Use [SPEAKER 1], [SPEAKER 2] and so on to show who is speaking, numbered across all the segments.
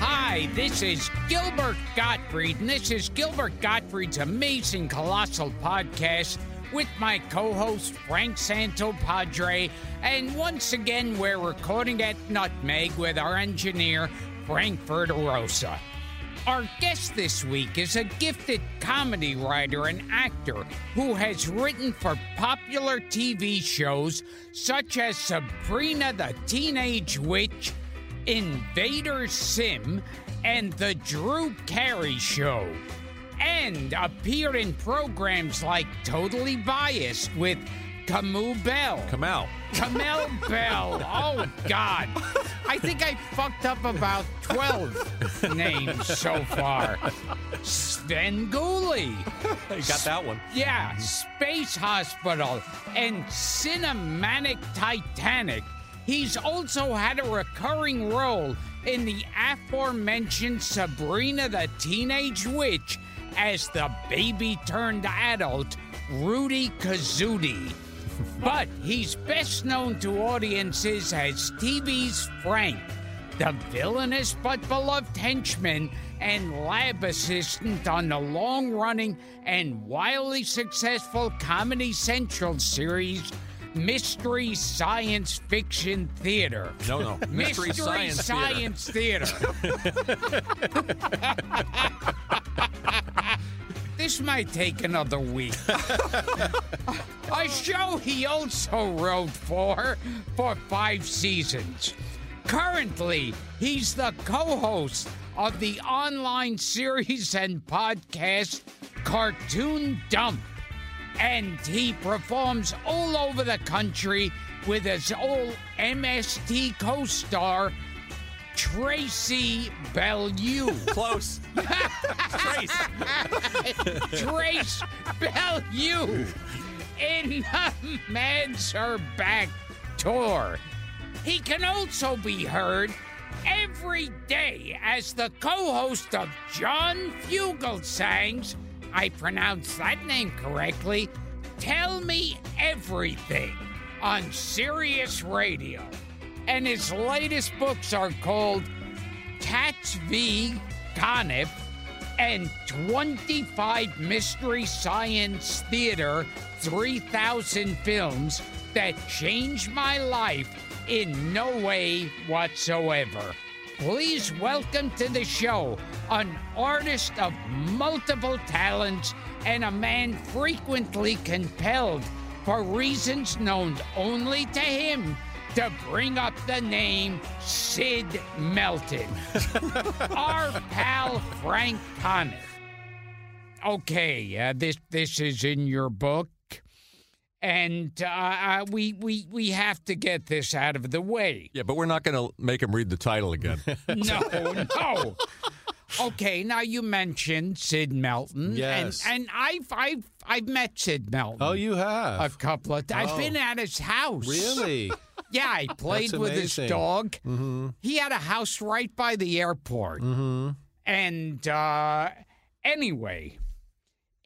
[SPEAKER 1] Hi, this is Gilbert Gottfried, and this is Gilbert Gottfried's amazing colossal podcast with my co host Frank Santo Padre. And once again, we're recording at Nutmeg with our engineer, Frank Verderosa. Our guest this week is a gifted comedy writer and actor who has written for popular TV shows such as Sabrina the Teenage Witch, Invader Sim, and The Drew Carey Show, and appeared in programs like Totally Biased with Camus Bell.
[SPEAKER 2] Come out.
[SPEAKER 1] Kamel Bell. Oh God, I think I fucked up about twelve names so far. Sven
[SPEAKER 2] got that one.
[SPEAKER 1] yeah, Space Hospital and Cinematic Titanic. He's also had a recurring role in the aforementioned Sabrina the Teenage Witch as the baby turned adult Rudy Kazudi. But he's best known to audiences as TV's Frank, the villainous but beloved henchman and lab assistant on the long running and wildly successful Comedy Central series Mystery Science Fiction Theater.
[SPEAKER 2] No, no.
[SPEAKER 1] Mystery, Science, Theater. this might take another week. A show he also wrote for for five seasons. Currently, he's the co host of the online series and podcast Cartoon Dump and he performs all over the country with his old MST co-star Tracy Bellew.
[SPEAKER 2] Close. Trace.
[SPEAKER 1] Trace Bellew in the Meds Are Back tour. He can also be heard every day as the co-host of John Fugelsang's, I pronounce that name correctly, Tell Me Everything on Sirius Radio. And his latest books are called Cats v. Conniff, and 25 Mystery Science Theater 3000 films that changed my life in no way whatsoever. Please welcome to the show an artist of multiple talents and a man frequently compelled for reasons known only to him to bring up the name Sid Melton our pal Frank Connor. Okay, uh, this this is in your book, and uh, uh, we we we have to get this out of the way.
[SPEAKER 2] Yeah, but we're not going to make him read the title again.
[SPEAKER 1] No, no. Okay, now you mentioned Sid Melton,
[SPEAKER 3] Yes.
[SPEAKER 1] and and I've I've I've met Sid Melton.
[SPEAKER 3] Oh, you have
[SPEAKER 1] A couple of times. I've
[SPEAKER 3] Oh.
[SPEAKER 1] been at his house.
[SPEAKER 3] really?
[SPEAKER 1] Yeah, I played
[SPEAKER 3] That's
[SPEAKER 1] with his
[SPEAKER 3] amazing. Mm-hmm.
[SPEAKER 1] dog. He had a house right by the airport. Mm-hmm. And uh, anyway,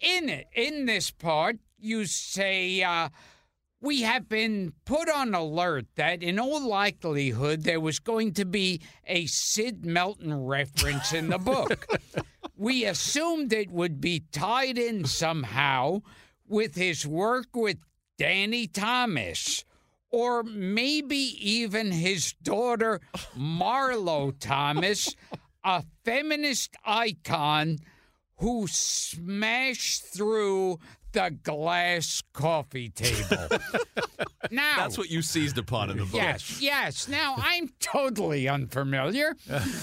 [SPEAKER 1] in it, in this part, you say uh, we have been put on alert that, in all likelihood, there was going to be a Sid Melton reference in the book. we assumed it would be tied in somehow with his work with Danny Thomas or maybe even his daughter, Marlo Thomas, a feminist icon who smashed through the glass coffee table. now,
[SPEAKER 2] That's what you seized upon in the book.
[SPEAKER 1] Yes, yes. Now I'm totally unfamiliar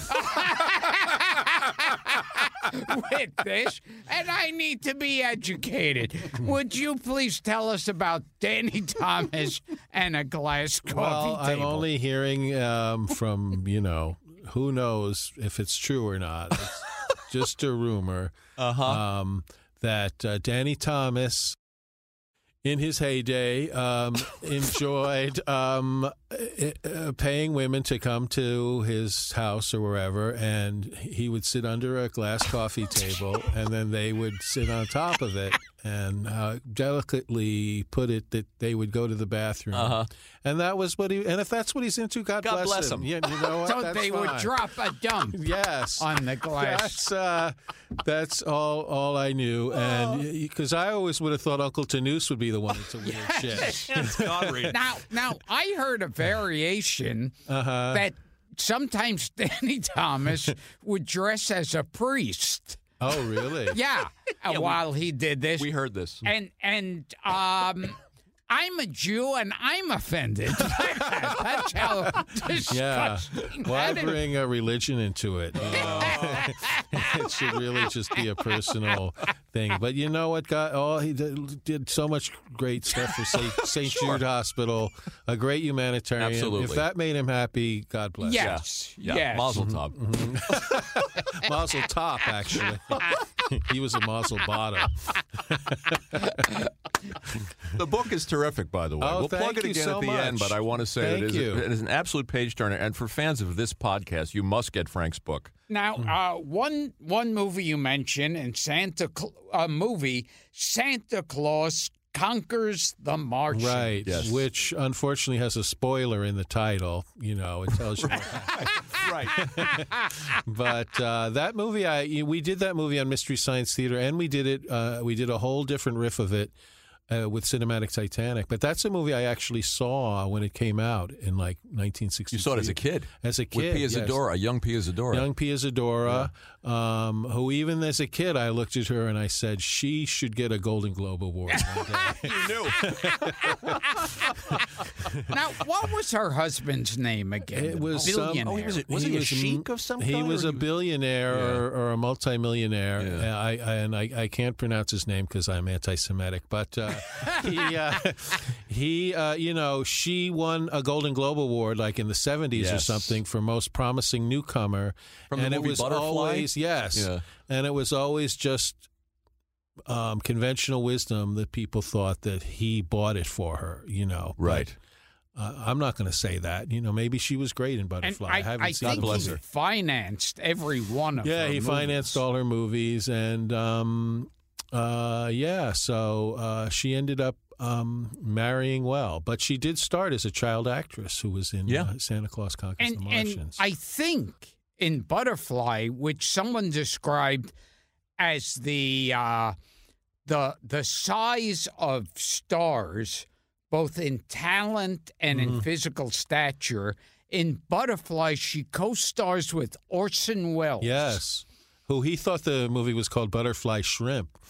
[SPEAKER 1] with this, and I need to be educated. Would you please tell us about Danny Thomas and a glass coffee
[SPEAKER 3] Well, I'm
[SPEAKER 1] table?
[SPEAKER 3] only hearing um, from you know who knows if it's true or not. It's just a rumor
[SPEAKER 2] Uh-huh.
[SPEAKER 3] um, that uh, Danny Thomas, in his heyday, um, enjoyed um, uh, uh, paying women to come to his house or wherever, and he would sit under a glass coffee table, and then they would sit on top of it and uh, delicately put it that they would go to the bathroom.
[SPEAKER 2] Uh-huh.
[SPEAKER 3] And that was what he. And if that's what he's into, God,
[SPEAKER 2] God bless
[SPEAKER 3] him.
[SPEAKER 2] him.
[SPEAKER 3] Yeah, you know what?
[SPEAKER 1] So
[SPEAKER 3] That's
[SPEAKER 1] they would
[SPEAKER 3] fine.
[SPEAKER 1] drop a dump
[SPEAKER 3] Yes.
[SPEAKER 1] on the glass.
[SPEAKER 3] That's uh, that's all all I knew, and because I always would have thought Uncle Tanous would be the one into weird shit.
[SPEAKER 2] That's God read.
[SPEAKER 1] Now, now I heard a variation
[SPEAKER 3] Uh-huh.
[SPEAKER 1] that sometimes Danny Thomas would dress as a priest.
[SPEAKER 3] Oh, really?
[SPEAKER 1] Yeah, uh, while he did this,
[SPEAKER 2] We heard this.
[SPEAKER 1] and and um. I'm a Jew and I'm offended. That's how disgusting.
[SPEAKER 3] Yeah. Why
[SPEAKER 1] that is.
[SPEAKER 3] bring a religion into it? you know? it should really just be a personal thing. But you know what? God, all he did, did so much great stuff for St. St. Jude Hospital, a great humanitarian. If
[SPEAKER 2] Absolutely.
[SPEAKER 3] that made him happy, God bless.
[SPEAKER 1] Yeah.
[SPEAKER 2] Yeah.
[SPEAKER 1] Yes.
[SPEAKER 2] Mazel tov.
[SPEAKER 3] Mazel top, actually. he was a mazel bottom.
[SPEAKER 2] The book is terrific, by the way.
[SPEAKER 3] Oh,
[SPEAKER 2] we'll
[SPEAKER 3] thank
[SPEAKER 2] plug it
[SPEAKER 3] you
[SPEAKER 2] again
[SPEAKER 3] so
[SPEAKER 2] at the end,
[SPEAKER 3] much.
[SPEAKER 2] but I want to say
[SPEAKER 3] Thank
[SPEAKER 2] it, is
[SPEAKER 3] you.
[SPEAKER 2] it is an absolute page turner. And for fans of this podcast, you must get Frank's book.
[SPEAKER 1] Now,
[SPEAKER 3] Mm-hmm.
[SPEAKER 1] uh, one one movie you mentioned in Santa Cl- uh, movie Santa Claus conquers the Martians.
[SPEAKER 3] Right.
[SPEAKER 2] Yes.
[SPEAKER 3] Which unfortunately has a spoiler in the title. You know, it tells you.
[SPEAKER 2] Right.
[SPEAKER 3] but uh, that movie, I we did that movie on Mystery Science Theater, and we did it. Uh, we did a whole different riff of it uh, with Cinematic Titanic. But that's a movie I actually saw when it came out in like 1960.
[SPEAKER 2] You saw it as a kid.
[SPEAKER 3] As a
[SPEAKER 2] With
[SPEAKER 3] kid,
[SPEAKER 2] Pia
[SPEAKER 3] yes.
[SPEAKER 2] Zadora, a young Pia Zadora.
[SPEAKER 3] Young Pia Zadora, um, who even as a kid, I looked at her and I said, she should get a Golden Globe Award. one day."
[SPEAKER 2] you knew.
[SPEAKER 1] Now, what was her husband's name again?
[SPEAKER 3] It was some-
[SPEAKER 1] billionaire.
[SPEAKER 3] oh, he
[SPEAKER 2] was a- Wasn't he a sheik of some
[SPEAKER 3] he
[SPEAKER 2] kind,
[SPEAKER 3] was
[SPEAKER 2] or
[SPEAKER 3] a
[SPEAKER 2] he was-
[SPEAKER 3] billionaire or, or a multimillionaire.
[SPEAKER 2] Yeah.
[SPEAKER 3] I, I and I, I can't pronounce his name because I'm anti-Semitic. But uh, he, uh, he, uh, you know, she won a Golden Globe Award like in the '70s or
[SPEAKER 2] Yes.
[SPEAKER 3] something for most promising newcomer.
[SPEAKER 2] From the
[SPEAKER 3] and
[SPEAKER 2] movie
[SPEAKER 3] it was
[SPEAKER 2] Butterfly?
[SPEAKER 3] always yes,
[SPEAKER 2] Yeah.
[SPEAKER 3] and it was always just. Um, conventional wisdom that people thought that he bought it for her, you know. But
[SPEAKER 2] Right.
[SPEAKER 3] uh, I'm not going to say that. You know, maybe she was great in
[SPEAKER 1] and
[SPEAKER 3] Butterfly. I,
[SPEAKER 1] I,
[SPEAKER 3] haven't
[SPEAKER 1] I
[SPEAKER 3] seen
[SPEAKER 1] think
[SPEAKER 3] the
[SPEAKER 2] bless
[SPEAKER 1] he
[SPEAKER 3] movie.
[SPEAKER 1] financed every one of
[SPEAKER 3] Yeah,
[SPEAKER 1] her
[SPEAKER 3] he
[SPEAKER 1] movies.
[SPEAKER 3] financed all her movies, and um, uh, yeah, so uh, she ended up um, marrying well. But she did start as a child actress who was in
[SPEAKER 2] Yeah.
[SPEAKER 3] uh, Santa Claus Conquers
[SPEAKER 1] And
[SPEAKER 3] the
[SPEAKER 1] and
[SPEAKER 3] Martians.
[SPEAKER 1] I think in Butterfly, which someone described as the uh, the the size of stars, both in talent and
[SPEAKER 3] Mm-hmm.
[SPEAKER 1] in physical stature. In Butterfly, she co-stars with Orson Welles.
[SPEAKER 3] yes, who he thought the movie was called Butterfly Shrimp.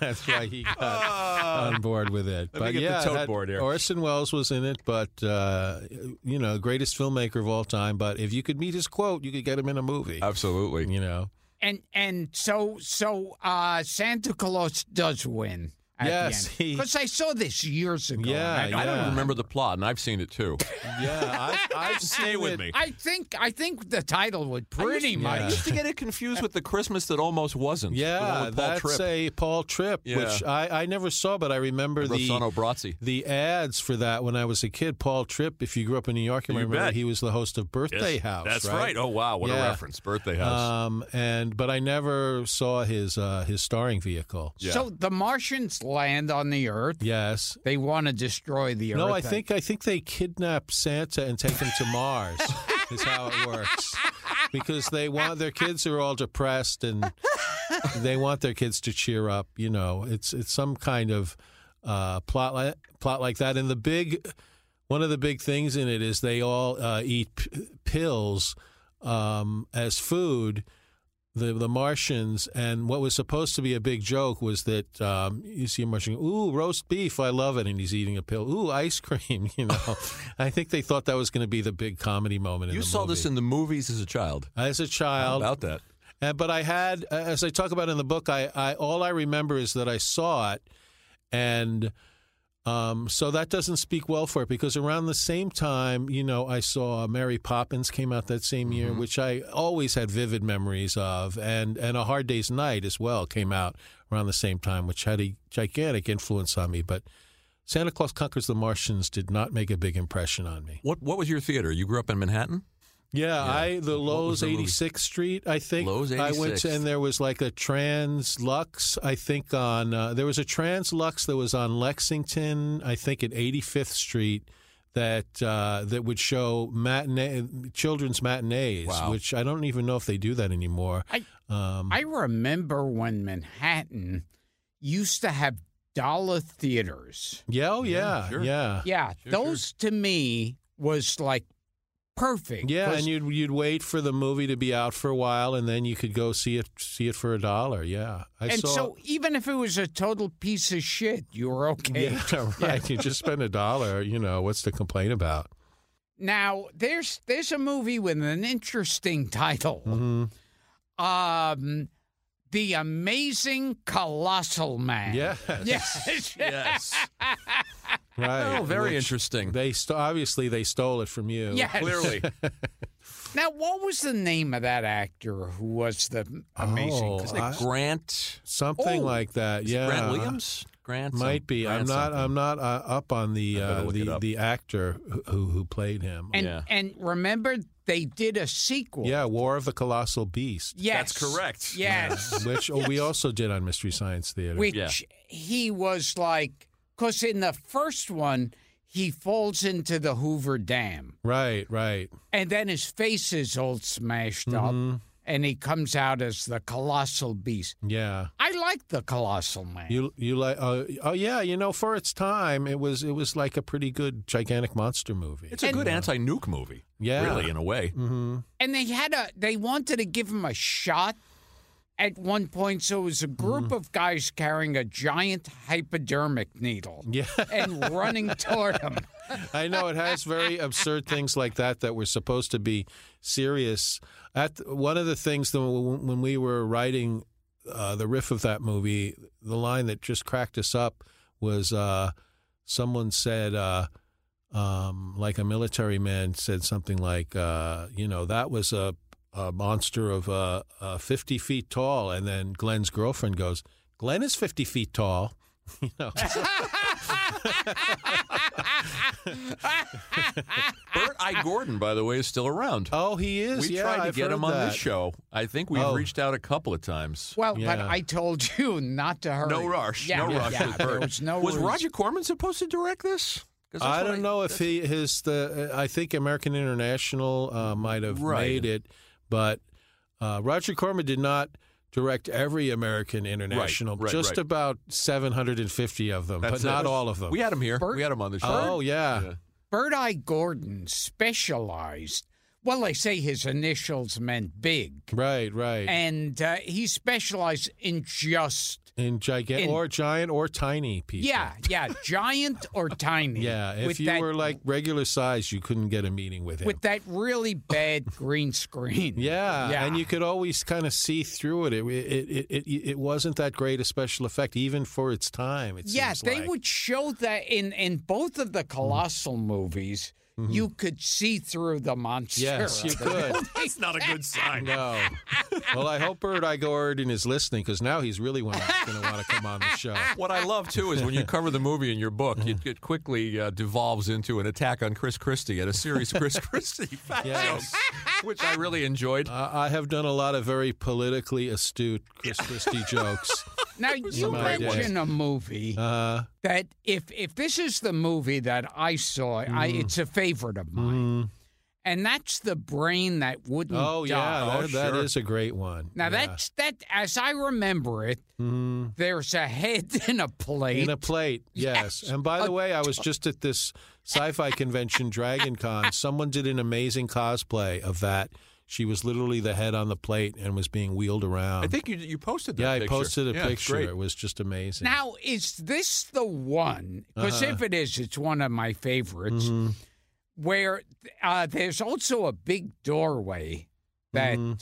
[SPEAKER 3] That's why he got on board with it.
[SPEAKER 2] me get the tote board here.
[SPEAKER 3] Orson Welles was in it, but uh, you know, greatest filmmaker of all time. But if you could meet his quote, you could get him in a movie.
[SPEAKER 2] Absolutely.
[SPEAKER 3] you know,
[SPEAKER 1] and and so so uh, Santa Claus does win. At
[SPEAKER 3] Yes,
[SPEAKER 1] the
[SPEAKER 3] he-
[SPEAKER 1] end. because I saw this years ago.
[SPEAKER 3] Yeah,
[SPEAKER 1] and I
[SPEAKER 2] I
[SPEAKER 1] don't
[SPEAKER 2] don't
[SPEAKER 3] Yeah.
[SPEAKER 2] remember the plot, and I've seen it too.
[SPEAKER 3] yeah. I, I've
[SPEAKER 2] Stay
[SPEAKER 3] seen
[SPEAKER 2] with
[SPEAKER 3] it.
[SPEAKER 2] me.
[SPEAKER 1] I think I think the title would pretty
[SPEAKER 3] yeah.
[SPEAKER 1] much.
[SPEAKER 2] used to get it confused with the Christmas that almost wasn't. the one
[SPEAKER 3] Yeah,
[SPEAKER 2] with Paul
[SPEAKER 3] that's
[SPEAKER 2] Tripp.
[SPEAKER 3] a Paul Tripp,
[SPEAKER 2] Yeah.
[SPEAKER 3] which I, I never saw, but I remember
[SPEAKER 2] Rossano
[SPEAKER 3] the
[SPEAKER 2] Brazzi.
[SPEAKER 3] the ads for that when I was a kid. Paul Tripp, if you grew up in New York, you,
[SPEAKER 2] You
[SPEAKER 3] might remember
[SPEAKER 2] bet.
[SPEAKER 3] he was the host of Birthday House.
[SPEAKER 2] That's right. Oh wow, what
[SPEAKER 3] Yeah.
[SPEAKER 2] a reference! Birthday house.
[SPEAKER 3] Um, and but I never saw his uh, his starring vehicle.
[SPEAKER 2] Yeah.
[SPEAKER 1] So the Martians land on the Earth.
[SPEAKER 3] Yes.
[SPEAKER 1] They want to destroy the Earth.
[SPEAKER 3] No, I think I think they kidnap Santa and take him to Mars. is how it works because they want their kids are all depressed and they want their kids to cheer up. You know, it's it's some kind of uh, plot like, plot like that. And the big one of the big things in it is they all uh, eat p- pills um, as food. The, the Martians and what was supposed to be a big joke was that um, you see a Martian, ooh roast beef, I love it, and he's eating a pill, ooh ice cream, you know. I think they thought that was going to be the big comedy moment. in
[SPEAKER 2] you
[SPEAKER 3] the
[SPEAKER 2] saw this
[SPEAKER 3] movie.
[SPEAKER 2] in the movies as a child.
[SPEAKER 3] as a child,
[SPEAKER 2] About that.
[SPEAKER 3] uh, but I had, uh, as I talk about in the book, I, I all I remember is that I saw it, and um, so that doesn't speak well for it because around the same time, you know, I saw Mary Poppins came out that same year, which I always had vivid memories of, and and A Hard Day's Night as well came out around the same time, which had a gigantic influence on me, but. Santa Claus Conquers the Martians did not make a big impression on me.
[SPEAKER 2] What What was your theater? You grew up in Manhattan.
[SPEAKER 3] Yeah,
[SPEAKER 2] Yeah.
[SPEAKER 3] I the
[SPEAKER 2] What was
[SPEAKER 3] Lowe's
[SPEAKER 2] the movie?
[SPEAKER 3] eighty sixth Street, I think.
[SPEAKER 2] Lowe's
[SPEAKER 3] I went
[SPEAKER 2] 86th.
[SPEAKER 3] to, and there was like a Trans Lux, I think on uh, there was a Trans Lux that was on Lexington, I think at eighty fifth Street, that uh, that would show matinee children's matinees,
[SPEAKER 2] Wow.
[SPEAKER 3] which I don't even know if they do that anymore.
[SPEAKER 1] I-
[SPEAKER 3] um,
[SPEAKER 1] I remember when Manhattan used to have dollar theaters.
[SPEAKER 3] yeah, oh,
[SPEAKER 2] Yeah,
[SPEAKER 3] yeah, yeah,
[SPEAKER 2] sure.
[SPEAKER 3] yeah,
[SPEAKER 1] Yeah,
[SPEAKER 2] Sure,
[SPEAKER 1] those to me was like perfect. 'cause
[SPEAKER 3] and you'd you'd wait for the movie to be out for a while, and then you could go see it see it for a dollar. Yeah, I
[SPEAKER 1] and
[SPEAKER 3] saw.
[SPEAKER 1] so even if it was a total piece of shit, you were okay.
[SPEAKER 3] yeah, right. You just spend a dollar. You know what's to complain about?
[SPEAKER 1] Now there's there's a movie with an interesting title.
[SPEAKER 3] Mhm.
[SPEAKER 1] Um The Amazing Colossal Man.
[SPEAKER 3] Yes.
[SPEAKER 1] Yes.
[SPEAKER 2] Yes.
[SPEAKER 3] Right.
[SPEAKER 2] Oh, very
[SPEAKER 3] Which
[SPEAKER 2] interesting.
[SPEAKER 3] They st- obviously they stole it from you.
[SPEAKER 1] Yes.
[SPEAKER 2] Clearly.
[SPEAKER 1] Now what was the name of that actor who was the amazing
[SPEAKER 3] Oh,
[SPEAKER 1] Colossal
[SPEAKER 3] I-
[SPEAKER 2] Grant.
[SPEAKER 3] Something
[SPEAKER 1] Oh.
[SPEAKER 3] like that.
[SPEAKER 2] is it
[SPEAKER 3] Yeah.
[SPEAKER 2] Grant Williams. Grant some-
[SPEAKER 3] Might be. I'm
[SPEAKER 2] Grant
[SPEAKER 3] not.
[SPEAKER 2] something.
[SPEAKER 3] I'm not uh, up on the
[SPEAKER 2] I better
[SPEAKER 3] uh,
[SPEAKER 2] look it
[SPEAKER 3] the
[SPEAKER 2] up.
[SPEAKER 3] the actor who who played him.
[SPEAKER 1] And
[SPEAKER 2] Yeah.
[SPEAKER 1] and remember they did a sequel.
[SPEAKER 3] yeah, War of the Colossal Beast,
[SPEAKER 1] Yes.
[SPEAKER 2] That's correct.
[SPEAKER 1] Yes.
[SPEAKER 3] which oh, we also did on Mystery Science Theater.
[SPEAKER 1] Which
[SPEAKER 2] Yeah.
[SPEAKER 1] he was like cuz in the first one he falls into the Hoover Dam
[SPEAKER 3] right. Right.
[SPEAKER 1] and then his face is all smashed up
[SPEAKER 3] Mhm.
[SPEAKER 1] and he comes out as the colossal beast.
[SPEAKER 3] Yeah.
[SPEAKER 1] I like the colossal man.
[SPEAKER 3] You you like? Uh, oh yeah. You know, for its time, it was it was like a pretty good gigantic monster movie.
[SPEAKER 2] It's a good anti-nuke movie.
[SPEAKER 3] Yeah.
[SPEAKER 2] Really, in a way.
[SPEAKER 1] and they had a they wanted to give him a shot at one point so it was a group
[SPEAKER 3] Mm.
[SPEAKER 1] of guys carrying a giant hypodermic needle
[SPEAKER 3] yeah.
[SPEAKER 1] and running toward him.
[SPEAKER 3] I know it has very absurd things like that that were supposed to be serious. At one of the things that when when we were writing uh, the riff of that movie, the line that just cracked us up was uh, someone said, uh, um, like a military man said something like, uh, you know, that was a, a monster of uh, uh, 50 feet tall, and then Glenn's girlfriend goes, Glenn is 50 feet tall. you know.
[SPEAKER 2] Bert I. Gordon, by the way, is still around.
[SPEAKER 3] Oh, he is.
[SPEAKER 2] we
[SPEAKER 3] yeah,
[SPEAKER 2] tried to
[SPEAKER 3] I've
[SPEAKER 2] get
[SPEAKER 3] heard
[SPEAKER 2] him on
[SPEAKER 3] that.
[SPEAKER 2] this show. I think we've
[SPEAKER 3] Oh.
[SPEAKER 2] reached out a couple of times.
[SPEAKER 1] Well, but
[SPEAKER 3] Yeah.
[SPEAKER 1] I told you not to hurry.
[SPEAKER 2] No rush.
[SPEAKER 1] Yeah,
[SPEAKER 2] no
[SPEAKER 1] yeah,
[SPEAKER 2] rush
[SPEAKER 1] yeah,
[SPEAKER 2] with
[SPEAKER 1] there
[SPEAKER 2] Bert.
[SPEAKER 1] was no
[SPEAKER 2] was
[SPEAKER 1] reason.
[SPEAKER 2] Roger Corman supposed to direct this? 'Cause that's
[SPEAKER 3] I
[SPEAKER 2] what
[SPEAKER 3] don't know if
[SPEAKER 2] that's-
[SPEAKER 3] he his the I think American International uh, might have
[SPEAKER 2] Right.
[SPEAKER 3] made it, but uh, Roger Corman did not direct every American International.
[SPEAKER 2] right,
[SPEAKER 3] just
[SPEAKER 2] right.
[SPEAKER 3] about seven hundred and fifty of them,
[SPEAKER 2] That's
[SPEAKER 3] but
[SPEAKER 2] it.
[SPEAKER 3] not all of them.
[SPEAKER 2] We had him here.
[SPEAKER 1] Bert-
[SPEAKER 2] We had him on the show.
[SPEAKER 3] oh yeah.
[SPEAKER 2] Yeah.
[SPEAKER 1] Bird Eye Gordon specialized. Well, they say his initials meant big,
[SPEAKER 3] right, right.
[SPEAKER 1] and uh, he specialized in just
[SPEAKER 3] in gigantic
[SPEAKER 1] in-
[SPEAKER 3] or giant or tiny people.
[SPEAKER 1] yeah, yeah, giant or tiny.
[SPEAKER 3] yeah. If
[SPEAKER 1] with
[SPEAKER 3] you
[SPEAKER 1] that,
[SPEAKER 3] were like regular size, you couldn't get a meeting with him.
[SPEAKER 1] with that really bad green screen.
[SPEAKER 3] Yeah,
[SPEAKER 1] Yeah.
[SPEAKER 3] and you could always kind of see through it. It, it. it it it wasn't that great a special effect, even for its time. It
[SPEAKER 1] Yeah,
[SPEAKER 3] seems
[SPEAKER 1] they
[SPEAKER 3] like.
[SPEAKER 1] would show that in in both of the
[SPEAKER 3] Mm-hmm.
[SPEAKER 1] colossal movies. You could see through the monster.
[SPEAKER 3] Yes, you
[SPEAKER 1] of the
[SPEAKER 3] could.
[SPEAKER 1] movie.
[SPEAKER 2] That's not a good sign.
[SPEAKER 3] No. Well, I hope Bird I Gordon is listening because now he's really going to want to come on the show.
[SPEAKER 2] What I love too is when you cover the movie in your book, it, it quickly uh, devolves into an attack on Chris Christie and a serious Chris Christie fact
[SPEAKER 3] Yes. Um,
[SPEAKER 2] joke, which I really enjoyed.
[SPEAKER 3] I I have done a lot of very politically astute Chris Christie jokes.
[SPEAKER 1] Now you
[SPEAKER 3] my day.
[SPEAKER 1] mention a movie
[SPEAKER 3] Uh,
[SPEAKER 1] that if if this is the movie that I saw, I, it's a favorite of mine,
[SPEAKER 3] mm.
[SPEAKER 1] and that's the brain that wouldn't.
[SPEAKER 3] oh, yeah,
[SPEAKER 1] die.
[SPEAKER 3] that, that
[SPEAKER 2] sure.
[SPEAKER 3] is a great one.
[SPEAKER 1] Now
[SPEAKER 3] yeah.
[SPEAKER 1] that's that as I remember it,
[SPEAKER 3] Mm.
[SPEAKER 1] there's a head in a plate.
[SPEAKER 3] In a plate, yes. And by
[SPEAKER 2] Oh,
[SPEAKER 3] the way, I was just at this sci-fi convention, Dragon Con. Someone did an amazing cosplay of that. She was literally the head on the plate and was being wheeled around.
[SPEAKER 2] I think you you posted that.
[SPEAKER 3] yeah, I
[SPEAKER 2] picture.
[SPEAKER 3] posted a
[SPEAKER 2] Yeah, it's
[SPEAKER 3] picture.
[SPEAKER 2] great.
[SPEAKER 3] It was just amazing.
[SPEAKER 1] Now, is this the one? Because
[SPEAKER 3] Uh-huh.
[SPEAKER 1] if it is, it's one of my favorites.
[SPEAKER 3] Mm-hmm.
[SPEAKER 1] Where uh, there's also a big doorway that
[SPEAKER 3] Mm-hmm.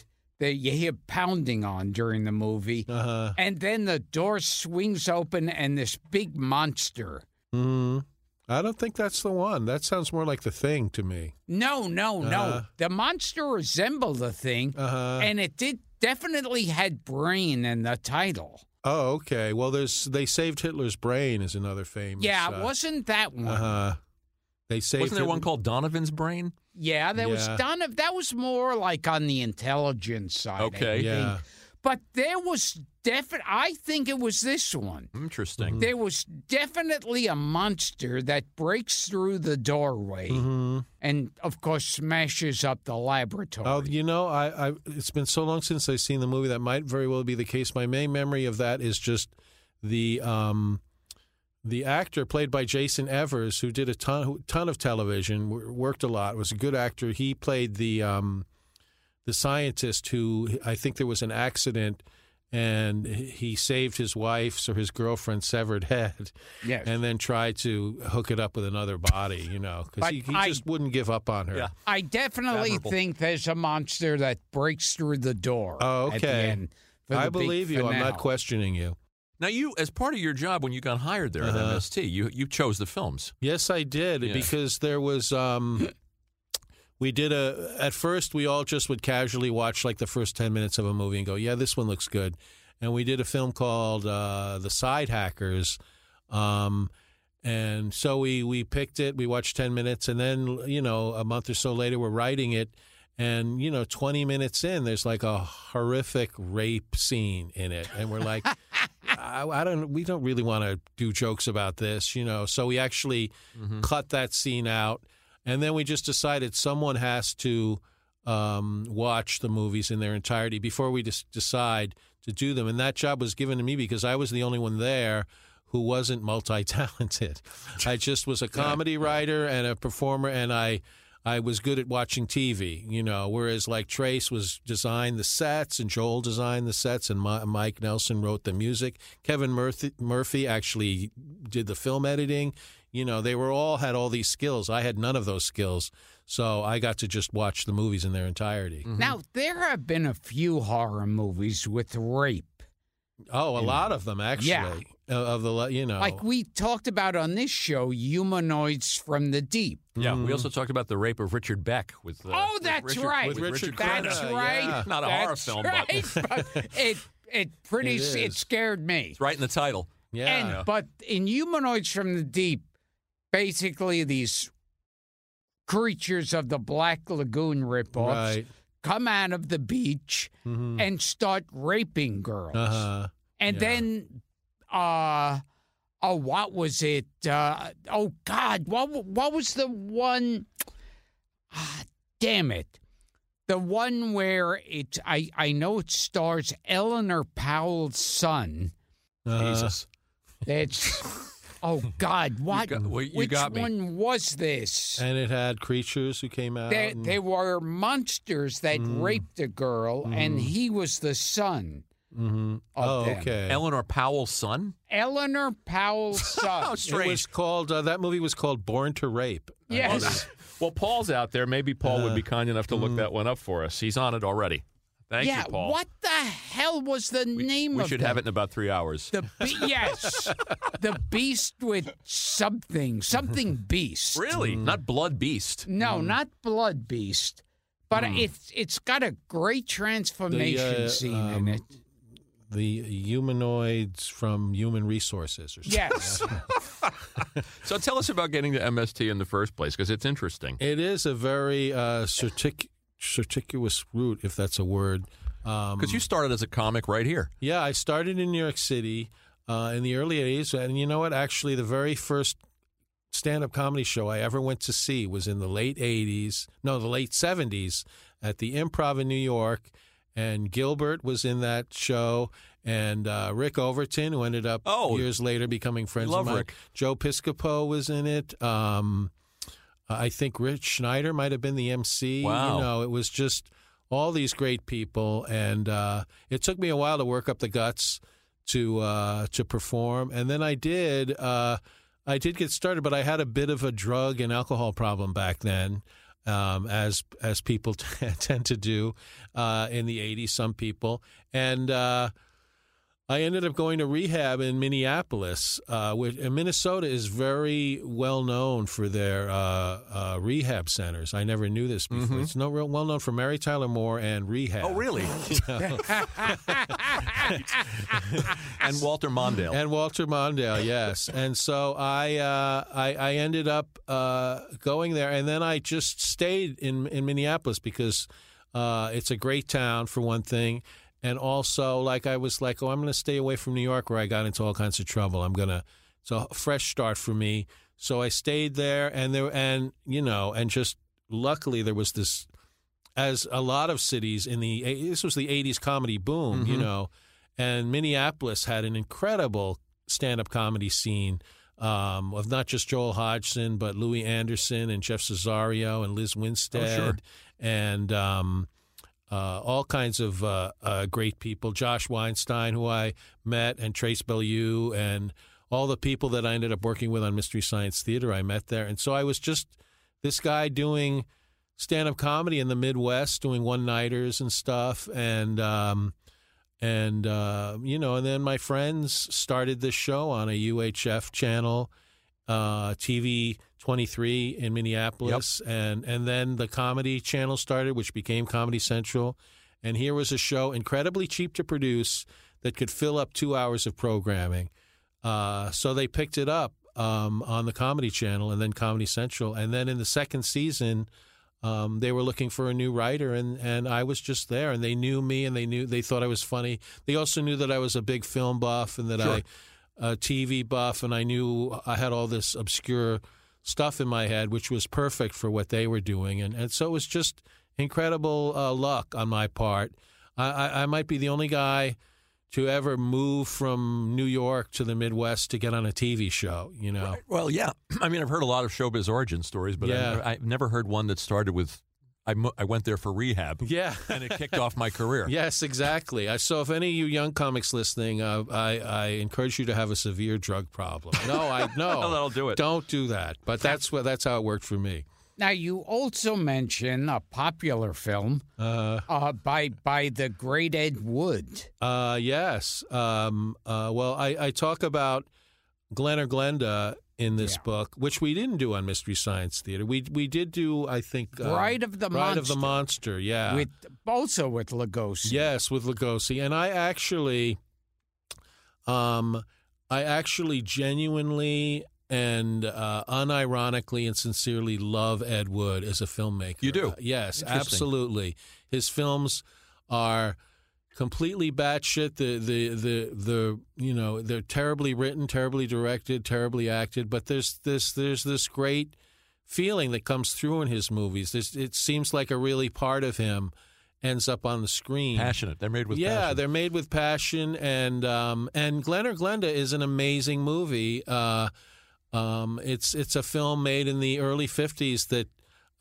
[SPEAKER 1] that you hear pounding on during the movie,
[SPEAKER 3] uh-huh.
[SPEAKER 1] and then the door swings open, and this big monster.
[SPEAKER 3] Mm. I don't think that's the one. That sounds more like the thing to me.
[SPEAKER 1] No, no, no.
[SPEAKER 3] Uh-huh.
[SPEAKER 1] The monster resembled the thing,
[SPEAKER 3] Uh-huh.
[SPEAKER 1] and it did definitely had brain in the title.
[SPEAKER 3] oh, okay. Well, there's they saved Hitler's brain is another famous.
[SPEAKER 1] Yeah,
[SPEAKER 3] uh,
[SPEAKER 1] it wasn't that one.
[SPEAKER 3] Uh-huh. They saved
[SPEAKER 2] Wasn't there
[SPEAKER 3] him.
[SPEAKER 2] one called Donovan's Brain?
[SPEAKER 1] Yeah, there was
[SPEAKER 3] Yeah.
[SPEAKER 1] Donovan. That was more like on the intelligence side. I
[SPEAKER 2] Okay.
[SPEAKER 1] think.
[SPEAKER 3] Yeah.
[SPEAKER 1] But there was definite. I think it was this one.
[SPEAKER 3] Hmm.
[SPEAKER 2] Interesting.
[SPEAKER 1] There was definitely a monster that breaks through the doorway
[SPEAKER 3] Mm-hmm.
[SPEAKER 1] and, of course, smashes up the laboratory.
[SPEAKER 3] Oh, you know, I, I it's been so long since I've seen the movie that might very well be the case. My main memory of that is just the um, the actor played by Jason Evers, who did a ton who- ton of television, wor- worked a lot, was a good actor. He played the um, the scientist who I think there was an accident. And he saved his wife's or his girlfriend's severed head,
[SPEAKER 1] Yes.
[SPEAKER 3] and then tried to hook it up with another body, you know, because
[SPEAKER 1] But
[SPEAKER 3] he, he
[SPEAKER 1] I-
[SPEAKER 3] just wouldn't give up on her.
[SPEAKER 2] Yeah.
[SPEAKER 1] I definitely
[SPEAKER 2] Admirable.
[SPEAKER 1] think there's a monster that breaks through the door.
[SPEAKER 3] Oh,
[SPEAKER 1] At the
[SPEAKER 3] okay.
[SPEAKER 1] end for
[SPEAKER 3] I
[SPEAKER 1] the big
[SPEAKER 3] believe you. I'm
[SPEAKER 1] finale.
[SPEAKER 3] not questioning you.
[SPEAKER 2] Now, you, as part of your job when you got hired there
[SPEAKER 3] Uh-huh.
[SPEAKER 2] at MST, you, you chose the films.
[SPEAKER 3] Yes, I did
[SPEAKER 2] Yeah.
[SPEAKER 3] because there was. Um, we did a. At first, we all just would casually watch like the first ten minutes of a movie and go, "Yeah, this one looks good." And we did a film called uh, "The Side Hackers," um, and so we we picked it. We watched ten minutes, and then you know a month or so later, we're writing it. And you know, twenty minutes in, there's like a horrific rape scene in it, and we're like, I, I don't. We don't really want to do jokes about this, you know. So we actually cut that scene out, and then we just decided someone has to um, watch the movies in their entirety before we just decide to do them. And that job was given to me because I was the only one there who wasn't multi-talented. I just was a comedy writer and a performer, and I. I was good at watching TV, you know, whereas like Trace was designed the sets and Joel designed the sets and Mi- Mike Nelson wrote the music. Kevin Murphy, Murphy actually did the film editing. You know, they were all had all these skills. I had none of those skills. So I got to just watch the movies in their entirety.
[SPEAKER 1] Now, there have been a few horror movies with rape.
[SPEAKER 3] Oh, a lot of them actually.
[SPEAKER 1] Mm. Yeah.
[SPEAKER 3] Uh, Of the, le- you know.
[SPEAKER 1] Like we talked about on this show, Humanoids from the Deep.
[SPEAKER 2] Yeah.
[SPEAKER 3] Mm-hmm.
[SPEAKER 2] We also talked about the rape of Richard Beck with. Uh,
[SPEAKER 1] Oh,
[SPEAKER 2] with
[SPEAKER 1] that's
[SPEAKER 2] Richard,
[SPEAKER 1] right.
[SPEAKER 2] With
[SPEAKER 3] With
[SPEAKER 2] Richard
[SPEAKER 3] Richard
[SPEAKER 2] Crenna.
[SPEAKER 1] That's
[SPEAKER 3] Crenna,
[SPEAKER 1] right.
[SPEAKER 3] yeah.
[SPEAKER 2] Not a horror
[SPEAKER 1] That's
[SPEAKER 2] film,
[SPEAKER 1] right,
[SPEAKER 2] but
[SPEAKER 1] but it it pretty
[SPEAKER 3] It
[SPEAKER 1] s- it
[SPEAKER 3] is.
[SPEAKER 1] scared me.
[SPEAKER 2] it's right in the title.
[SPEAKER 1] And
[SPEAKER 3] Mm-hmm. yeah.
[SPEAKER 1] but in humanoids from the deep, basically these creatures of the Black Lagoon ripoffs
[SPEAKER 3] right.
[SPEAKER 1] come out of the beach
[SPEAKER 2] Hmm.
[SPEAKER 3] Mhm.
[SPEAKER 1] and start raping girls,
[SPEAKER 3] Uh-huh.
[SPEAKER 1] and
[SPEAKER 3] yeah.
[SPEAKER 1] then uh. Oh, what was it? Uh, oh God, what wa- what was the one? Ah, damn it, the one where it's I I know it stars Eleanor Powell's son.
[SPEAKER 3] Uh,
[SPEAKER 2] Jesus.
[SPEAKER 1] That's oh God! What?
[SPEAKER 2] got- well, you
[SPEAKER 1] which
[SPEAKER 2] got me.
[SPEAKER 1] one was this?
[SPEAKER 3] And it had creatures who came out.
[SPEAKER 1] They,
[SPEAKER 2] um,
[SPEAKER 3] and-
[SPEAKER 1] they were monsters that
[SPEAKER 2] mm,
[SPEAKER 1] raped a girl, and he was the son.
[SPEAKER 3] Mhm.
[SPEAKER 1] of
[SPEAKER 3] Oh,
[SPEAKER 1] them.
[SPEAKER 3] okay.
[SPEAKER 2] Eleanor Powell's son?
[SPEAKER 1] Eleanor Powell's
[SPEAKER 2] Oh,
[SPEAKER 1] son.
[SPEAKER 3] It
[SPEAKER 2] strange.
[SPEAKER 3] was called uh, that movie was called Born to Rape.
[SPEAKER 1] yes.
[SPEAKER 2] Well, Paul's out there. Maybe Paul would be kind enough to look that one up for us. He's on it already. Thank
[SPEAKER 1] yeah.
[SPEAKER 2] you, Paul.
[SPEAKER 1] What the hell was the name
[SPEAKER 2] we
[SPEAKER 1] of
[SPEAKER 2] should
[SPEAKER 1] that?
[SPEAKER 2] have it in about three hours.
[SPEAKER 1] The be- yes, the beast with something, something beast.
[SPEAKER 2] Really? Hmm. Not Blood Beast.
[SPEAKER 1] No, not blood beast, but
[SPEAKER 2] Hmm.
[SPEAKER 1] it's it's got a great transformation
[SPEAKER 3] The, uh,
[SPEAKER 1] scene
[SPEAKER 3] um,
[SPEAKER 1] in it.
[SPEAKER 3] The humanoids from Human Resources or something.
[SPEAKER 1] Yes.
[SPEAKER 2] So tell us about getting to MST in the first place because it's interesting.
[SPEAKER 3] It is a very uh, certic- circuitous route, if that's a word. Um,
[SPEAKER 2] Because you started as a comic right here.
[SPEAKER 3] Yeah, I started in New York City uh, in the early 80s. And you know what? Actually, the very first stand up comedy show I ever went to see was in the late 80s, no, the late 70s at the Improv in New York. And Gilbert was in that show. And uh, Rick Overton, who ended up
[SPEAKER 2] Oh.
[SPEAKER 3] years later becoming friends
[SPEAKER 2] Love
[SPEAKER 3] of mine.
[SPEAKER 2] Rick.
[SPEAKER 3] Joe Piscopo was in it. Um, I think Rich Schneider might have been the MC.
[SPEAKER 2] Wow.
[SPEAKER 3] You know, it was just all these great people, and uh, it took me a while to work up the guts to uh, to perform, and then I did. Uh, I did get started, but I had a bit of a drug and alcohol problem back then, um, as as people tend to do uh, in the '80s. Some people and. Uh, I ended up going to rehab in Minneapolis, uh, which and Minnesota is very well known for their uh, uh, rehab centers. I never knew this before. It's no real well known for Mary Tyler Moore and rehab.
[SPEAKER 2] Mm-hmm. Oh, really? and Walter Mondale.
[SPEAKER 3] And Walter Mondale, yes. And so I, uh, I, I ended up uh, going there, and then I just stayed in in Minneapolis because uh, it's a great town for one thing, and also like I was like, oh, I'm going to stay away from New York where I got into all kinds of trouble. I'm gonna it's a fresh start for me. So I stayed there, and there, and you know, and just luckily there was this as a lot of cities in the this was the 80s comedy boom, you know, and Minneapolis had an incredible stand-up comedy scene um, of not just Joel Hodgson but Louis Anderson and Jeff Cesario and Liz Winstead and um, uh, all kinds of uh, uh, great people. Josh Weinstein, who I met, and Trace Bellew, and all the people that I ended up working with on Mystery Science Theater, I met there. And so I was just this guy doing stand up comedy in the Midwest, doing one nighters and stuff. And, um, and uh, you know, and then my friends started this show on a UHF channel, uh, TV 23 in Minneapolis, and and then the comedy channel started, which became Comedy Central, and here was a show incredibly cheap to produce that could fill up two hours of programming. Uh, so they picked it up um, on the Comedy Channel and then Comedy Central, and then in the second season. Um, they were looking for a new writer, and, and I was just there, and they knew me, and they knew they thought I was funny. They also knew that I was a big film buff, and that I, a TV buff, and I knew I had all this obscure stuff in my head, which was perfect for what they were doing, and and so it was just incredible uh, luck on my part. I, I, I might be the only guy to ever move from New York to the Midwest to get on a TV show, you know.
[SPEAKER 2] Well, yeah. I mean, I've heard a lot of showbiz origin stories, but
[SPEAKER 3] Yeah.
[SPEAKER 2] I've, never, I've never heard one that started with I, mo- I went there for rehab.
[SPEAKER 3] Yeah.
[SPEAKER 2] And it kicked off my career.
[SPEAKER 3] Yes, exactly. I, so, if any of you young comics listening, uh, I, I encourage you to have a severe drug problem. No, I no.
[SPEAKER 2] That'll do it.
[SPEAKER 3] Don't do that. But that's what that's how it worked for me.
[SPEAKER 1] Now you also mention a popular film
[SPEAKER 3] Uh,
[SPEAKER 1] uh, by by the great Ed Wood.
[SPEAKER 3] uh, yes. Um, uh, well, I, I talk about Glenn or Glenda in this
[SPEAKER 1] Yeah.
[SPEAKER 3] book, which we didn't do on Mystery Science Theater. We we did do, I think, uh,
[SPEAKER 1] Bride of the
[SPEAKER 3] Bride of the
[SPEAKER 1] Monster.
[SPEAKER 3] Monster. Yeah,
[SPEAKER 1] with also with Lugosi.
[SPEAKER 3] Yes, with Lugosi, and I actually, um, I actually genuinely and uh, unironically and sincerely love Ed Wood as a filmmaker.
[SPEAKER 2] You do?
[SPEAKER 3] Uh, yes,
[SPEAKER 2] Interesting.
[SPEAKER 3] absolutely. His films are completely batshit. The the the the you know they're terribly written, terribly directed, terribly acted. But there's this there's this great feeling that comes through in his movies. There's, it seems like a really part of him ends up on the screen.
[SPEAKER 2] Passionate. They're made with
[SPEAKER 3] yeah,
[SPEAKER 2] passion.
[SPEAKER 3] they're made with passion, and um, and Glenn or Glenda is an amazing movie. Uh, um, it's it's a film made in the early '50s that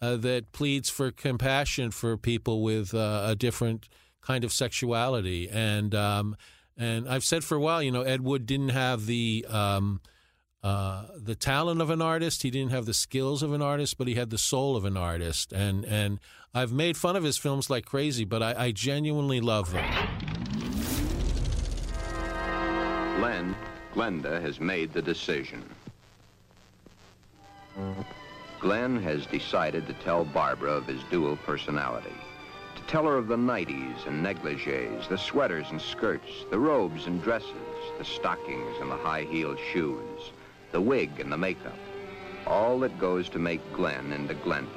[SPEAKER 3] uh, that pleads for compassion for people with uh, a different kind of sexuality, and um, and I've said for a while, you know, Ed Wood didn't have the um, uh, the talent of an artist. He didn't have the skills of an artist, but he had the soul of an artist. And and I've made fun of his films like crazy, but I, I genuinely love them.
[SPEAKER 4] Glenn, Glenda has made the decision. Glenn has decided to tell Barbara of his dual personality. To tell her of the 90s and negligees, the sweaters and skirts, the robes and dresses, the stockings and the high-heeled shoes, the wig and the makeup. All that goes to make Glenn into Glenda.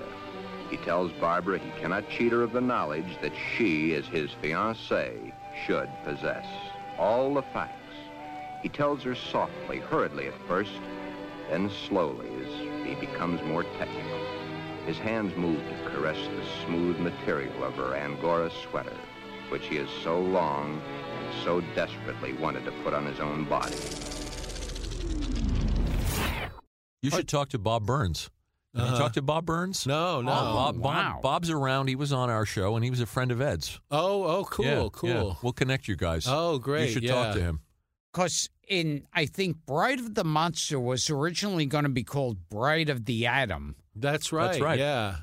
[SPEAKER 4] He tells Barbara he cannot cheat her of the knowledge that she, as his fiancée, should possess. All the facts. He tells her softly, hurriedly at first, then slowly as he becomes more technical. His hands move to caress the smooth material of her Angora sweater, which he has so long and so desperately wanted to put on his own body.
[SPEAKER 2] You should talk to Bob Burns. Have you talked to Bob Burns?
[SPEAKER 3] Uh-huh. No, no.
[SPEAKER 2] Oh, Bob, Bob-
[SPEAKER 1] wow.
[SPEAKER 2] Bob's around. He was on our show, and he was a friend of Ed's.
[SPEAKER 3] Oh, oh, cool,
[SPEAKER 2] Yeah,
[SPEAKER 3] cool.
[SPEAKER 2] yeah. We'll connect you guys.
[SPEAKER 3] Oh, great.
[SPEAKER 2] You should
[SPEAKER 3] yeah.
[SPEAKER 2] talk to him.
[SPEAKER 1] Because in I think Bride of the Monster was originally going to be called Bride of the Atom,
[SPEAKER 3] That's right.
[SPEAKER 2] right.
[SPEAKER 3] Yeah.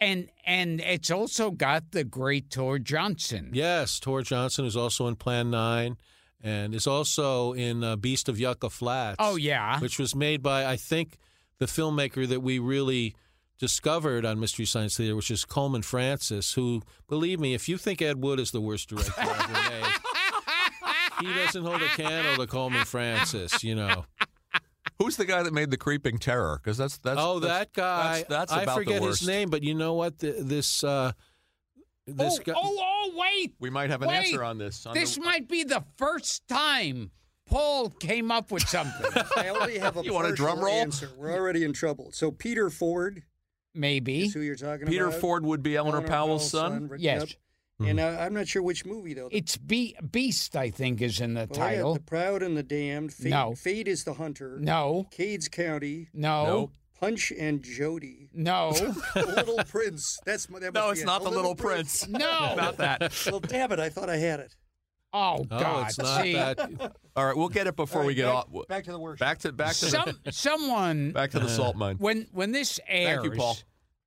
[SPEAKER 1] and and it's also got the great Tor Johnson.
[SPEAKER 3] Yes, Tor Johnson is also in Plan Nine, and is also in uh, Beast of Yucca Flats.
[SPEAKER 1] Oh, yeah.
[SPEAKER 3] which was made by I think the filmmaker that we really discovered on Mystery Science Theater, which is Coleman Francis. Who, believe me, if you think Ed Wood is the worst director ever made, he doesn't hold a candle to Coleman Francis. You know.
[SPEAKER 2] Who's the guy that made the creeping terror? Because that's that's
[SPEAKER 3] oh,
[SPEAKER 2] that's-
[SPEAKER 3] that guy.
[SPEAKER 2] That's, that's
[SPEAKER 3] I
[SPEAKER 2] about
[SPEAKER 3] forget
[SPEAKER 2] the worst.
[SPEAKER 3] his name, but you know what? Th this uh, this
[SPEAKER 1] oh,
[SPEAKER 3] guy.
[SPEAKER 1] oh, oh, wait.
[SPEAKER 2] We might have an
[SPEAKER 1] Wait,
[SPEAKER 2] answer on this. On the-
[SPEAKER 1] This might be the first time Paul came up with something.
[SPEAKER 5] I already have a
[SPEAKER 2] You want a
[SPEAKER 5] partial
[SPEAKER 2] drum roll?
[SPEAKER 5] Answer. We're already in trouble. So Peter Ford
[SPEAKER 1] Maybe.
[SPEAKER 5] is who you're talking
[SPEAKER 2] Peter
[SPEAKER 5] about.
[SPEAKER 2] Ford would be Eleanor, Powell's son. Hmm.
[SPEAKER 5] Rick-
[SPEAKER 1] Yes.
[SPEAKER 5] Yep. And uh, I'm not sure which movie though.
[SPEAKER 1] It's Be- Beast, I think, is in
[SPEAKER 3] Oh,
[SPEAKER 1] the
[SPEAKER 5] Well, I got
[SPEAKER 1] title.
[SPEAKER 5] The Proud and the Damned. Fate,
[SPEAKER 1] No.
[SPEAKER 5] Fate is the Hunter.
[SPEAKER 1] No,
[SPEAKER 5] Cades County.
[SPEAKER 1] no,
[SPEAKER 5] Punch and Jody.
[SPEAKER 1] no,
[SPEAKER 5] The Little Prince. That's my, that
[SPEAKER 2] No,
[SPEAKER 5] must
[SPEAKER 2] it's
[SPEAKER 5] be it.
[SPEAKER 2] not the Little Prince.
[SPEAKER 1] no.
[SPEAKER 2] Not that.
[SPEAKER 5] well, damn it! I thought I had it.
[SPEAKER 1] Oh,
[SPEAKER 3] Oh,
[SPEAKER 1] God.
[SPEAKER 3] it's not
[SPEAKER 1] See,
[SPEAKER 3] that.
[SPEAKER 2] All right, we'll get it before
[SPEAKER 5] All right,
[SPEAKER 2] we get
[SPEAKER 5] back,
[SPEAKER 2] off.
[SPEAKER 5] Back to the workshop.
[SPEAKER 2] Back to back to the,
[SPEAKER 1] Some, someone,
[SPEAKER 2] back to the salt mine.
[SPEAKER 1] when, when this airs,
[SPEAKER 2] Thank you, Paul.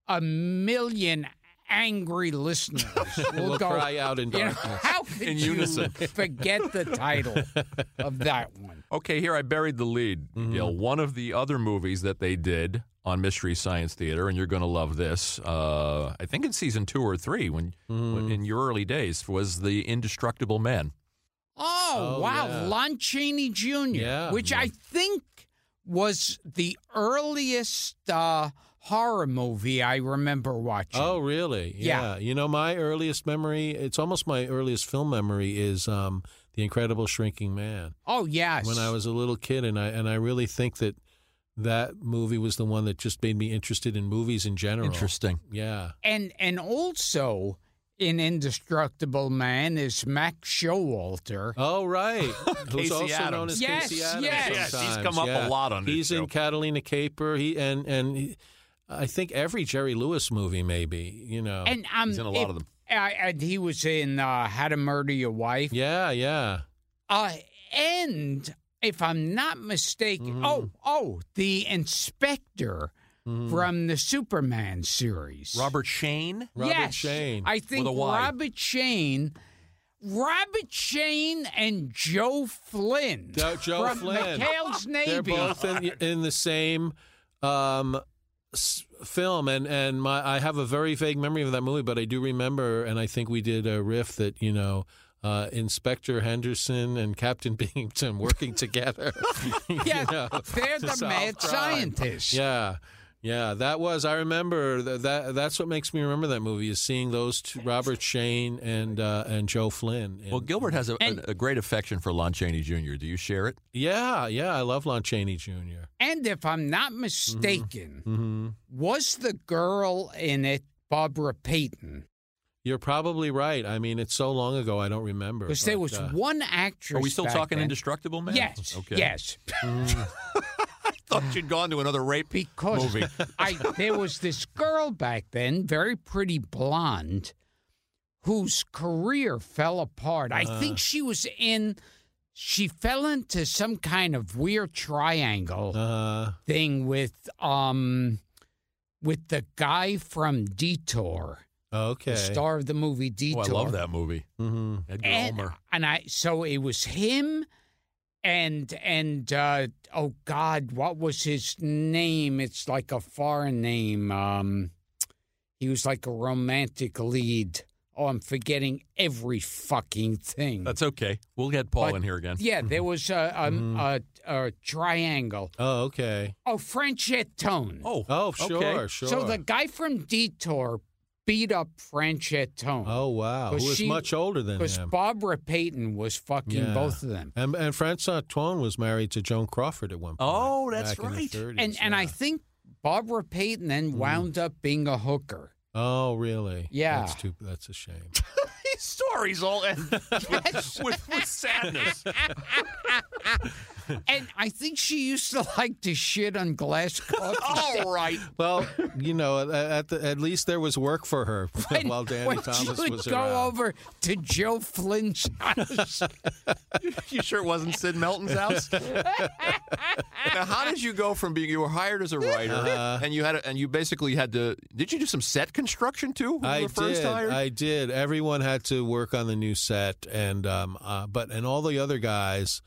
[SPEAKER 1] a million angry listeners will
[SPEAKER 3] We'll
[SPEAKER 1] go,
[SPEAKER 3] cry out in
[SPEAKER 1] you know,
[SPEAKER 3] darkness.
[SPEAKER 1] how could
[SPEAKER 2] In
[SPEAKER 1] you
[SPEAKER 2] unison.
[SPEAKER 1] forget the title of that one?
[SPEAKER 2] Okay, here I buried the lead. Gil. One of the other movies that they did on Mystery Science Theater, and you're going to love this. Uh, I think in season two or three, when, when in your early days, was the Indestructible Man.
[SPEAKER 1] Oh,
[SPEAKER 3] Oh,
[SPEAKER 1] wow,
[SPEAKER 3] yeah.
[SPEAKER 1] Lon Chaney Jr.,
[SPEAKER 3] Yeah,
[SPEAKER 1] which
[SPEAKER 3] yeah.
[SPEAKER 1] I think was the earliest uh, horror movie I remember watching.
[SPEAKER 3] Oh, really?
[SPEAKER 1] Yeah.
[SPEAKER 3] You know, my earliest memory, it's almost my earliest film memory, is um, The Incredible Shrinking Man.
[SPEAKER 1] oh yes.
[SPEAKER 3] When I was a little kid, and I and I really think that that movie was the one that just made me interested in movies in general.
[SPEAKER 2] Interesting.
[SPEAKER 3] Yeah.
[SPEAKER 1] and and also in Indestructible Man is Max Showalter.
[SPEAKER 3] Oh, right.
[SPEAKER 2] Casey
[SPEAKER 3] Who's also known
[SPEAKER 2] Adams.
[SPEAKER 3] as
[SPEAKER 1] Yes,
[SPEAKER 3] Casey Adams.
[SPEAKER 1] yes. Yes,
[SPEAKER 2] he's
[SPEAKER 3] sometimes,
[SPEAKER 2] come up a
[SPEAKER 3] yeah.
[SPEAKER 2] lot on this
[SPEAKER 3] He's
[SPEAKER 2] show.
[SPEAKER 3] in Catalina Caper. He and and he, I think every Jerry Lewis movie, maybe you know.
[SPEAKER 1] and um,
[SPEAKER 2] He's in a lot
[SPEAKER 1] it-
[SPEAKER 2] of them.
[SPEAKER 1] uh, and he was in uh, How to Murder Your Wife.
[SPEAKER 3] yeah, yeah.
[SPEAKER 1] Uh, and if I'm not mistaken,
[SPEAKER 3] Mm.
[SPEAKER 1] oh oh, the inspector
[SPEAKER 3] Mm-hmm.
[SPEAKER 1] from the Superman series,
[SPEAKER 2] Robert Shane.
[SPEAKER 3] Robert
[SPEAKER 1] yes,
[SPEAKER 3] Shane.
[SPEAKER 1] I think
[SPEAKER 2] a Y.
[SPEAKER 1] Robert Shane. Robert Shane and Joe Flynn.
[SPEAKER 3] Jo- Joe
[SPEAKER 1] from
[SPEAKER 3] Flynn.
[SPEAKER 1] McHale's Navy.
[SPEAKER 3] They're both in, in the same um, s- film, and and my I have a very vague memory of that movie, but I do remember, and I think we did a riff that you know. Uh, Inspector Henderson and Captain Binghamton working together. you
[SPEAKER 1] Yeah,
[SPEAKER 3] know,
[SPEAKER 1] they're
[SPEAKER 3] to
[SPEAKER 1] the
[SPEAKER 3] solve
[SPEAKER 1] mad
[SPEAKER 3] crime.
[SPEAKER 1] scientists.
[SPEAKER 3] Yeah, yeah, that was. I remember th- that. That's what makes me remember that movie is seeing those two, Robert Shane and uh, and Joe Flynn. And-
[SPEAKER 2] Well, Gilbert has a,
[SPEAKER 1] And-
[SPEAKER 2] a, a great affection for Lon Chaney Jr. Do you share it?
[SPEAKER 3] yeah, yeah, I love Lon Chaney Jr.
[SPEAKER 1] And if I'm not mistaken,
[SPEAKER 3] hmm
[SPEAKER 2] Mm-hmm.
[SPEAKER 1] was the girl in it Barbara Payton?
[SPEAKER 3] You're probably right. I mean, it's so long ago, I don't remember.
[SPEAKER 1] Because there
[SPEAKER 3] but,
[SPEAKER 1] was
[SPEAKER 3] uh,
[SPEAKER 1] one actress.
[SPEAKER 2] Are we still
[SPEAKER 1] back
[SPEAKER 2] talking
[SPEAKER 1] then.
[SPEAKER 2] Indestructible Man?
[SPEAKER 1] Yes.
[SPEAKER 2] Okay.
[SPEAKER 1] Yes.
[SPEAKER 2] Mm-hmm. Thought you'd gone to another rape
[SPEAKER 1] Because
[SPEAKER 2] movie.
[SPEAKER 1] I there was this girl back then, very pretty blonde, whose career fell apart. I
[SPEAKER 2] Uh.
[SPEAKER 1] think she was in she fell into some kind of weird triangle
[SPEAKER 3] Uh,
[SPEAKER 1] thing with um with the guy from Detour,
[SPEAKER 3] okay.
[SPEAKER 1] the star of the movie
[SPEAKER 2] Oh,
[SPEAKER 1] Detour.
[SPEAKER 2] I love that movie.
[SPEAKER 3] hmm
[SPEAKER 2] Edgar
[SPEAKER 1] and,
[SPEAKER 2] Ulmer.
[SPEAKER 1] and I so it was him and and uh oh god what was his name it's like a foreign name um he was like a romantic lead oh I'm forgetting every fucking thing
[SPEAKER 2] That's okay. We'll get Paul
[SPEAKER 1] But-
[SPEAKER 2] in here again.
[SPEAKER 1] yeah there was a a,
[SPEAKER 3] Mm-hmm.
[SPEAKER 1] a, a triangle
[SPEAKER 3] Oh, okay.
[SPEAKER 1] oh Franchettone
[SPEAKER 2] Oh,
[SPEAKER 3] Oh, sure,
[SPEAKER 2] okay.
[SPEAKER 3] sure.
[SPEAKER 1] so the guy from Detour beat up Franchettone
[SPEAKER 3] oh, wow. Who
[SPEAKER 1] Was
[SPEAKER 3] was
[SPEAKER 1] she-
[SPEAKER 3] much older than
[SPEAKER 1] because
[SPEAKER 3] him?
[SPEAKER 1] Barbara Payton was fucking
[SPEAKER 3] Yeah.
[SPEAKER 1] both of them
[SPEAKER 3] And, and Francois Twain was married to Joan Crawford at one point.
[SPEAKER 2] Oh, that's
[SPEAKER 3] back in the
[SPEAKER 2] right.
[SPEAKER 3] 30s,
[SPEAKER 1] and and I
[SPEAKER 3] yeah.
[SPEAKER 1] think Barbara Payton
[SPEAKER 2] Mm.
[SPEAKER 1] then wound up being a hooker.
[SPEAKER 3] Oh, really?
[SPEAKER 1] Yeah.
[SPEAKER 3] That's, too, that's a shame.
[SPEAKER 2] These stories all end with, with, with sadness.
[SPEAKER 1] and I think she used to like to shit on glass coffee.
[SPEAKER 2] All right.
[SPEAKER 3] Well, you know, at- at the, at least there was work for her while Danny
[SPEAKER 1] when
[SPEAKER 3] Thomas
[SPEAKER 1] she would
[SPEAKER 3] was
[SPEAKER 1] go
[SPEAKER 3] around.
[SPEAKER 1] over to Joe Flynn's house.
[SPEAKER 2] You sure it wasn't Sid Melton's house? now, how did you go from being you were hired as a writer
[SPEAKER 3] Uh-huh.
[SPEAKER 2] and you had a, and you basically had to? Did you do some set construction too? When
[SPEAKER 3] I
[SPEAKER 2] you were first
[SPEAKER 3] did.
[SPEAKER 2] hired.
[SPEAKER 3] I did. Everyone had to work on the new set, and um, uh, but and all the other guys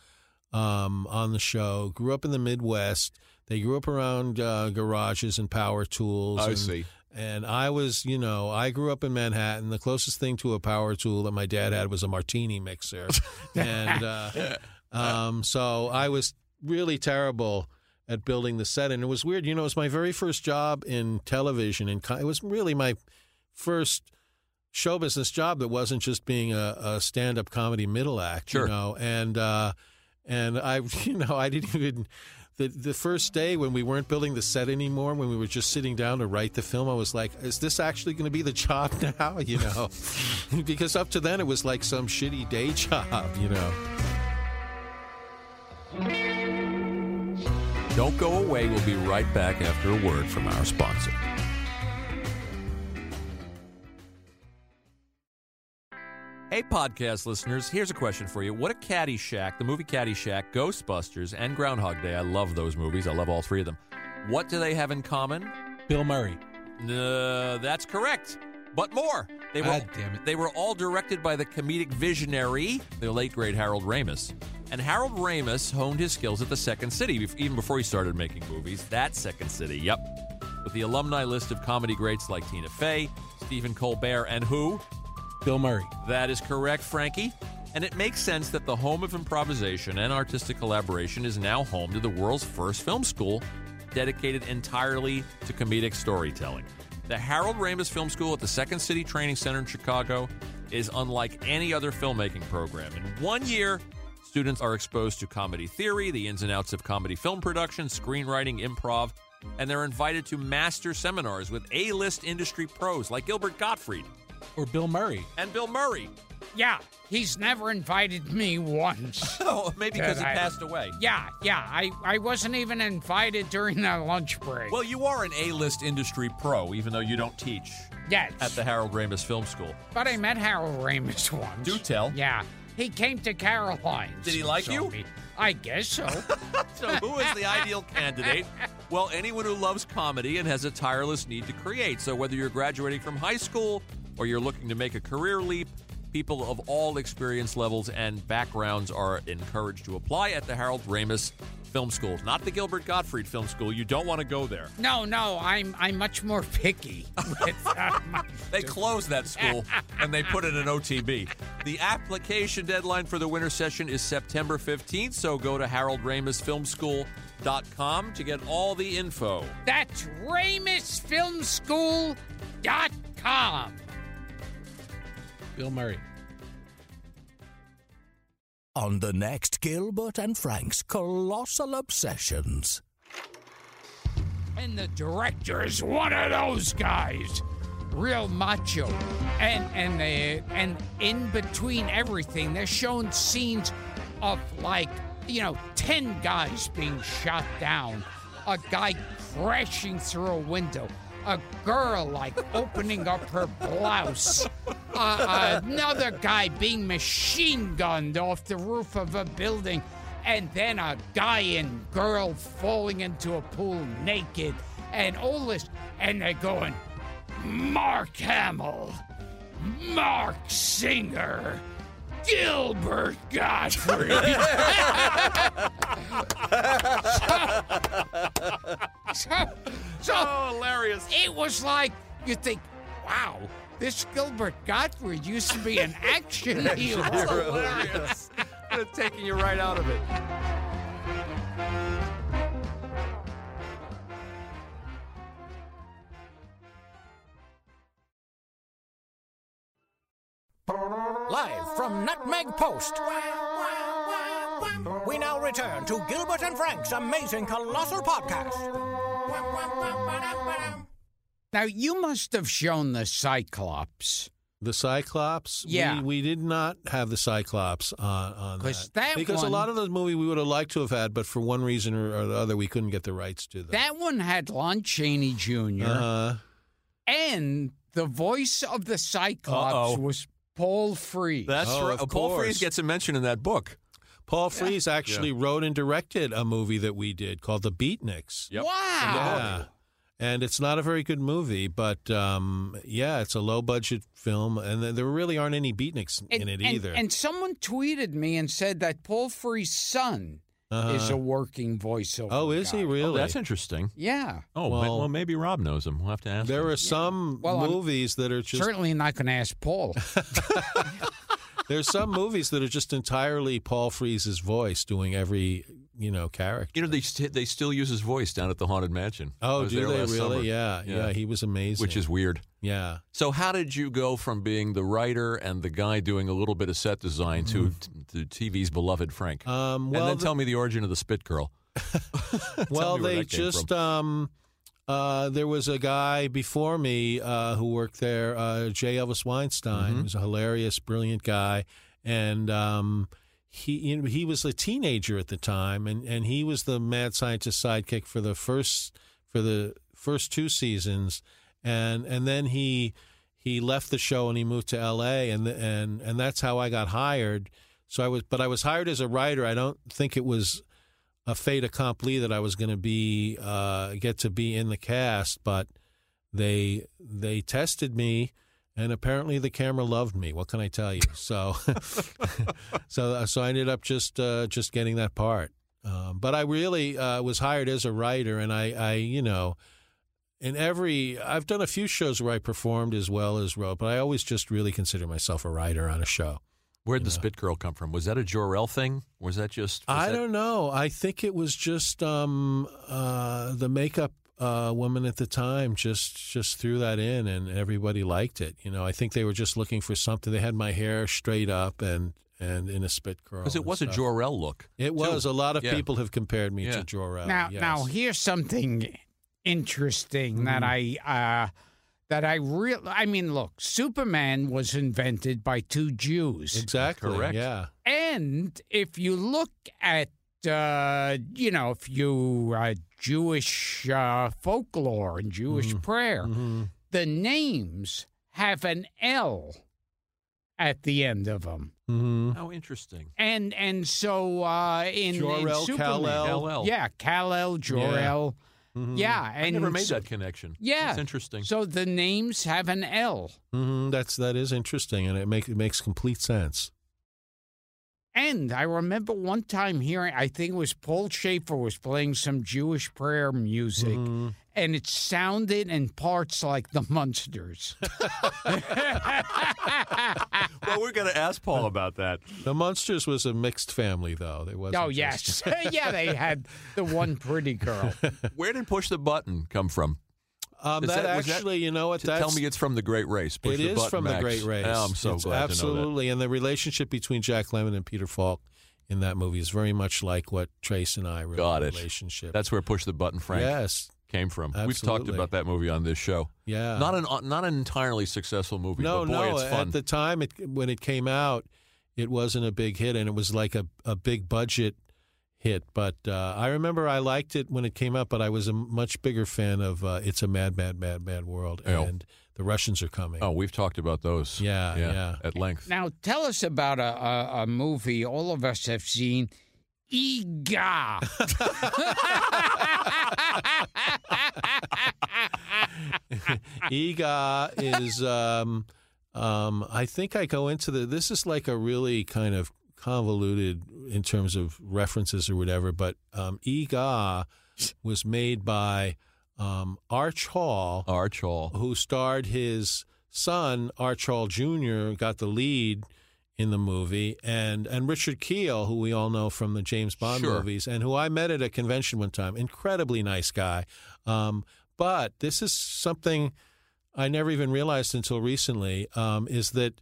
[SPEAKER 3] um, on the show grew up in the Midwest. They grew up around uh, garages and power tools.
[SPEAKER 2] I
[SPEAKER 3] and,
[SPEAKER 2] see.
[SPEAKER 3] And I was, you know, I grew up in Manhattan. The closest thing to a power tool that my dad had was a martini mixer, and uh, um, so I was really terrible at building the set. And it was weird, you know. It was my very first job in television, and co- it was really my first show business job that wasn't just being a, a stand up comedy middle act,
[SPEAKER 2] Sure.
[SPEAKER 3] you know. And uh, and I, you know, I didn't even. The, the first day when we weren't building the set anymore, when we were just sitting down to write the film, I was like, "Is this actually going to be the job now?" You know, because up to then it was like some shitty day job. You know.
[SPEAKER 2] Don't go away. We'll be right back after a word from our sponsor. Hey, podcast listeners, here's a question for you. What a Caddyshack, the movie Caddyshack, Ghostbusters, and Groundhog Day. I love those movies. I love all three of them. What do they have in common?
[SPEAKER 6] Bill Murray.
[SPEAKER 2] Uh, that's correct. But more. They were,
[SPEAKER 6] God Ah, damn it.
[SPEAKER 2] They were all directed by the comedic visionary, the late great Harold Ramis. And Harold Ramis honed his skills at the Second City, bef- even before he started making movies. That Second City, yep. With the alumni list of comedy greats like Tina Fey, Stephen Colbert, and who?
[SPEAKER 6] Bill Murray.
[SPEAKER 2] That is correct, Frankie. And it makes sense that the home of improvisation and artistic collaboration is now home to the world's first film school dedicated entirely to comedic storytelling. The Harold Ramis Film School at the Second City Training Center in Chicago is unlike any other filmmaking program. In one year, students are exposed to comedy theory, the ins and outs of comedy film production, screenwriting, improv, and they're invited to master seminars with A list industry pros like Gilbert Gottfried
[SPEAKER 6] Or Bill Murray.
[SPEAKER 2] and Bill Murray.
[SPEAKER 1] yeah, he's never invited me once.
[SPEAKER 2] Oh, maybe because he
[SPEAKER 1] Good idea.
[SPEAKER 2] passed away.
[SPEAKER 1] Yeah, yeah, I, I wasn't even invited during the lunch break.
[SPEAKER 2] Well, you are an A-list industry pro, even though you don't teach
[SPEAKER 1] yes.
[SPEAKER 2] at the Harold Ramis Film School.
[SPEAKER 1] But I met Harold Ramis once.
[SPEAKER 2] Do tell.
[SPEAKER 1] Yeah. He came to Caroline's.
[SPEAKER 2] Did he
[SPEAKER 1] and
[SPEAKER 2] like
[SPEAKER 1] saw
[SPEAKER 2] you?
[SPEAKER 1] me. I guess so.
[SPEAKER 2] So, who is the ideal candidate? Well, anyone who loves comedy and has a tireless need to create. So, whether you're graduating from high school or you're looking to make a career leap, people of all experience levels and backgrounds are encouraged to apply at the Harold Ramis Film School, not the Gilbert Gottfried Film School. You don't want to go there.
[SPEAKER 1] no, no, I'm I'm much more picky. with, uh, my-
[SPEAKER 2] They closed that school and they put it in OTB. The application deadline for the winter session is September 15th, so go to haroldramosfilmschool.com to get all the info.
[SPEAKER 1] That's RamisFilmSchool.com.
[SPEAKER 6] Bill Murray.
[SPEAKER 7] on the next Gilbert and Frank's Colossal Obsessions.
[SPEAKER 1] And the director is one of those guys. Real macho. And and they and in between everything, they're showing scenes of like, you know, ten guys being shot down, a guy crashing through a window, a girl like opening up her blouse, uh, another guy being machine gunned off the roof of a building and then a guy and girl falling into a pool naked and all this and they're going mark hamill mark singer gilbert godfrey so, so
[SPEAKER 2] hilarious.
[SPEAKER 1] it was like you think wow this gilbert godfrey used to be an action hero
[SPEAKER 2] hilarious. taking you right out of it.
[SPEAKER 7] Live from Nutmeg Post. We now return to Gilbert and Frank's amazing colossal podcast.
[SPEAKER 1] Now, you must have shown the Cyclops
[SPEAKER 3] The Cyclops.
[SPEAKER 1] Yeah.
[SPEAKER 3] we, we did not have the Cyclops on on
[SPEAKER 1] 'Cause
[SPEAKER 3] that.
[SPEAKER 1] that
[SPEAKER 3] because
[SPEAKER 1] one-
[SPEAKER 3] a lot of those movie we would have liked to have had, but for one reason or, or the other, we couldn't get the rights to them.
[SPEAKER 1] That one had Lon Chaney junior
[SPEAKER 3] uh,
[SPEAKER 1] and the voice of the Cyclops
[SPEAKER 2] Uh-oh.
[SPEAKER 1] was Paul Free.
[SPEAKER 2] That's
[SPEAKER 3] Oh,
[SPEAKER 2] right.
[SPEAKER 3] of
[SPEAKER 2] Paul Frees
[SPEAKER 3] course.
[SPEAKER 2] gets a mention in that book.
[SPEAKER 3] Paul Frees actually wrote and directed a movie that we did called The Beatniks.
[SPEAKER 2] Yep.
[SPEAKER 1] Wow.
[SPEAKER 3] Yeah. And it's not a very good movie, but um, yeah, it's a low budget film, and there- there really aren't any beatniks in it either.
[SPEAKER 1] And, someone tweeted me and said that Paul Free's son is
[SPEAKER 3] Uh-huh.
[SPEAKER 1] a working voiceover.
[SPEAKER 3] oh, is he
[SPEAKER 1] guy.
[SPEAKER 3] really?
[SPEAKER 2] Oh, that's interesting.
[SPEAKER 1] Yeah.
[SPEAKER 2] Oh, well,
[SPEAKER 3] Well-
[SPEAKER 2] well, maybe Rob knows him. We'll have to ask.
[SPEAKER 3] there
[SPEAKER 2] him.
[SPEAKER 3] are some
[SPEAKER 1] Well, I'm-
[SPEAKER 3] movies that are just
[SPEAKER 1] Certainly not going to ask Paul.
[SPEAKER 3] there's some movies that are just entirely Paul Frees's voice doing every you know character.
[SPEAKER 2] You know, they st- they still use his voice down at the haunted mansion. I
[SPEAKER 3] Oh,
[SPEAKER 2] was
[SPEAKER 3] do
[SPEAKER 2] there
[SPEAKER 3] they
[SPEAKER 2] last
[SPEAKER 3] really?
[SPEAKER 2] summer,
[SPEAKER 3] Yeah,
[SPEAKER 2] Yeah.
[SPEAKER 3] yeah, He was amazing.
[SPEAKER 2] which is weird.
[SPEAKER 3] yeah.
[SPEAKER 2] So, how did you go from being the writer and the guy doing a little bit of set design to to TV's beloved Frank?
[SPEAKER 3] Um, Mm-hmm. well,
[SPEAKER 2] and then
[SPEAKER 3] the-
[SPEAKER 2] tell me the origin of the Spit Girl.
[SPEAKER 3] well,
[SPEAKER 2] me where
[SPEAKER 3] they
[SPEAKER 2] that came
[SPEAKER 3] just um, uh, there was a guy before me uh, who worked there, uh, J. Elvis Weinstein,
[SPEAKER 2] Mm-hmm.
[SPEAKER 3] who was a hilarious, brilliant guy, and um, he you know, he was a teenager at the time, and and he was the mad scientist sidekick for the first for the first two seasons, and and then he he left the show and he moved to L.A. and the, and and that's how I got hired. So I was, but I was hired as a writer. I don't think it was a fait accompli that I was going to be uh, get to be in the cast, but they they tested me, and apparently the camera loved me. What can I tell you? So, so so I ended up just uh, just getting that part. Um, but I really uh, was hired as a writer, and I, I you know. In every, I've done a few shows where I performed as well as wrote, but I always just really consider myself a writer on a show.
[SPEAKER 2] Where'd the Spit Girl come from? Was that a Jor-El thing? Was that just? was
[SPEAKER 3] I
[SPEAKER 2] that-
[SPEAKER 3] don't know. I think it was just um, uh, the makeup uh, woman at the time just just threw that in, and everybody liked it. You know, I think they were just looking for something. They had my hair straight up and and in a spit curl.
[SPEAKER 2] Because it
[SPEAKER 3] and
[SPEAKER 2] was a
[SPEAKER 3] stuff.
[SPEAKER 2] Jor-El look.
[SPEAKER 3] It was.
[SPEAKER 2] too.
[SPEAKER 3] A lot of
[SPEAKER 2] Yeah.
[SPEAKER 3] people have compared me
[SPEAKER 2] Yeah.
[SPEAKER 3] to Jor-El.
[SPEAKER 1] now,
[SPEAKER 3] Oh, yes.
[SPEAKER 1] now here's something interesting that
[SPEAKER 3] Mm-hmm.
[SPEAKER 1] I uh, that I real. I mean, look, Superman was invented by two Jews.
[SPEAKER 3] exactly.
[SPEAKER 2] Correct.
[SPEAKER 3] Yeah.
[SPEAKER 1] And if you look at, uh, you know, if you uh, Jewish uh, folklore and Jewish
[SPEAKER 2] Mm-hmm.
[SPEAKER 1] prayer,
[SPEAKER 3] Mm-hmm.
[SPEAKER 1] the names have an L at the end of them.
[SPEAKER 3] Mm-hmm.
[SPEAKER 2] How interesting.
[SPEAKER 1] And and so uh, in, in
[SPEAKER 3] Jor-El,
[SPEAKER 1] Superman,
[SPEAKER 3] Kal-El.
[SPEAKER 2] Kal-El.
[SPEAKER 1] yeah, Kal El, Jor El,
[SPEAKER 3] Mm-hmm.
[SPEAKER 1] yeah, and
[SPEAKER 2] I never made
[SPEAKER 1] so-
[SPEAKER 2] that connection.
[SPEAKER 1] Yeah,
[SPEAKER 2] it's interesting.
[SPEAKER 1] So the names have an L.
[SPEAKER 3] hmm That's that is interesting, and it makes it makes complete sense.
[SPEAKER 1] And I remember one time hearing, I think it was Paul Schaefer was playing some Jewish prayer music,
[SPEAKER 2] Mm-hmm.
[SPEAKER 1] and it sounded in parts like the Munsters.
[SPEAKER 2] well, we're going to ask Paul about that.
[SPEAKER 3] The Monsters was a mixed family, though. It was.
[SPEAKER 1] oh, yes. yeah, they had the one pretty girl.
[SPEAKER 2] Where did Push the Button come from?
[SPEAKER 3] Um,
[SPEAKER 2] Is
[SPEAKER 3] that,
[SPEAKER 2] that- was that-
[SPEAKER 3] actually, you know what?
[SPEAKER 2] T-
[SPEAKER 3] That's
[SPEAKER 2] tell me it's from The Great Race. Push
[SPEAKER 3] It
[SPEAKER 2] the
[SPEAKER 3] is
[SPEAKER 2] Button,
[SPEAKER 3] from
[SPEAKER 2] Max.
[SPEAKER 3] the Great Race.
[SPEAKER 2] Oh, I'm so
[SPEAKER 3] It's
[SPEAKER 2] glad to know
[SPEAKER 3] absolutely, and the relationship between Jack Lemmon and Peter Falk in that movie is very much like what Trace and I were
[SPEAKER 2] Got
[SPEAKER 3] in a
[SPEAKER 2] it.
[SPEAKER 3] relationship.
[SPEAKER 2] that. That's where Push the Button, Frank,
[SPEAKER 3] yes,
[SPEAKER 2] came from. We've talked
[SPEAKER 3] Absolutely.
[SPEAKER 2] about that movie on this show.
[SPEAKER 3] yeah.
[SPEAKER 2] Not an uh, not an entirely successful movie,
[SPEAKER 3] Uh, no,
[SPEAKER 2] but boy,
[SPEAKER 3] no.
[SPEAKER 2] it's fun.
[SPEAKER 3] At the time, it, when it came out, it wasn't a big hit, and it was like a, a big budget hit. But uh, I remember I liked it when it came out, but I was a much bigger fan of uh, "It's a Mad, Mad, Mad, Mad World"
[SPEAKER 2] Oh.
[SPEAKER 3] and "The Russians Are Coming."
[SPEAKER 2] oh, we've talked about those.
[SPEAKER 3] Yeah, yeah.
[SPEAKER 2] at length.
[SPEAKER 1] now, tell us about a, a, a movie all of us have seen. E Ega.
[SPEAKER 3] Ega is, um, um, I think I go into the, this is like a really kind of convoluted in terms of references or whatever, but um, Ega was made by um, Arch Hall,
[SPEAKER 2] Arch Hall.
[SPEAKER 3] who starred his son, Arch Hall Jr., got the lead in the movie, and, and Richard Keel, who we all know from the James Bond
[SPEAKER 2] Sure.
[SPEAKER 3] movies, and who I met at a convention one time. Incredibly nice guy. Um, but this is something I never even realized until recently um, is that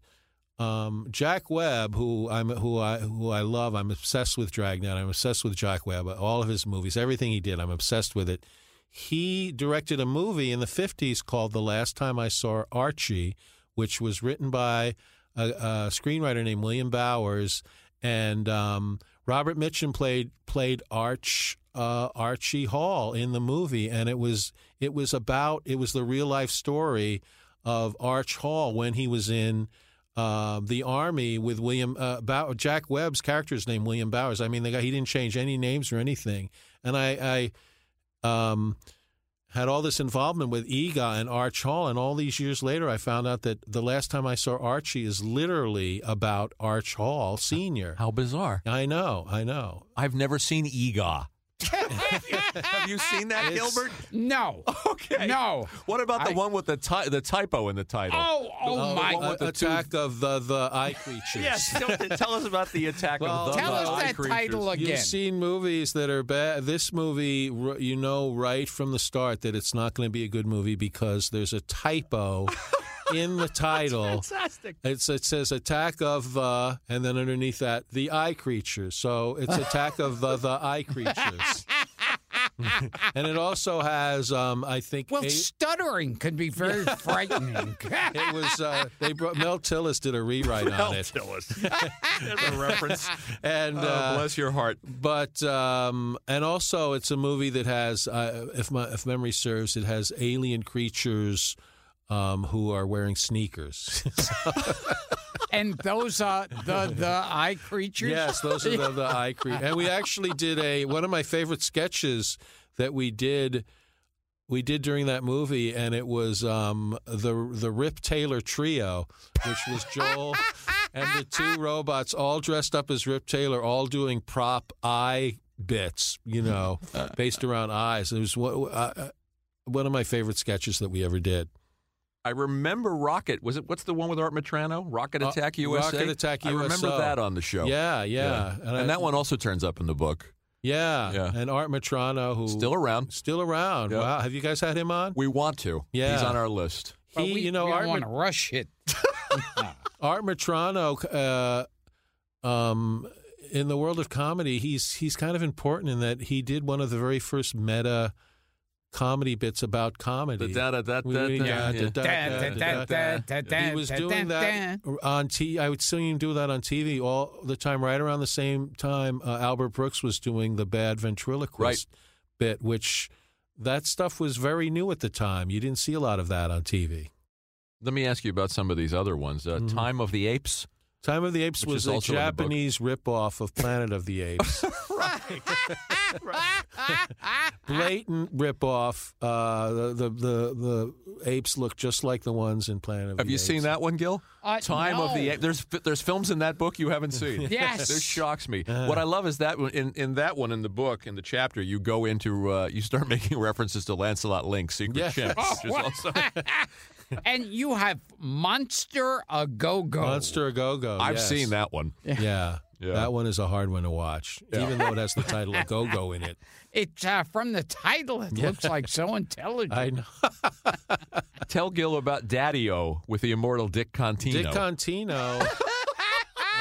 [SPEAKER 3] um, Jack Webb, who I'm who I who I love, I'm obsessed with Dragnet. I'm obsessed with Jack Webb. All of his movies, everything he did, I'm obsessed with it. He directed a movie in the 50s called The Last Time I Saw Archie, which was written by a, a screenwriter named William Bowers, and um, Robert Mitchum played played Arch uh, Archie Hall in the movie, and it was it was about it was the real life story of Arch Hall when he was in uh, the army with William uh, Bow- Jack Webb's character's name William Bowers. I mean, the guy he didn't change any names or anything, and I, I um, had all this involvement with Ega and Arch Hall, and all these years later, I found out that the last time I saw Archie is literally about Arch Hall Senior.
[SPEAKER 2] How bizarre.
[SPEAKER 3] I know, I know.
[SPEAKER 2] I've never seen EGA. Have you seen that, Gilbert?
[SPEAKER 1] No.
[SPEAKER 2] Okay.
[SPEAKER 1] No.
[SPEAKER 2] What about the
[SPEAKER 1] I-
[SPEAKER 2] one with the ty- the typo in the title?
[SPEAKER 1] Oh, oh
[SPEAKER 3] Uh,
[SPEAKER 1] my.
[SPEAKER 3] the one with the attack of the the eye creatures.
[SPEAKER 2] Yes. tell- tell us about the attack
[SPEAKER 3] Well,
[SPEAKER 2] of the
[SPEAKER 1] Tell
[SPEAKER 2] the
[SPEAKER 1] us
[SPEAKER 2] eye
[SPEAKER 1] that
[SPEAKER 2] creatures.
[SPEAKER 1] title again.
[SPEAKER 3] You've seen movies that are bad. This movie, r- you know right from the start that it's not going to be a good movie because there's a typo in the title.
[SPEAKER 2] Fantastic.
[SPEAKER 3] It's, it says Attack of the, and then underneath that, the eye creatures. So it's Attack of the, the eye creatures. and it also has, um, I think,
[SPEAKER 1] well,
[SPEAKER 3] eight-
[SPEAKER 1] stuttering can be very frightening.
[SPEAKER 3] it was, uh, they brought, Mel Tillis did a rewrite on it.
[SPEAKER 2] Tell us. There's a reference.
[SPEAKER 3] And,
[SPEAKER 2] Oh,
[SPEAKER 3] uh,
[SPEAKER 2] bless your heart.
[SPEAKER 3] but um, and also it's a movie that has, uh, if my if memory serves, it has alien creatures um, who are wearing sneakers.
[SPEAKER 1] and those are the the eye creatures.
[SPEAKER 3] yes, those are the, the eye creatures. And we actually did a one of my favorite sketches that we did. We did during that movie, and it was um, the the Rip Taylor trio, which was Joel and the two robots, all dressed up as Rip Taylor, all doing prop eye bits, you know, based around eyes. It was what. Uh, one of my favorite sketches that we ever did.
[SPEAKER 2] I remember Rocket. Was it what's the one with Art Matrano? Rocket
[SPEAKER 3] Uh,
[SPEAKER 2] Attack USA.
[SPEAKER 3] Rocket Attack
[SPEAKER 2] I remember
[SPEAKER 3] USO.
[SPEAKER 2] that on the show.
[SPEAKER 3] Yeah, yeah,
[SPEAKER 2] Oh, And,
[SPEAKER 3] I-
[SPEAKER 2] that one also turns up in the book.
[SPEAKER 3] yeah,
[SPEAKER 2] Yeah.
[SPEAKER 3] and Art Matrano, who
[SPEAKER 2] Still around.
[SPEAKER 3] Still around.
[SPEAKER 2] Yeah.
[SPEAKER 3] Wow. Have you guys had him on?
[SPEAKER 2] We want to.
[SPEAKER 3] Yeah.
[SPEAKER 2] He's on our list.
[SPEAKER 1] But
[SPEAKER 3] He,
[SPEAKER 1] we,
[SPEAKER 3] you know,
[SPEAKER 1] we
[SPEAKER 3] Art,
[SPEAKER 1] don't want
[SPEAKER 3] Ma-
[SPEAKER 1] to rush it.
[SPEAKER 3] Art Matrano, uh, um, in the world of comedy, he's he's kind of important in that he did one of the very first meta comedy bits about comedy.
[SPEAKER 2] The da- da- da-
[SPEAKER 3] We-
[SPEAKER 2] da-
[SPEAKER 3] we-
[SPEAKER 2] da-
[SPEAKER 3] yeah,
[SPEAKER 2] yeah.
[SPEAKER 3] da- da- da- da- da. He was doing that on T. I would see him do that on TV all the time, right around the same time uh, Albert Brooks was doing the bad ventriloquist bit, which that stuff was very new at the time. You didn't see a lot of that on TV.
[SPEAKER 2] Let me ask you about some of these other ones. Uh,
[SPEAKER 3] Mhm.
[SPEAKER 2] Time of the Apes.
[SPEAKER 3] Time of the Apes
[SPEAKER 2] Which
[SPEAKER 3] was
[SPEAKER 2] is
[SPEAKER 3] a
[SPEAKER 2] also in the book.
[SPEAKER 3] Japanese ripoff of Planet of the Apes. Blatant ripoff. Uh, the, the the the apes look just like the ones in Planet of
[SPEAKER 2] Have
[SPEAKER 3] the
[SPEAKER 2] you
[SPEAKER 3] Apes.
[SPEAKER 2] seen that one, Gil?
[SPEAKER 1] Uh,
[SPEAKER 2] Time of the
[SPEAKER 1] no.
[SPEAKER 2] Apes. There's there's films in that book you haven't seen.
[SPEAKER 1] Yes.
[SPEAKER 2] this shocks me.
[SPEAKER 3] Uh-huh.
[SPEAKER 2] what I love is that one- in in that one in the book in the chapter you go into uh, you start making references to Lancelot Link, Secret
[SPEAKER 3] Yes. Oh,
[SPEAKER 2] Chimp, which is also
[SPEAKER 1] and you have Monster a Go Go.
[SPEAKER 3] Monster a Go Go?
[SPEAKER 2] I've seen that one.
[SPEAKER 3] Oh, Yeah.
[SPEAKER 2] Yeah.
[SPEAKER 3] That one is a hard one to watch, even though it has the title of Go Go in it.
[SPEAKER 1] It's uh, from the title. It looks like so intelligent.
[SPEAKER 3] I know.
[SPEAKER 2] Tell Gil about Daddy O with the immortal Dick Contino.
[SPEAKER 3] Dick Contino.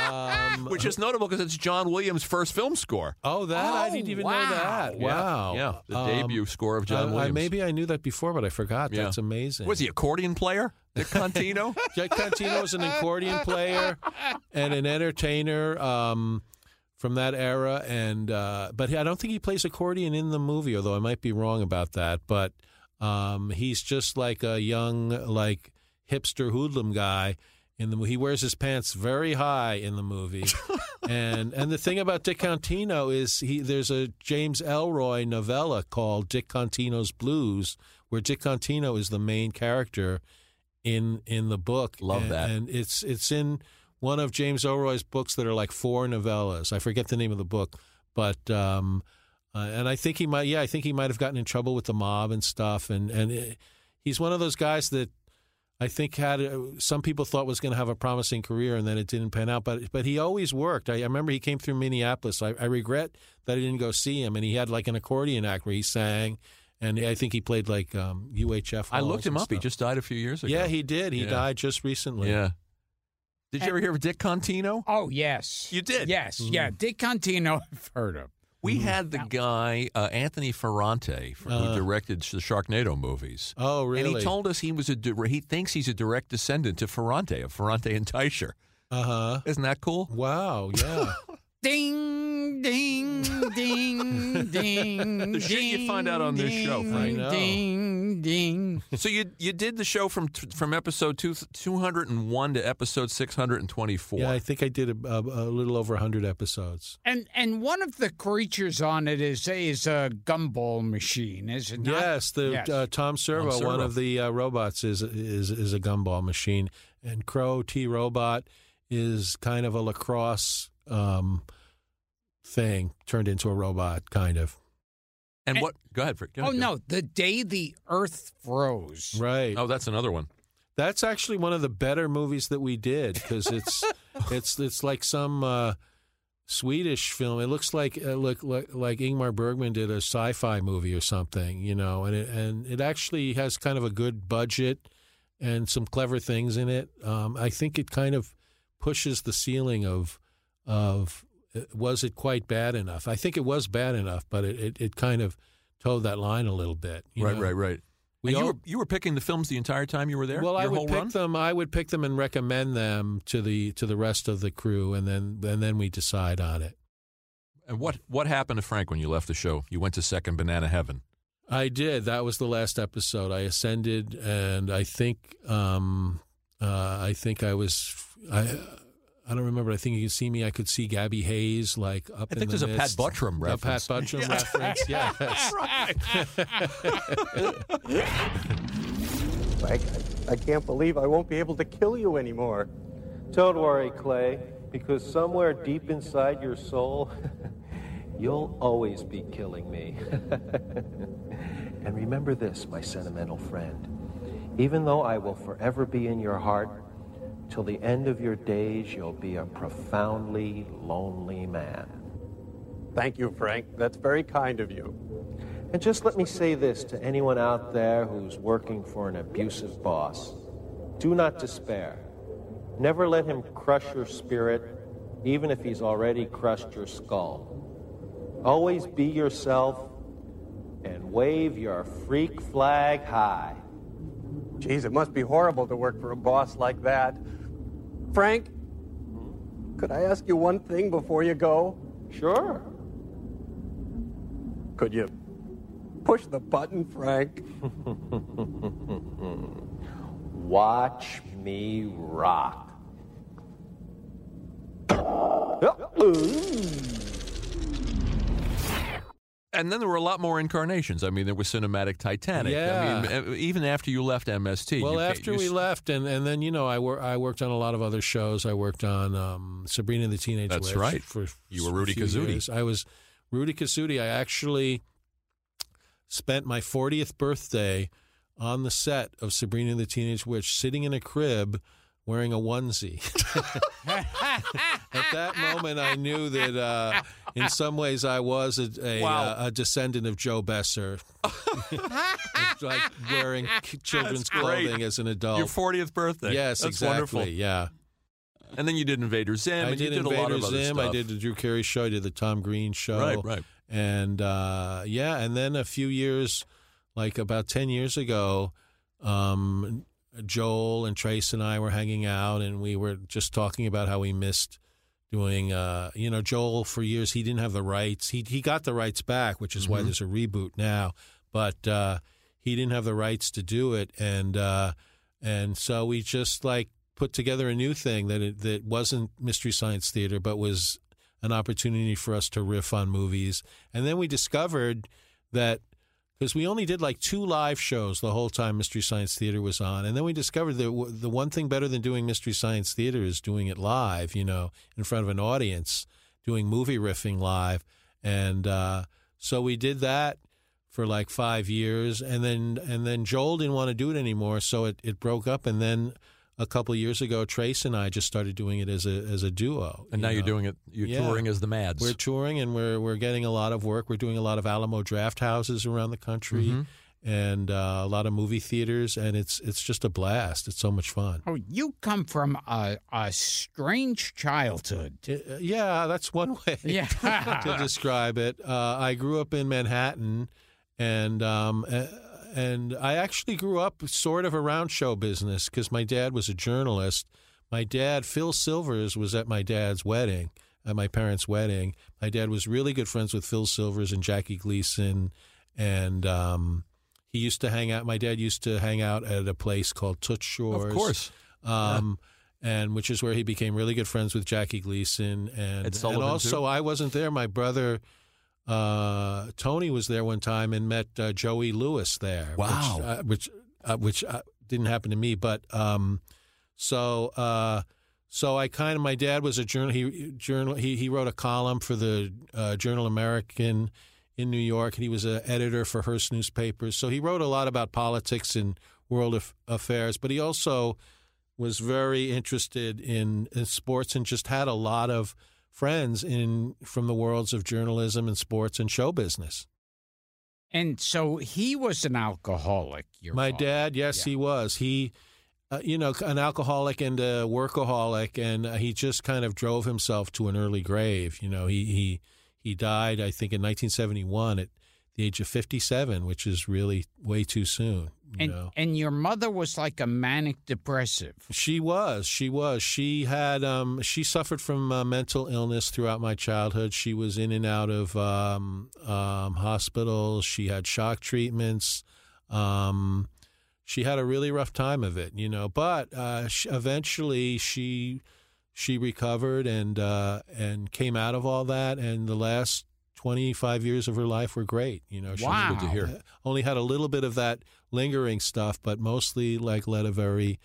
[SPEAKER 3] um,
[SPEAKER 2] which is notable because it's John Williams' first film score.
[SPEAKER 3] oh, that I
[SPEAKER 1] Oh,
[SPEAKER 3] didn't even
[SPEAKER 1] wow.
[SPEAKER 3] know that.
[SPEAKER 2] Yeah.
[SPEAKER 3] Wow.
[SPEAKER 2] Yeah, the
[SPEAKER 3] Um,
[SPEAKER 2] debut score of John
[SPEAKER 3] I- I-
[SPEAKER 2] Williams.
[SPEAKER 3] maybe I knew that before, but I forgot.
[SPEAKER 2] Yeah.
[SPEAKER 3] That's amazing.
[SPEAKER 2] was he accordion player? Dick Contino.
[SPEAKER 3] Jack Contino was an accordion player and an entertainer um, from that era, and uh, but I don't think he plays accordion in the movie, although I might be wrong about that. But um, he's just like a young, like hipster hoodlum guy. In the mo- he wears his pants very high in the movie, and and the thing about Dick Contino is he there's a James Elroy novella called Dick Contino's Blues, where Dick Contino is the main character in in the book.
[SPEAKER 2] Love
[SPEAKER 3] and,
[SPEAKER 2] that.
[SPEAKER 3] and it's it's in one of James Elroy's books that are like four novellas. I forget the name of the book, but um, uh, and I think he might. Yeah, I think he might have gotten in trouble with the mob and stuff. And and it, he's one of those guys that. I think had uh, some people thought was going to have a promising career, and then it didn't pan out. But but he always worked. I, I remember he came through Minneapolis. I, I regret that I didn't go see him. And he had like an accordion act where he sang, and I think he played like um, UHF.
[SPEAKER 2] I
[SPEAKER 3] halls
[SPEAKER 2] looked him
[SPEAKER 3] and
[SPEAKER 2] up. He
[SPEAKER 3] stuff.
[SPEAKER 2] just died a few years ago.
[SPEAKER 3] Yeah, he did. He
[SPEAKER 2] Oh, Yeah.
[SPEAKER 3] died just recently.
[SPEAKER 2] Yeah. Did you ever hear of Dick Contino?
[SPEAKER 1] Oh yes,
[SPEAKER 2] You did?
[SPEAKER 3] Mm-hmm.
[SPEAKER 1] Yes, yeah. Dick Contino, I've heard of.
[SPEAKER 2] We had the guy uh, Anthony Ferrante f- who directed the Sharknado movies.
[SPEAKER 3] Oh, really?
[SPEAKER 2] And he told us he was a di- he thinks he's a direct descendant to Ferrante of Ferrante and Teicher.
[SPEAKER 3] Uh huh.
[SPEAKER 2] Isn't that cool?
[SPEAKER 3] Wow. Yeah.
[SPEAKER 1] Ding, ding, ding, ding.
[SPEAKER 2] The shit you find out on this show,
[SPEAKER 1] ding,
[SPEAKER 2] Frank.
[SPEAKER 3] I know.
[SPEAKER 1] Ding, ding.
[SPEAKER 2] so you you did the show from t- from episode two, 201 to episode 624.
[SPEAKER 3] yeah. I think I did a, a, a little over hundred episodes.
[SPEAKER 1] And and one of the creatures on it is is a gumball machine, is it not?
[SPEAKER 3] yes. The
[SPEAKER 1] Yes.
[SPEAKER 3] Uh, Tom, Servo,
[SPEAKER 2] Servo.
[SPEAKER 3] one of the uh, robots, is is is a gumball machine, and Crow T Robot is kind of a lacrosse um, thing turned into a robot, kind of.
[SPEAKER 2] and what? Go ahead, Frick. Go
[SPEAKER 1] Oh
[SPEAKER 2] ahead, go
[SPEAKER 1] no, the day the Earth froze.
[SPEAKER 3] Right.
[SPEAKER 2] ahead. Oh, that's another one.
[SPEAKER 3] That's actually one of the better movies that we did because it's it's it's like some uh, Swedish film. It looks like uh, look like, like Ingmar Bergman did a sci-fi movie or something, you know. And it and it actually has kind of a good budget and some clever things in it. Um, I think it kind of pushes the ceiling of of uh, was it quite bad enough? I think it was bad enough, but it it, it kind of towed that line a little bit. you
[SPEAKER 2] right,
[SPEAKER 3] know?
[SPEAKER 2] right, right.
[SPEAKER 3] We
[SPEAKER 2] and you
[SPEAKER 3] all-
[SPEAKER 2] were you were picking the films the entire time you were there.
[SPEAKER 3] Well, I
[SPEAKER 2] Your
[SPEAKER 3] would
[SPEAKER 2] whole
[SPEAKER 3] pick
[SPEAKER 2] run?
[SPEAKER 3] them. I would pick them and recommend them to the to the rest of the crew, and then and then we decide on it.
[SPEAKER 2] And what what happened to Frank when you left the show? You went to Second Banana Heaven.
[SPEAKER 3] I did. That was the last episode. I ascended, and I think um, uh, I think I was I. I don't remember. I think you can see me. I could see Gabby Hayes like up.
[SPEAKER 2] I
[SPEAKER 3] in
[SPEAKER 2] think
[SPEAKER 3] the
[SPEAKER 2] there's a Pat
[SPEAKER 3] mist.
[SPEAKER 2] Buttram
[SPEAKER 3] A
[SPEAKER 2] reference.
[SPEAKER 3] Pat Buttram reference. Yes.
[SPEAKER 8] I, I can't believe I won't be able to kill you anymore. Don't worry, Clay, because somewhere deep inside your soul, you'll always be killing me. and remember this, my sentimental friend. Even though I will forever be in your heart, till the end of your days, you'll be a profoundly lonely man. Thank you, Frank. That's very kind of you. And just let me say this to anyone out there who's working for an abusive boss do not despair. Never let him crush your spirit, even if he's already crushed your skull. Always be yourself and wave your freak flag high. Geez, it must be horrible to work for a boss like that. Frank, could I ask you one thing before you go? Sure. Could you Push the button, Frank. Watch me rock.
[SPEAKER 2] And then there were a lot more incarnations. I mean, there was Cinematic Titanic. I
[SPEAKER 3] Yeah.
[SPEAKER 2] mean, e- even after you left MST. you
[SPEAKER 3] Well,
[SPEAKER 2] ca-
[SPEAKER 3] after
[SPEAKER 2] you
[SPEAKER 3] we
[SPEAKER 2] s-
[SPEAKER 3] left, and, and then you know, I wor- I worked on a lot of other shows. I worked on um, Sabrina the Teenage
[SPEAKER 2] That's
[SPEAKER 3] Witch.
[SPEAKER 2] right.
[SPEAKER 3] For
[SPEAKER 2] You were
[SPEAKER 3] a
[SPEAKER 2] Rudy
[SPEAKER 3] few
[SPEAKER 2] Kazudi.
[SPEAKER 3] years. I was Rudy Kazudi. I actually spent my 40th birthday on the set of Sabrina the Teenage Witch, sitting in a crib. Wearing a onesie. At that moment, I knew that uh, in some ways I was a, a, uh, a descendant of Joe Besser, like wearing children's
[SPEAKER 2] That's great.
[SPEAKER 3] clothing as an adult.
[SPEAKER 2] Your 40th birthday.
[SPEAKER 3] Yes,
[SPEAKER 2] That's
[SPEAKER 3] exactly.
[SPEAKER 2] wonderful.
[SPEAKER 3] Yeah,
[SPEAKER 2] And then you did Invader Zim.
[SPEAKER 3] I
[SPEAKER 2] and you
[SPEAKER 3] did,
[SPEAKER 2] did a lot
[SPEAKER 3] Invader
[SPEAKER 2] of other
[SPEAKER 3] Zim.
[SPEAKER 2] stuff.
[SPEAKER 3] I did the Drew Carey show. I did the Tom Green show.
[SPEAKER 2] Right, right.
[SPEAKER 3] And uh, yeah, and then a few years, like about ten years ago, um, Joel and Trace and I were hanging out, and we were just talking about how we missed doing. Uh, you know, Joel for years he didn't have the rights. He he got the rights back, which is why there's a reboot now. But uh, he didn't have the rights to do it, and uh, and so we just like put together a new thing that it, that wasn't Mystery Science Theater, but was an opportunity for us to riff on movies. And then we discovered that because we only did like two live shows the whole time Mystery Science Theater was on, and then we discovered that w- the one thing better than doing Mystery Science Theater is doing it live, you know, in front of an audience, doing movie riffing live, and uh, so we did that for like five years, and then and then Joel didn't want to do it anymore, so it, it broke up, and then a couple of years ago, Trace and I just started doing it as a as a duo,
[SPEAKER 2] And now
[SPEAKER 3] you
[SPEAKER 2] you're
[SPEAKER 3] know.
[SPEAKER 2] doing it. You're
[SPEAKER 3] Yeah.
[SPEAKER 2] touring as the Mads.
[SPEAKER 3] We're touring and we're we're getting a lot of work. We're doing a lot of Alamo draft houses around the country, and uh, a lot of movie theaters, and it's it's just a blast. It's so much fun.
[SPEAKER 1] Oh, you come from a, a strange childhood.
[SPEAKER 3] Uh, yeah, that's one way
[SPEAKER 1] Yeah.
[SPEAKER 3] to describe it. Uh, I grew up in Manhattan, and um, uh, and I actually grew up sort of around show business because my dad was a journalist. My dad, Phil Silvers, was at my dad's wedding, at my parents' wedding. My dad was really good friends with Phil Silvers and Jackie Gleason, and um, he used to hang out. My dad used to hang out at a place called Toots Shores,
[SPEAKER 2] Of course.
[SPEAKER 3] um, and which is where he became really good friends with Jackie Gleason. And,
[SPEAKER 2] And Sullivan,
[SPEAKER 3] and also,
[SPEAKER 2] too?
[SPEAKER 3] I wasn't there. My brother uh, Tony was there one time and met uh, Joey Lewis there.
[SPEAKER 2] Wow.
[SPEAKER 3] which uh, which, uh, which uh, didn't happen to me, but um, so. Uh, so I kind of my dad was a journal he journal he, he wrote a column for the uh, Journal American in New York and he was an editor for Hearst newspapers. So he wrote a lot about politics and world af- affairs, but he also was very interested in, in sports and just had a lot of friends in from the worlds of journalism and sports and show business.
[SPEAKER 1] And so he was an alcoholic. Your
[SPEAKER 3] My
[SPEAKER 1] father.
[SPEAKER 3] dad, yes,
[SPEAKER 1] Yeah.
[SPEAKER 3] he was. He, uh, you know, an alcoholic and a workaholic, and uh, he just kind of drove himself to an early grave. You know, he he he died, I think, in 1971 at the age of 57, which is really way too soon. You
[SPEAKER 1] And,
[SPEAKER 3] know,
[SPEAKER 1] and your mother was like a manic depressive.
[SPEAKER 3] she was, she was, she had, um, she suffered from uh, mental illness throughout my childhood. She was in and out of um, um, hospitals. She had shock treatments. Um, she had a really rough time of it, you know. But uh, sh eventually, she she recovered and uh, and came out of all that. And the last twenty five years of her life were great, you know. She
[SPEAKER 1] Wow. Good to
[SPEAKER 2] hear.
[SPEAKER 3] Only had a little bit of that lingering stuff, but mostly like led a very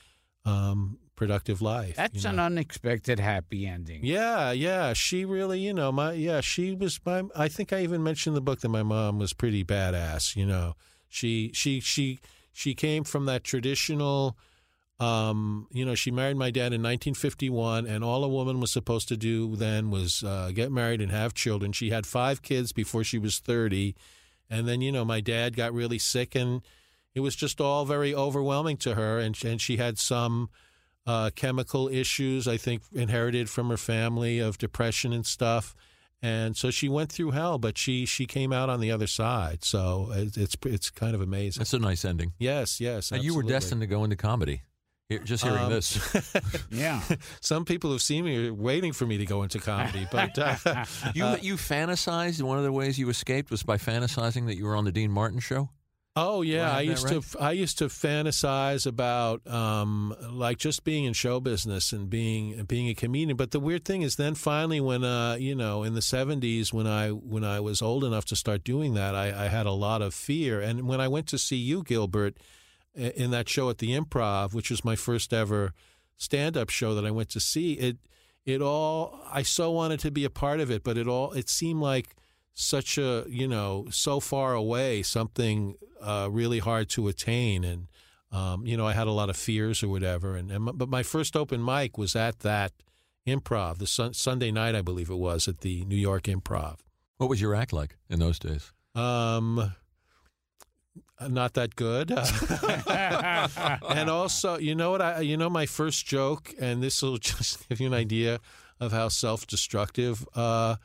[SPEAKER 3] um, productive life.
[SPEAKER 1] That's
[SPEAKER 3] you
[SPEAKER 1] an
[SPEAKER 3] know?
[SPEAKER 1] unexpected happy ending.
[SPEAKER 3] Yeah, yeah. She really, you know, my yeah, she was my I think I even mentioned in the book that my mom was pretty badass, you know. She she she she came from that traditional um, you know, she married my dad in 1951, and all a woman was supposed to do then was uh, get married and have children. She had five kids before she was 30, and then you know, my dad got really sick, and it was just all very overwhelming to her, and and she had some uh, chemical issues, I think, inherited from her family of depression and stuff. And so she went through hell, but she she came out on the other side. So it, it's it's kind of amazing.
[SPEAKER 2] That's a nice ending.
[SPEAKER 3] Yes, yes.
[SPEAKER 2] Now, you were
[SPEAKER 3] absolutely.
[SPEAKER 2] destined to go into comedy. Here, just hearing
[SPEAKER 3] Um,
[SPEAKER 2] this,
[SPEAKER 1] Yeah.
[SPEAKER 3] Some people who've seen me are waiting for me to go into comedy, but uh,
[SPEAKER 2] you you fantasized. One of the ways you escaped was by fantasizing that you were on the Dean Martin show.
[SPEAKER 3] oh
[SPEAKER 2] Do I
[SPEAKER 3] yeah,
[SPEAKER 2] have
[SPEAKER 3] I
[SPEAKER 2] that
[SPEAKER 3] used to I used to fantasize about um, like just being in show business and being being a comedian. But the weird thing is, then finally, when uh, you know, in the seventies, when I when I was old enough to start doing that, I, I had a lot of fear. And when I went to see you, Gilbert, i- in that show at the Improv, which was my first ever stand-up show that I went to see, it it all I so wanted to be a part of it, but it all it seemed like such a you know so far away, something uh, really hard to attain, and um, you know I had a lot of fears or whatever, and, and my- but my first open mic was at that Improv, the sun, Sunday night I believe it was at the New York Improv.
[SPEAKER 2] What was your act like in those days?
[SPEAKER 3] Um, not that good. and also, you know what? I you know my first joke, and this will just give you an idea of how self-destructive uh,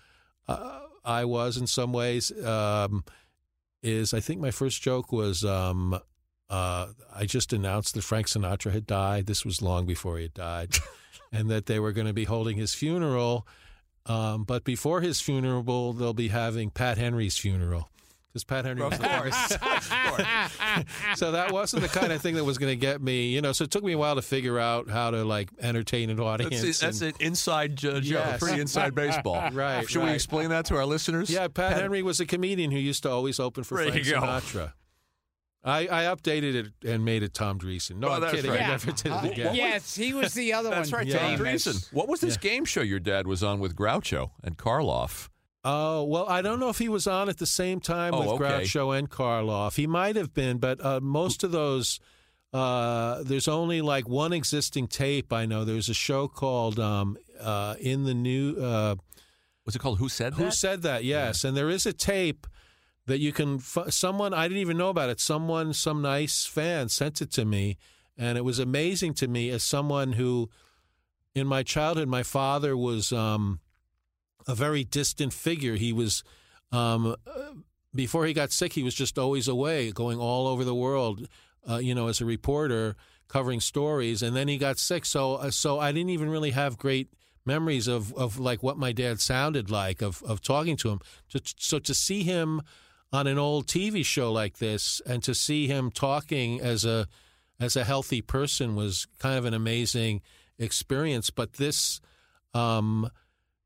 [SPEAKER 3] uh, I was in some ways. Um, is I think my first joke was um, uh, I just announced that Frank Sinatra had died. This was long before he had died, and that they were going to be holding his funeral. Um, but before his funeral, they'll be having Pat Henry's funeral because Pat Henry was the so that wasn't the kind of thing that was going to get me, you know. So it took me a while to figure out how to like entertain an audience.
[SPEAKER 2] That's, that's
[SPEAKER 3] and-
[SPEAKER 2] an inside jo- joke,
[SPEAKER 3] Yes.
[SPEAKER 2] pretty inside baseball.
[SPEAKER 3] Right,
[SPEAKER 2] Should we
[SPEAKER 3] right.
[SPEAKER 2] explain that to our listeners?
[SPEAKER 3] Yeah, Pat, Henry was a comedian who used to always open for
[SPEAKER 2] There you
[SPEAKER 3] Frank
[SPEAKER 2] go.
[SPEAKER 3] Sinatra. I, I updated it and made it Tom Dreesen. No,
[SPEAKER 2] Oh,
[SPEAKER 3] I'm
[SPEAKER 2] that's
[SPEAKER 3] kidding.
[SPEAKER 2] right.
[SPEAKER 3] I never did it again.
[SPEAKER 1] yes, he was the other
[SPEAKER 2] That's
[SPEAKER 1] one.
[SPEAKER 2] right,
[SPEAKER 3] Yeah.
[SPEAKER 2] Tom
[SPEAKER 1] famous.
[SPEAKER 2] Dreesen. What was this game show your dad was on with Groucho and Karloff?
[SPEAKER 3] Oh well, I don't know if he was on at the same time
[SPEAKER 2] Oh,
[SPEAKER 3] with
[SPEAKER 2] okay.
[SPEAKER 3] Groucho and Karloff. He might have been, but uh, most of those, uh, there's only like one existing tape. I know there's a show called um, uh, "In the New." Uh,
[SPEAKER 2] Was it called Who Said
[SPEAKER 3] Who
[SPEAKER 2] That?
[SPEAKER 3] said that? Yes, and there is a tape that you can. F- someone I didn't even know about it. Someone, some nice fan sent it to me, and it was amazing to me as someone who, in my childhood, my father was um, a very distant figure. He was. Um, uh, before he got sick, he was just always away, going all over the world, uh, you know, as a reporter covering stories. And then he got sick, so uh, so I didn't even really have great memories of, of like what my dad sounded like of of talking to him. To, so to see him on an old TV show like this and to see him talking as a as a healthy person was kind of an amazing experience. But this. Um,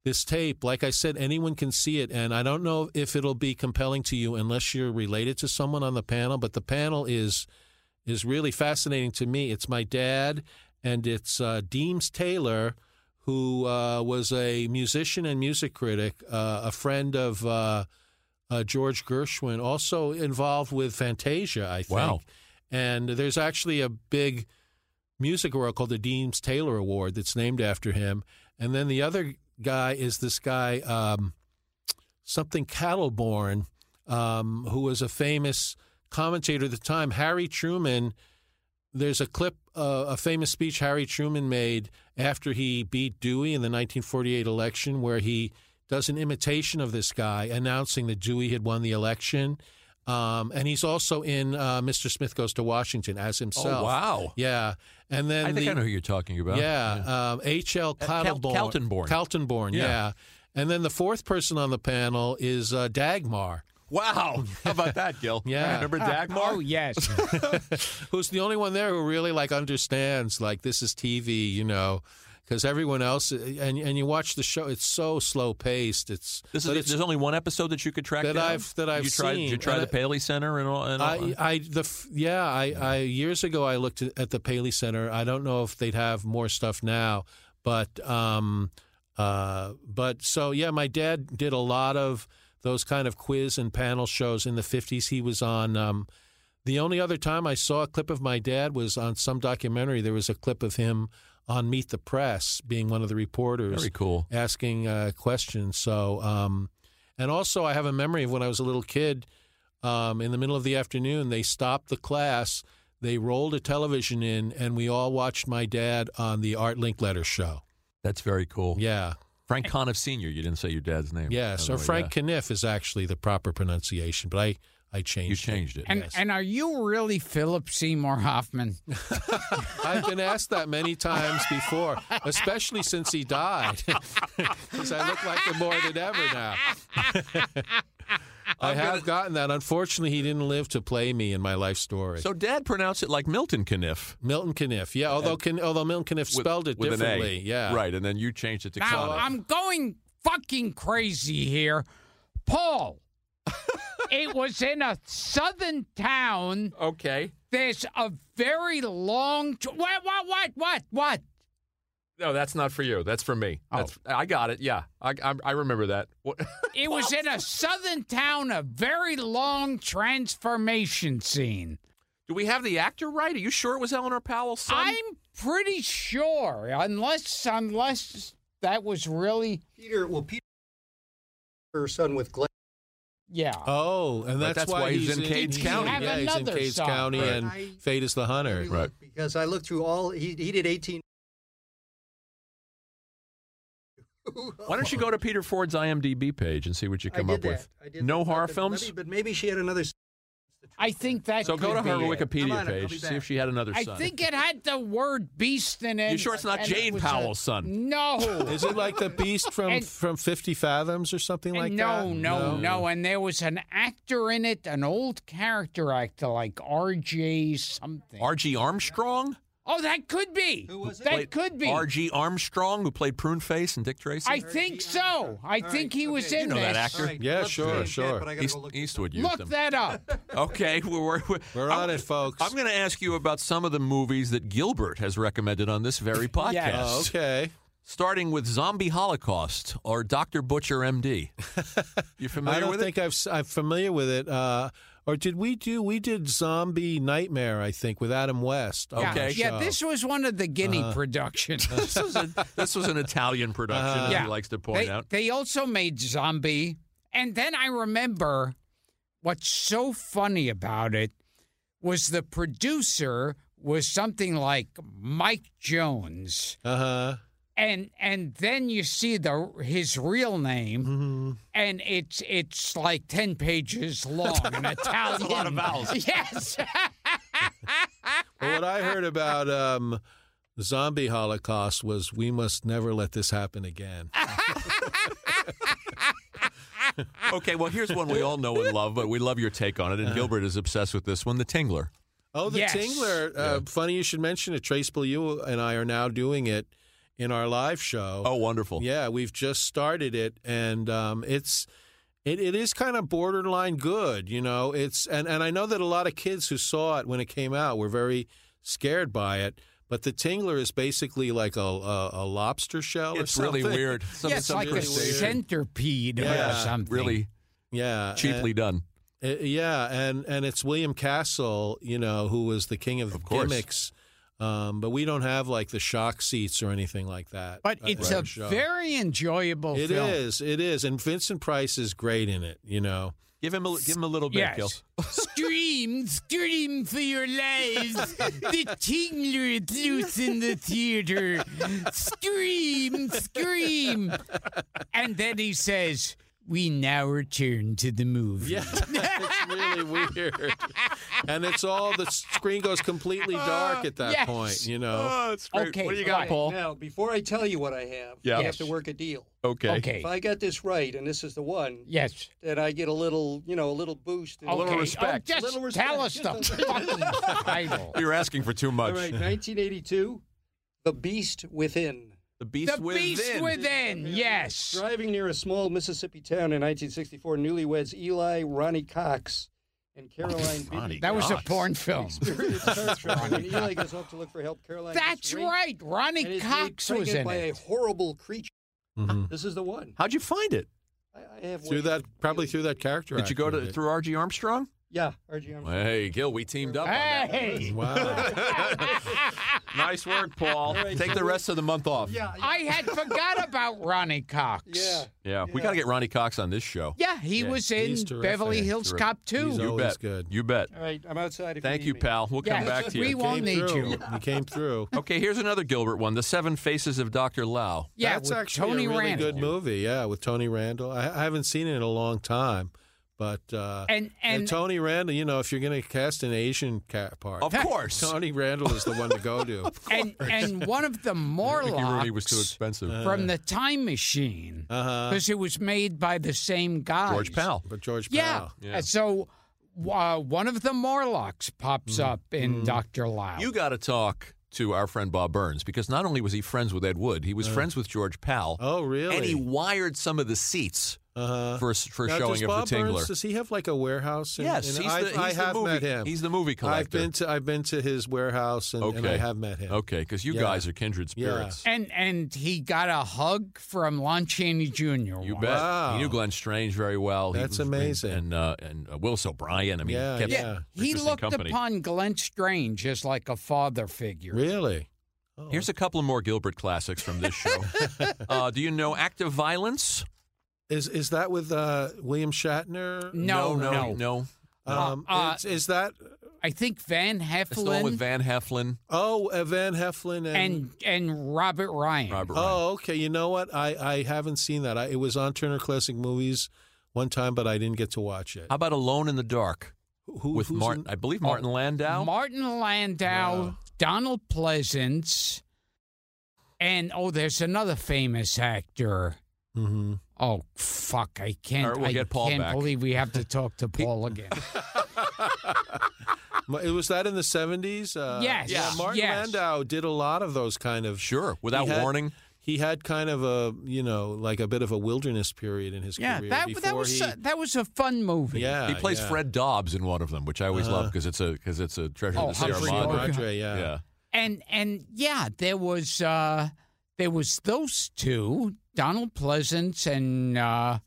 [SPEAKER 3] this tape, like I said, anyone can see it, and I don't know if it'll be compelling to you unless you're related to someone on the panel. But the panel is is really fascinating to me. It's my dad, and it's uh, Deems Taylor, who uh, was a musician and music critic, uh, a friend of uh, uh, George Gershwin, also involved with Fantasia, I think.
[SPEAKER 2] Wow.
[SPEAKER 3] And there's actually a big music award called the Deems Taylor Award that's named after him. And then the other guy is this guy, um, something Cattleborn, um, who was a famous commentator at the time, Harry Truman. There's a clip, uh, a famous speech Harry Truman made after he beat Dewey in the 1948 election, where he does an imitation of this guy announcing that Dewey had won the election. Um, and he's also in uh, Mr. Smith Goes to Washington as himself.
[SPEAKER 2] Oh, wow.
[SPEAKER 3] Yeah. And then
[SPEAKER 2] I think
[SPEAKER 3] the,
[SPEAKER 2] I know who you're talking about.
[SPEAKER 3] yeah, um, H.L.
[SPEAKER 2] Uh, Cal-
[SPEAKER 3] Kaltenborn.
[SPEAKER 2] Kaltenborn.
[SPEAKER 3] Kaltenborn,
[SPEAKER 2] Yeah.
[SPEAKER 3] yeah. And then the fourth person on the panel is uh, Dagmar,
[SPEAKER 2] Wow. How about that, Gil?
[SPEAKER 3] Yeah.
[SPEAKER 2] Remember Dagmar?
[SPEAKER 1] Oh yes.
[SPEAKER 3] who's the only one there who really like understands like this is TV, you know, because everyone else uh, and and you watch the show, it's so slow paced. It's
[SPEAKER 2] This
[SPEAKER 3] but
[SPEAKER 2] is,
[SPEAKER 3] it's,
[SPEAKER 2] there's only one episode that you could track
[SPEAKER 3] That
[SPEAKER 2] down?
[SPEAKER 3] I've- that I've
[SPEAKER 2] you tried, Did you
[SPEAKER 3] seen,
[SPEAKER 2] try
[SPEAKER 3] and
[SPEAKER 2] the
[SPEAKER 3] I-
[SPEAKER 2] Paley Center and all? And all?
[SPEAKER 3] I, I the f- yeah I, I years ago I looked at the Paley Center. I don't know if they'd have more stuff now, but um, uh, but so yeah, my dad did a lot of those kind of quiz and panel shows in the fifties. He was on. Um, the only other time I saw a clip of my dad was on some documentary. There was a clip of him on Meet the Press being one of the reporters
[SPEAKER 2] Very cool.
[SPEAKER 3] asking uh, questions. So, um, and also, I have a memory of when I was a little kid. Um, in the middle of the afternoon, they stopped the class. They rolled a television in, and we all watched my dad on the Art Linkletter show.
[SPEAKER 2] That's very cool.
[SPEAKER 3] Yeah,
[SPEAKER 2] Frank Conniff Sr. You didn't say your dad's name.
[SPEAKER 3] yes.
[SPEAKER 2] by
[SPEAKER 3] Or
[SPEAKER 2] the way,
[SPEAKER 3] Frank Kniff is actually the proper pronunciation, but I I
[SPEAKER 2] yeah. You
[SPEAKER 3] changed. it.
[SPEAKER 2] changed it.
[SPEAKER 1] And and are you really Philip Seymour Hoffman?
[SPEAKER 3] I've been asked that many times before, especially since he died, because I look like him more than ever now. I have gotten that. Unfortunately, he didn't live to play me in my life story.
[SPEAKER 2] so dad pronounced it like Milton Caniff.
[SPEAKER 3] Milton Caniff, yeah. Although Can, although Milton Caniff spelled it
[SPEAKER 2] with
[SPEAKER 3] differently,
[SPEAKER 2] An a.
[SPEAKER 3] yeah.
[SPEAKER 2] Right, and then you changed it to
[SPEAKER 1] Now
[SPEAKER 2] Conniff.
[SPEAKER 1] I'm going fucking crazy here, Paul. it was in a southern town.
[SPEAKER 2] okay.
[SPEAKER 1] There's a very long. T- what? What? What? What? What?
[SPEAKER 2] No, that's not for you. That's for me.
[SPEAKER 3] Oh.
[SPEAKER 2] That's, I got it. Yeah, I, I, I remember that. What?
[SPEAKER 1] It was in a southern town. A very long transformation scene.
[SPEAKER 2] Do we have the actor right? Are you sure it was Eleanor Powell's son?
[SPEAKER 1] I'm pretty sure, unless unless that was really
[SPEAKER 5] Peter, well, Peter, her son with Glenn.
[SPEAKER 1] yeah.
[SPEAKER 3] Oh, and
[SPEAKER 2] But
[SPEAKER 3] that's, why, he's,
[SPEAKER 2] in Cades
[SPEAKER 3] he's in-
[SPEAKER 2] County.
[SPEAKER 1] You
[SPEAKER 3] Yeah,
[SPEAKER 1] have
[SPEAKER 3] he's in
[SPEAKER 1] another
[SPEAKER 3] Cades
[SPEAKER 1] song.
[SPEAKER 3] County,
[SPEAKER 5] Right.
[SPEAKER 3] and
[SPEAKER 5] I-
[SPEAKER 3] Fate is the Hunter.
[SPEAKER 2] Right.
[SPEAKER 5] Because I looked through all, he, he did 18.
[SPEAKER 2] Why don't you go to Peter Ford's IMDb page and see what you
[SPEAKER 5] I
[SPEAKER 2] come
[SPEAKER 5] did
[SPEAKER 2] up
[SPEAKER 5] that.
[SPEAKER 2] with?
[SPEAKER 5] I did
[SPEAKER 2] no
[SPEAKER 5] that,
[SPEAKER 2] horror
[SPEAKER 5] but
[SPEAKER 2] films.
[SPEAKER 5] maybe- But maybe she had another.
[SPEAKER 1] I think that.
[SPEAKER 2] so go
[SPEAKER 1] could
[SPEAKER 2] to her
[SPEAKER 1] be it.
[SPEAKER 5] I'm
[SPEAKER 2] Wikipedia
[SPEAKER 5] on it. I'll be
[SPEAKER 2] page, see
[SPEAKER 5] back.
[SPEAKER 2] if she had another
[SPEAKER 1] I
[SPEAKER 2] son.
[SPEAKER 1] think it had the word beast in it.
[SPEAKER 2] You sure it's not
[SPEAKER 1] and it
[SPEAKER 2] Jane
[SPEAKER 1] was a-
[SPEAKER 2] Powell's son?
[SPEAKER 1] No.
[SPEAKER 3] Is it like the Beast from
[SPEAKER 1] And-
[SPEAKER 3] from Fifty Fathoms or something like
[SPEAKER 1] And no,
[SPEAKER 3] that?
[SPEAKER 1] no, no, And there was an actor in it, an old character actor like R.J. something.
[SPEAKER 2] R.G. Armstrong.
[SPEAKER 1] oh, that could be.
[SPEAKER 5] Who was it?
[SPEAKER 1] That
[SPEAKER 2] Played
[SPEAKER 1] could be.
[SPEAKER 2] R.G. Armstrong, who played Prune Face and Dick Tracy.
[SPEAKER 1] I think so. I think he was in
[SPEAKER 2] You know
[SPEAKER 1] this.
[SPEAKER 2] that actor.
[SPEAKER 3] Yeah, sure, sure.
[SPEAKER 2] East, Eastwood used
[SPEAKER 1] Look
[SPEAKER 2] him.
[SPEAKER 1] that up.
[SPEAKER 2] Okay, we're, we're, we're,
[SPEAKER 3] We're on it, folks.
[SPEAKER 2] I'm going to ask you about some of the movies that Gilbert has recommended on this very podcast.
[SPEAKER 3] Oh, okay.
[SPEAKER 2] Starting with Zombie Holocaust or Dr. Butcher MD. You familiar
[SPEAKER 3] I don't
[SPEAKER 2] with
[SPEAKER 3] think
[SPEAKER 2] it?
[SPEAKER 3] I've s- I'm familiar with it. Uh, or did we do? We did Zombie Nightmare, I think, with Adam West. on
[SPEAKER 2] Okay. Uh-huh.
[SPEAKER 3] our
[SPEAKER 1] Yeah,
[SPEAKER 3] show.
[SPEAKER 1] this was one of the Guinea productions.
[SPEAKER 2] This was, a, this was an Italian production,
[SPEAKER 3] Uh-huh.
[SPEAKER 2] as
[SPEAKER 1] Yeah.
[SPEAKER 2] he likes to point
[SPEAKER 1] they,
[SPEAKER 2] out.
[SPEAKER 1] They also made Zombie. And then I remember what's so funny about it was the producer was something like Mike Jones.
[SPEAKER 3] Uh huh.
[SPEAKER 1] And and then you see the his real name and it's it's like 10 pages long in Italian. a lot of vowels. Yes.
[SPEAKER 3] Well, what I heard about um, zombie holocaust was we must never let this happen again.
[SPEAKER 1] Ah,
[SPEAKER 2] Okay, well, here's one we all know and love, but we love your take on it.
[SPEAKER 3] Uh-huh.
[SPEAKER 2] And Gilbert is obsessed with this one, The Tingler.
[SPEAKER 3] Oh, the
[SPEAKER 1] Yes.
[SPEAKER 3] Tingler. Uh, Funny you should mention it. Trace Bleu and I are now doing it in our live show.
[SPEAKER 2] Oh, wonderful.
[SPEAKER 3] Yeah, we've just started it, and um, it's it, it is kind of borderline good, you know. It's and and I know that a lot of kids who saw it when it came out were very scared by it. But the tingler is basically like a a, a lobster shell.
[SPEAKER 2] It's
[SPEAKER 3] or
[SPEAKER 2] really
[SPEAKER 3] something.
[SPEAKER 2] weird. Some,
[SPEAKER 1] yeah, it's
[SPEAKER 2] some
[SPEAKER 1] like a
[SPEAKER 2] crustacean.
[SPEAKER 1] centipede or
[SPEAKER 3] Yeah,
[SPEAKER 1] something.
[SPEAKER 2] Really
[SPEAKER 3] Yeah,
[SPEAKER 2] cheaply done.
[SPEAKER 3] Uh, yeah, and and it's William Castle, you know, who was the king of,
[SPEAKER 2] course.
[SPEAKER 3] gimmicks. Um, but we don't have like the shock seats or anything like that.
[SPEAKER 1] But
[SPEAKER 3] at
[SPEAKER 1] it's
[SPEAKER 3] our
[SPEAKER 1] a
[SPEAKER 3] show.
[SPEAKER 1] very enjoyable
[SPEAKER 3] It
[SPEAKER 1] film.
[SPEAKER 3] is, it is, and Vincent Price is great in it. You know,
[SPEAKER 2] Give him a give him a little bit,
[SPEAKER 1] Yes.
[SPEAKER 2] Gil.
[SPEAKER 1] scream, scream for your lives. The tingler is loose in the theater. Scream, scream. And then he says, We now return to the movie.
[SPEAKER 3] yeah, it's really weird, and it's all the screen goes completely dark at that
[SPEAKER 1] Uh, yes. Uh,
[SPEAKER 3] point. You know,
[SPEAKER 2] it's
[SPEAKER 1] Okay. right.
[SPEAKER 5] Now, before I tell you what I have,
[SPEAKER 2] Yeah.
[SPEAKER 5] you
[SPEAKER 1] Yes.
[SPEAKER 5] have to work a deal.
[SPEAKER 2] Okay.
[SPEAKER 5] If
[SPEAKER 1] Okay.
[SPEAKER 5] I got this right, and this is the one,
[SPEAKER 1] Yes.
[SPEAKER 5] that I get a little, you know, a little boost. in-
[SPEAKER 1] Okay. Oh,
[SPEAKER 2] respect.
[SPEAKER 1] just
[SPEAKER 5] Little
[SPEAKER 1] tell us
[SPEAKER 5] respect.
[SPEAKER 1] the fucking title.
[SPEAKER 2] You're asking for too
[SPEAKER 5] All
[SPEAKER 2] much.
[SPEAKER 5] right, 1982, The Beast Within.
[SPEAKER 2] The Beast
[SPEAKER 1] The
[SPEAKER 2] Within.
[SPEAKER 1] Beast Within. Yes.
[SPEAKER 5] Driving near a small Mississippi town in 1964, newlyweds Eli Ronnie Cox and Caroline Biddy
[SPEAKER 1] That was a porn film.
[SPEAKER 5] experience car trouble. when Eli goes off to look for help, Caroline gets
[SPEAKER 1] That's
[SPEAKER 5] raped
[SPEAKER 1] right.
[SPEAKER 5] and
[SPEAKER 1] Ronnie
[SPEAKER 5] is made
[SPEAKER 1] Cox was
[SPEAKER 5] pregnant
[SPEAKER 1] in
[SPEAKER 5] by
[SPEAKER 1] it.
[SPEAKER 5] a horrible creature.
[SPEAKER 3] Mhm.
[SPEAKER 5] This is the one.
[SPEAKER 2] How'd you find it?
[SPEAKER 5] I, I have
[SPEAKER 3] through
[SPEAKER 5] one.
[SPEAKER 3] that probably through that character.
[SPEAKER 2] Did you go
[SPEAKER 3] actor
[SPEAKER 2] to
[SPEAKER 3] did.
[SPEAKER 2] through R.G. Armstrong?
[SPEAKER 5] Yeah, RG Armstrong.
[SPEAKER 2] Hey, Gil, we teamed up.
[SPEAKER 1] Hey,
[SPEAKER 3] Wow.
[SPEAKER 2] Nice work, Paul.
[SPEAKER 5] All right,
[SPEAKER 2] Take
[SPEAKER 5] so
[SPEAKER 2] the
[SPEAKER 5] we-
[SPEAKER 2] rest of the month off.
[SPEAKER 5] Yeah, yeah,
[SPEAKER 1] I had forgot about Ronnie Cox.
[SPEAKER 5] yeah.
[SPEAKER 2] Yeah, we got to get Ronnie Cox on this show.
[SPEAKER 1] Yeah, he
[SPEAKER 3] Yeah,
[SPEAKER 1] was in
[SPEAKER 3] he's terrific.
[SPEAKER 1] Beverly Hills
[SPEAKER 2] Terrific.
[SPEAKER 1] Cop 2.
[SPEAKER 3] He's
[SPEAKER 2] You
[SPEAKER 3] Always
[SPEAKER 2] bet.
[SPEAKER 3] good.
[SPEAKER 2] You bet.
[SPEAKER 5] All right, I'm outside. If
[SPEAKER 2] Thank
[SPEAKER 5] need
[SPEAKER 2] you,
[SPEAKER 5] me.
[SPEAKER 2] pal. We'll come
[SPEAKER 1] Yes,
[SPEAKER 2] back to
[SPEAKER 1] we
[SPEAKER 2] you.
[SPEAKER 1] will. won't
[SPEAKER 3] Came
[SPEAKER 1] need
[SPEAKER 3] through.
[SPEAKER 1] you.
[SPEAKER 3] You came through.
[SPEAKER 2] Okay, here's another Gilbert one: The Seven Faces of Doctor Lau.
[SPEAKER 1] yeah,
[SPEAKER 3] that's
[SPEAKER 1] with
[SPEAKER 3] actually
[SPEAKER 1] Tony
[SPEAKER 3] a really
[SPEAKER 1] Randall.
[SPEAKER 3] good movie. Yeah, with Tony Randall. I, I haven't seen it in a long time, but uh,
[SPEAKER 1] And and
[SPEAKER 3] Tony Randall. You know, if you're going to cast an Asian cat part,
[SPEAKER 2] Of course.
[SPEAKER 3] Tony Randall is the one to go to.
[SPEAKER 1] and, and one of the Morlocks
[SPEAKER 2] expensive. Uh,
[SPEAKER 1] from the Time Machine
[SPEAKER 3] Uh huh.
[SPEAKER 1] because it was made by the same guy,
[SPEAKER 2] George Powell.
[SPEAKER 3] But George Oh,
[SPEAKER 1] Yeah.
[SPEAKER 3] Powell.
[SPEAKER 2] Yeah.
[SPEAKER 1] And so uh, one of the Morlocks pops
[SPEAKER 3] Mm-hmm.
[SPEAKER 1] up in Doctor Lau.
[SPEAKER 2] You got to talk to our friend Bob Burns because not only was he friends with Ed Wood, he was friends with George Powell,
[SPEAKER 3] Uh. Oh really?
[SPEAKER 2] and he wired some of the seats
[SPEAKER 3] uh-huh.
[SPEAKER 2] for for
[SPEAKER 3] Now, does
[SPEAKER 2] showing
[SPEAKER 3] Bob
[SPEAKER 2] of the Tingler.
[SPEAKER 3] Burns, does he have like a warehouse? In,
[SPEAKER 2] yes,
[SPEAKER 3] in-
[SPEAKER 2] he's,
[SPEAKER 3] I,
[SPEAKER 2] the, he's
[SPEAKER 3] I
[SPEAKER 2] the
[SPEAKER 3] have
[SPEAKER 2] movie.
[SPEAKER 3] met him.
[SPEAKER 2] He's the movie collector.
[SPEAKER 3] I've been to I've been to his warehouse and, and I
[SPEAKER 2] Okay.
[SPEAKER 3] have met him.
[SPEAKER 2] okay, because you
[SPEAKER 3] Yeah.
[SPEAKER 2] guys are kindred
[SPEAKER 3] Yeah.
[SPEAKER 2] spirits.
[SPEAKER 1] and and he got a hug from Lon Chaney Jr.
[SPEAKER 2] You
[SPEAKER 1] once.
[SPEAKER 2] bet.
[SPEAKER 3] Wow.
[SPEAKER 2] He knew Glenn Strange very well. He
[SPEAKER 3] That's
[SPEAKER 2] was- and-
[SPEAKER 3] amazing.
[SPEAKER 2] And uh, and uh, Willis O'Brien. I mean,
[SPEAKER 3] Yeah,
[SPEAKER 2] kept
[SPEAKER 3] yeah.
[SPEAKER 1] He
[SPEAKER 2] interesting
[SPEAKER 1] looked
[SPEAKER 2] company.
[SPEAKER 1] upon Glenn Strange as like a father figure.
[SPEAKER 3] Really? Oh,
[SPEAKER 2] Here's a couple of more Gilbert classics from this show. uh, do you know Active Violence?
[SPEAKER 3] Is is that with uh, William Shatner?
[SPEAKER 1] No, no.
[SPEAKER 2] no, no.
[SPEAKER 3] Um,
[SPEAKER 1] Uh, uh,
[SPEAKER 3] it's- is that
[SPEAKER 1] I think Van
[SPEAKER 2] It's the one with
[SPEAKER 1] Heflin
[SPEAKER 2] Van Heflin,
[SPEAKER 3] oh uh, Van Heflin
[SPEAKER 1] and and Robert Ryan.
[SPEAKER 2] Robert. Ryan.
[SPEAKER 3] oh okay. You know what? I I haven't seen that. I, it was on Turner Classic Movies one time, but I didn't get to watch it.
[SPEAKER 2] How about Alone in the Dark
[SPEAKER 3] Who,
[SPEAKER 2] Uh, with
[SPEAKER 3] who's
[SPEAKER 2] Martin?
[SPEAKER 3] in-
[SPEAKER 2] I believe Martin Landau.
[SPEAKER 1] Martin Landau,
[SPEAKER 3] Wow.
[SPEAKER 1] Donald Pleasance, and oh, there's another famous actor.
[SPEAKER 3] Mhm.
[SPEAKER 1] Oh fuck! I
[SPEAKER 2] All
[SPEAKER 1] can't.
[SPEAKER 2] right, we'll
[SPEAKER 1] I
[SPEAKER 2] get Paul
[SPEAKER 1] can't
[SPEAKER 2] back.
[SPEAKER 1] believe we have to talk to Paul again.
[SPEAKER 3] Ma- It was that in the seventies. Uh,
[SPEAKER 1] Yes,
[SPEAKER 3] yeah. Martin
[SPEAKER 1] yes.
[SPEAKER 3] Landau did a lot of those kind of.
[SPEAKER 2] sure, without
[SPEAKER 3] He had-
[SPEAKER 2] warning.
[SPEAKER 3] He had kind of a you know like a bit of a wilderness period in his
[SPEAKER 1] yeah,
[SPEAKER 3] career
[SPEAKER 1] that,
[SPEAKER 3] before
[SPEAKER 1] that was
[SPEAKER 3] he.
[SPEAKER 1] a, that was a fun movie.
[SPEAKER 3] yeah, Uh-huh.
[SPEAKER 2] he plays
[SPEAKER 3] yeah.
[SPEAKER 2] Fred Dobbs in one of them, which I always love because it's a because it's a treasure
[SPEAKER 1] Oh,
[SPEAKER 2] to Sierra
[SPEAKER 1] Humphrey
[SPEAKER 2] Madre.
[SPEAKER 1] Bogart.
[SPEAKER 3] Andre, yeah.
[SPEAKER 2] Yeah.
[SPEAKER 1] and and yeah, there was uh there was those two, Donald Pleasance and uh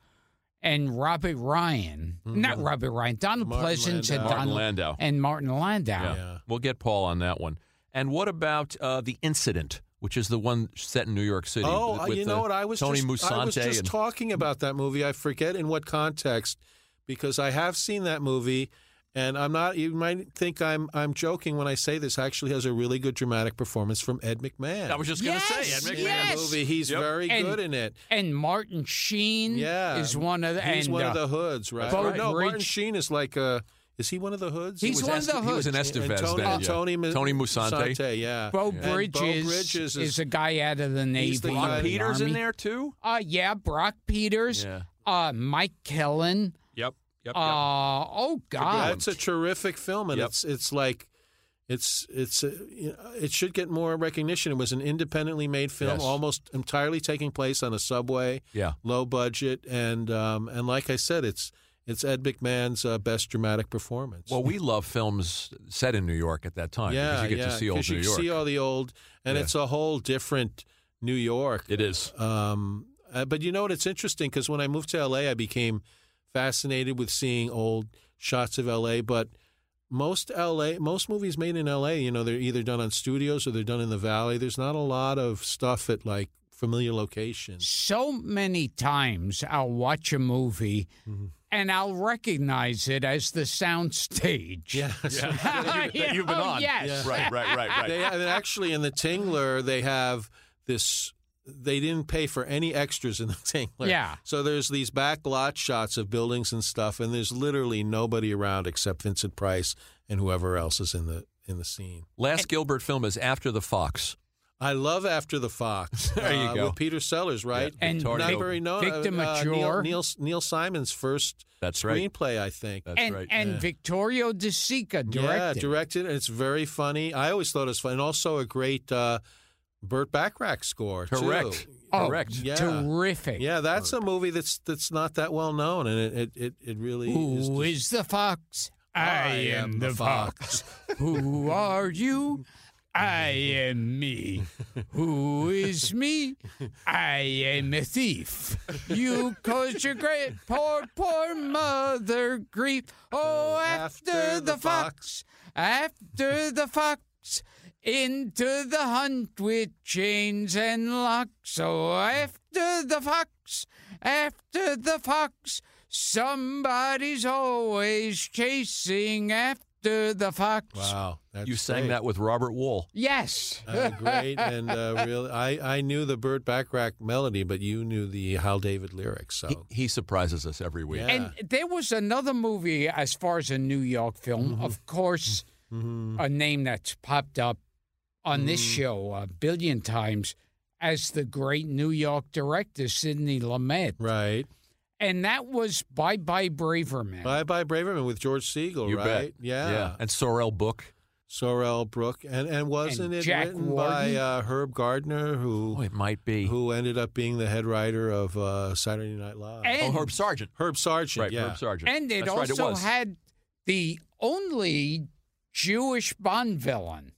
[SPEAKER 1] and Robert Ryan. Not Robert Ryan, Donald
[SPEAKER 3] Mm-hmm. Martin
[SPEAKER 1] Pleasance and
[SPEAKER 3] Landau.
[SPEAKER 2] Martin
[SPEAKER 1] Donald
[SPEAKER 2] Landau.
[SPEAKER 1] and Martin Landau.
[SPEAKER 2] Yeah.
[SPEAKER 3] Yeah.
[SPEAKER 2] We'll get Paul on that one. And what about uh, the incident, which is the one set in New York City?
[SPEAKER 3] Oh,
[SPEAKER 2] with,
[SPEAKER 3] you
[SPEAKER 2] uh,
[SPEAKER 3] know what? I was
[SPEAKER 2] Tony
[SPEAKER 3] just,
[SPEAKER 2] Musante
[SPEAKER 3] I was just
[SPEAKER 2] and
[SPEAKER 3] talking about that movie. I forget in what context, because I have seen that movie, and I'm not. You might think I'm I'm joking when I say this. Actually, has a really good dramatic performance from Ed McMahon.
[SPEAKER 2] I was just going to
[SPEAKER 1] Yes,
[SPEAKER 2] say, Ed McMahon.
[SPEAKER 1] yes.
[SPEAKER 3] that movie. He's
[SPEAKER 2] Yep.
[SPEAKER 3] very
[SPEAKER 1] And-
[SPEAKER 3] good in it.
[SPEAKER 1] And Martin Sheen
[SPEAKER 3] Yeah,
[SPEAKER 1] is one of the.
[SPEAKER 3] He's
[SPEAKER 1] and,
[SPEAKER 3] one
[SPEAKER 1] uh,
[SPEAKER 3] of the hoods, right?
[SPEAKER 1] Bo
[SPEAKER 3] Or no, Martin
[SPEAKER 1] Breach.
[SPEAKER 3] Sheen is like a. Is he one of the hoods?
[SPEAKER 1] He's
[SPEAKER 2] was
[SPEAKER 1] one of the
[SPEAKER 2] Est- he was
[SPEAKER 1] hoods.
[SPEAKER 2] an
[SPEAKER 3] and
[SPEAKER 2] Estevez
[SPEAKER 3] Tony,
[SPEAKER 2] then.
[SPEAKER 3] and
[SPEAKER 2] yeah.
[SPEAKER 3] Tony, Mu-
[SPEAKER 2] Tony Musante.
[SPEAKER 3] yeah.
[SPEAKER 1] Bo
[SPEAKER 3] And
[SPEAKER 1] Bridges,
[SPEAKER 3] Bridges
[SPEAKER 1] is, a guy out of the Navy.
[SPEAKER 3] He's the
[SPEAKER 2] Brock
[SPEAKER 3] guy-
[SPEAKER 1] or the
[SPEAKER 2] Peters in
[SPEAKER 1] Army.
[SPEAKER 2] there too.
[SPEAKER 1] Uh, yeah, Brock Peters.
[SPEAKER 2] Yeah.
[SPEAKER 1] Uh, Mike Kellen.
[SPEAKER 2] Yep. Yep.
[SPEAKER 1] Uh, oh God.
[SPEAKER 3] That's a terrific film, and
[SPEAKER 2] Yep.
[SPEAKER 3] it's it's like it's it's uh, you know, it should get more recognition. It was an independently made film,
[SPEAKER 2] Yes.
[SPEAKER 3] almost entirely taking place on a subway,
[SPEAKER 2] yeah.
[SPEAKER 3] low budget, and um, and like I said, it's it's Ed McMahon's uh, best dramatic performance.
[SPEAKER 2] Well, we love films set in New York at that time
[SPEAKER 3] yeah,
[SPEAKER 2] because you get
[SPEAKER 3] yeah,
[SPEAKER 2] to see old
[SPEAKER 3] 'cause you
[SPEAKER 2] New York.
[SPEAKER 3] see all the old, and
[SPEAKER 2] Yeah.
[SPEAKER 3] it's a whole different New York.
[SPEAKER 2] it is.
[SPEAKER 3] Um, uh, but you know what? It's interesting because when I moved to LA, I became fascinated with seeing old shots of LA. But most LA, most movies made in LA, you know, they're either done on studios or they're done in the valley. There's not a lot of stuff at like familiar locations.
[SPEAKER 1] so many times I'll watch a movie and I'll recognize it as the soundstage.
[SPEAKER 3] Yeah.
[SPEAKER 1] You
[SPEAKER 2] You've been
[SPEAKER 1] know,
[SPEAKER 2] on.
[SPEAKER 1] Yes.
[SPEAKER 2] Right, right, right, right.
[SPEAKER 3] they I mean, actually in the Tingler they have this. They didn't pay for any extras in the Tingler.
[SPEAKER 1] Yeah.
[SPEAKER 3] So there's these back lot shots of buildings and stuff, and there's literally nobody around except Vincent Price and whoever else is in the in the scene.
[SPEAKER 2] Last Gilbert film is After the Fox.
[SPEAKER 3] I love After the Fox.
[SPEAKER 2] There you
[SPEAKER 3] uh,
[SPEAKER 2] go.
[SPEAKER 3] With Peter Sellers, right?
[SPEAKER 2] Yeah,
[SPEAKER 1] And
[SPEAKER 2] Victoria-
[SPEAKER 3] Not very known.
[SPEAKER 1] Victor
[SPEAKER 3] uh,
[SPEAKER 1] Mature.
[SPEAKER 3] Neil, Neil Neil Simon's first
[SPEAKER 2] That's right.
[SPEAKER 3] screenplay, I think.
[SPEAKER 2] That's
[SPEAKER 1] And
[SPEAKER 2] right.
[SPEAKER 1] and Victorio De Sica directed.
[SPEAKER 3] Yeah, directed. and It's very funny. I always thought it was fun, and also a great uh, Burt Bacharach score. too.
[SPEAKER 2] Correct.
[SPEAKER 1] Oh,
[SPEAKER 2] Correct.
[SPEAKER 3] Yeah.
[SPEAKER 1] Terrific.
[SPEAKER 3] Yeah, that's a movie that's that's not that well known, and it it, it, it really is.
[SPEAKER 1] Who
[SPEAKER 3] just-
[SPEAKER 1] is the fox? I, am, the fox. Who are you? I am me. Who is me? I am a thief. You caused your great poor, poor mother grief. Oh, after, the, fox, after the fox, into the hunt with chains and locks. Oh, after the fox, after the fox, somebody's always chasing after the fox.
[SPEAKER 3] Wow, that's
[SPEAKER 2] you sang
[SPEAKER 3] great.
[SPEAKER 2] that with Robert Wool.
[SPEAKER 1] Yes.
[SPEAKER 3] Uh, great and uh, really, I, I knew the Burt Bacharach melody, but you knew the Hal David lyrics. So
[SPEAKER 2] He, he surprises us every week.
[SPEAKER 3] Oh. Yeah.
[SPEAKER 1] And there was another movie, as far as a New York film,
[SPEAKER 2] Mm-hmm.
[SPEAKER 1] of course, a name that's popped up on this
[SPEAKER 2] Mm.
[SPEAKER 1] show a billion times as the great New York director, Sidney Lumet.
[SPEAKER 3] right,
[SPEAKER 1] And that was Bye Bye Braverman.
[SPEAKER 3] bye bye Braverman with George Siegel,
[SPEAKER 2] You
[SPEAKER 3] right?
[SPEAKER 2] bet.
[SPEAKER 3] Yeah.
[SPEAKER 2] And Sorrel Book.
[SPEAKER 3] Sorrel Brook, and and wasn't
[SPEAKER 1] And
[SPEAKER 3] it
[SPEAKER 1] Jack
[SPEAKER 3] written by
[SPEAKER 1] Warden?
[SPEAKER 3] uh, Herb Gardner,
[SPEAKER 2] Oh,
[SPEAKER 3] who
[SPEAKER 2] it might be.
[SPEAKER 3] who ended up being the head writer of uh, Saturday Night Live?
[SPEAKER 2] oh,
[SPEAKER 1] and,
[SPEAKER 2] Herb Sargent.
[SPEAKER 3] Herb Sargent,
[SPEAKER 2] Right,
[SPEAKER 3] yeah,
[SPEAKER 2] Herb Sargent.
[SPEAKER 1] and it
[SPEAKER 2] That's right,
[SPEAKER 1] also
[SPEAKER 2] it was.
[SPEAKER 1] had the only Jewish Bond villain.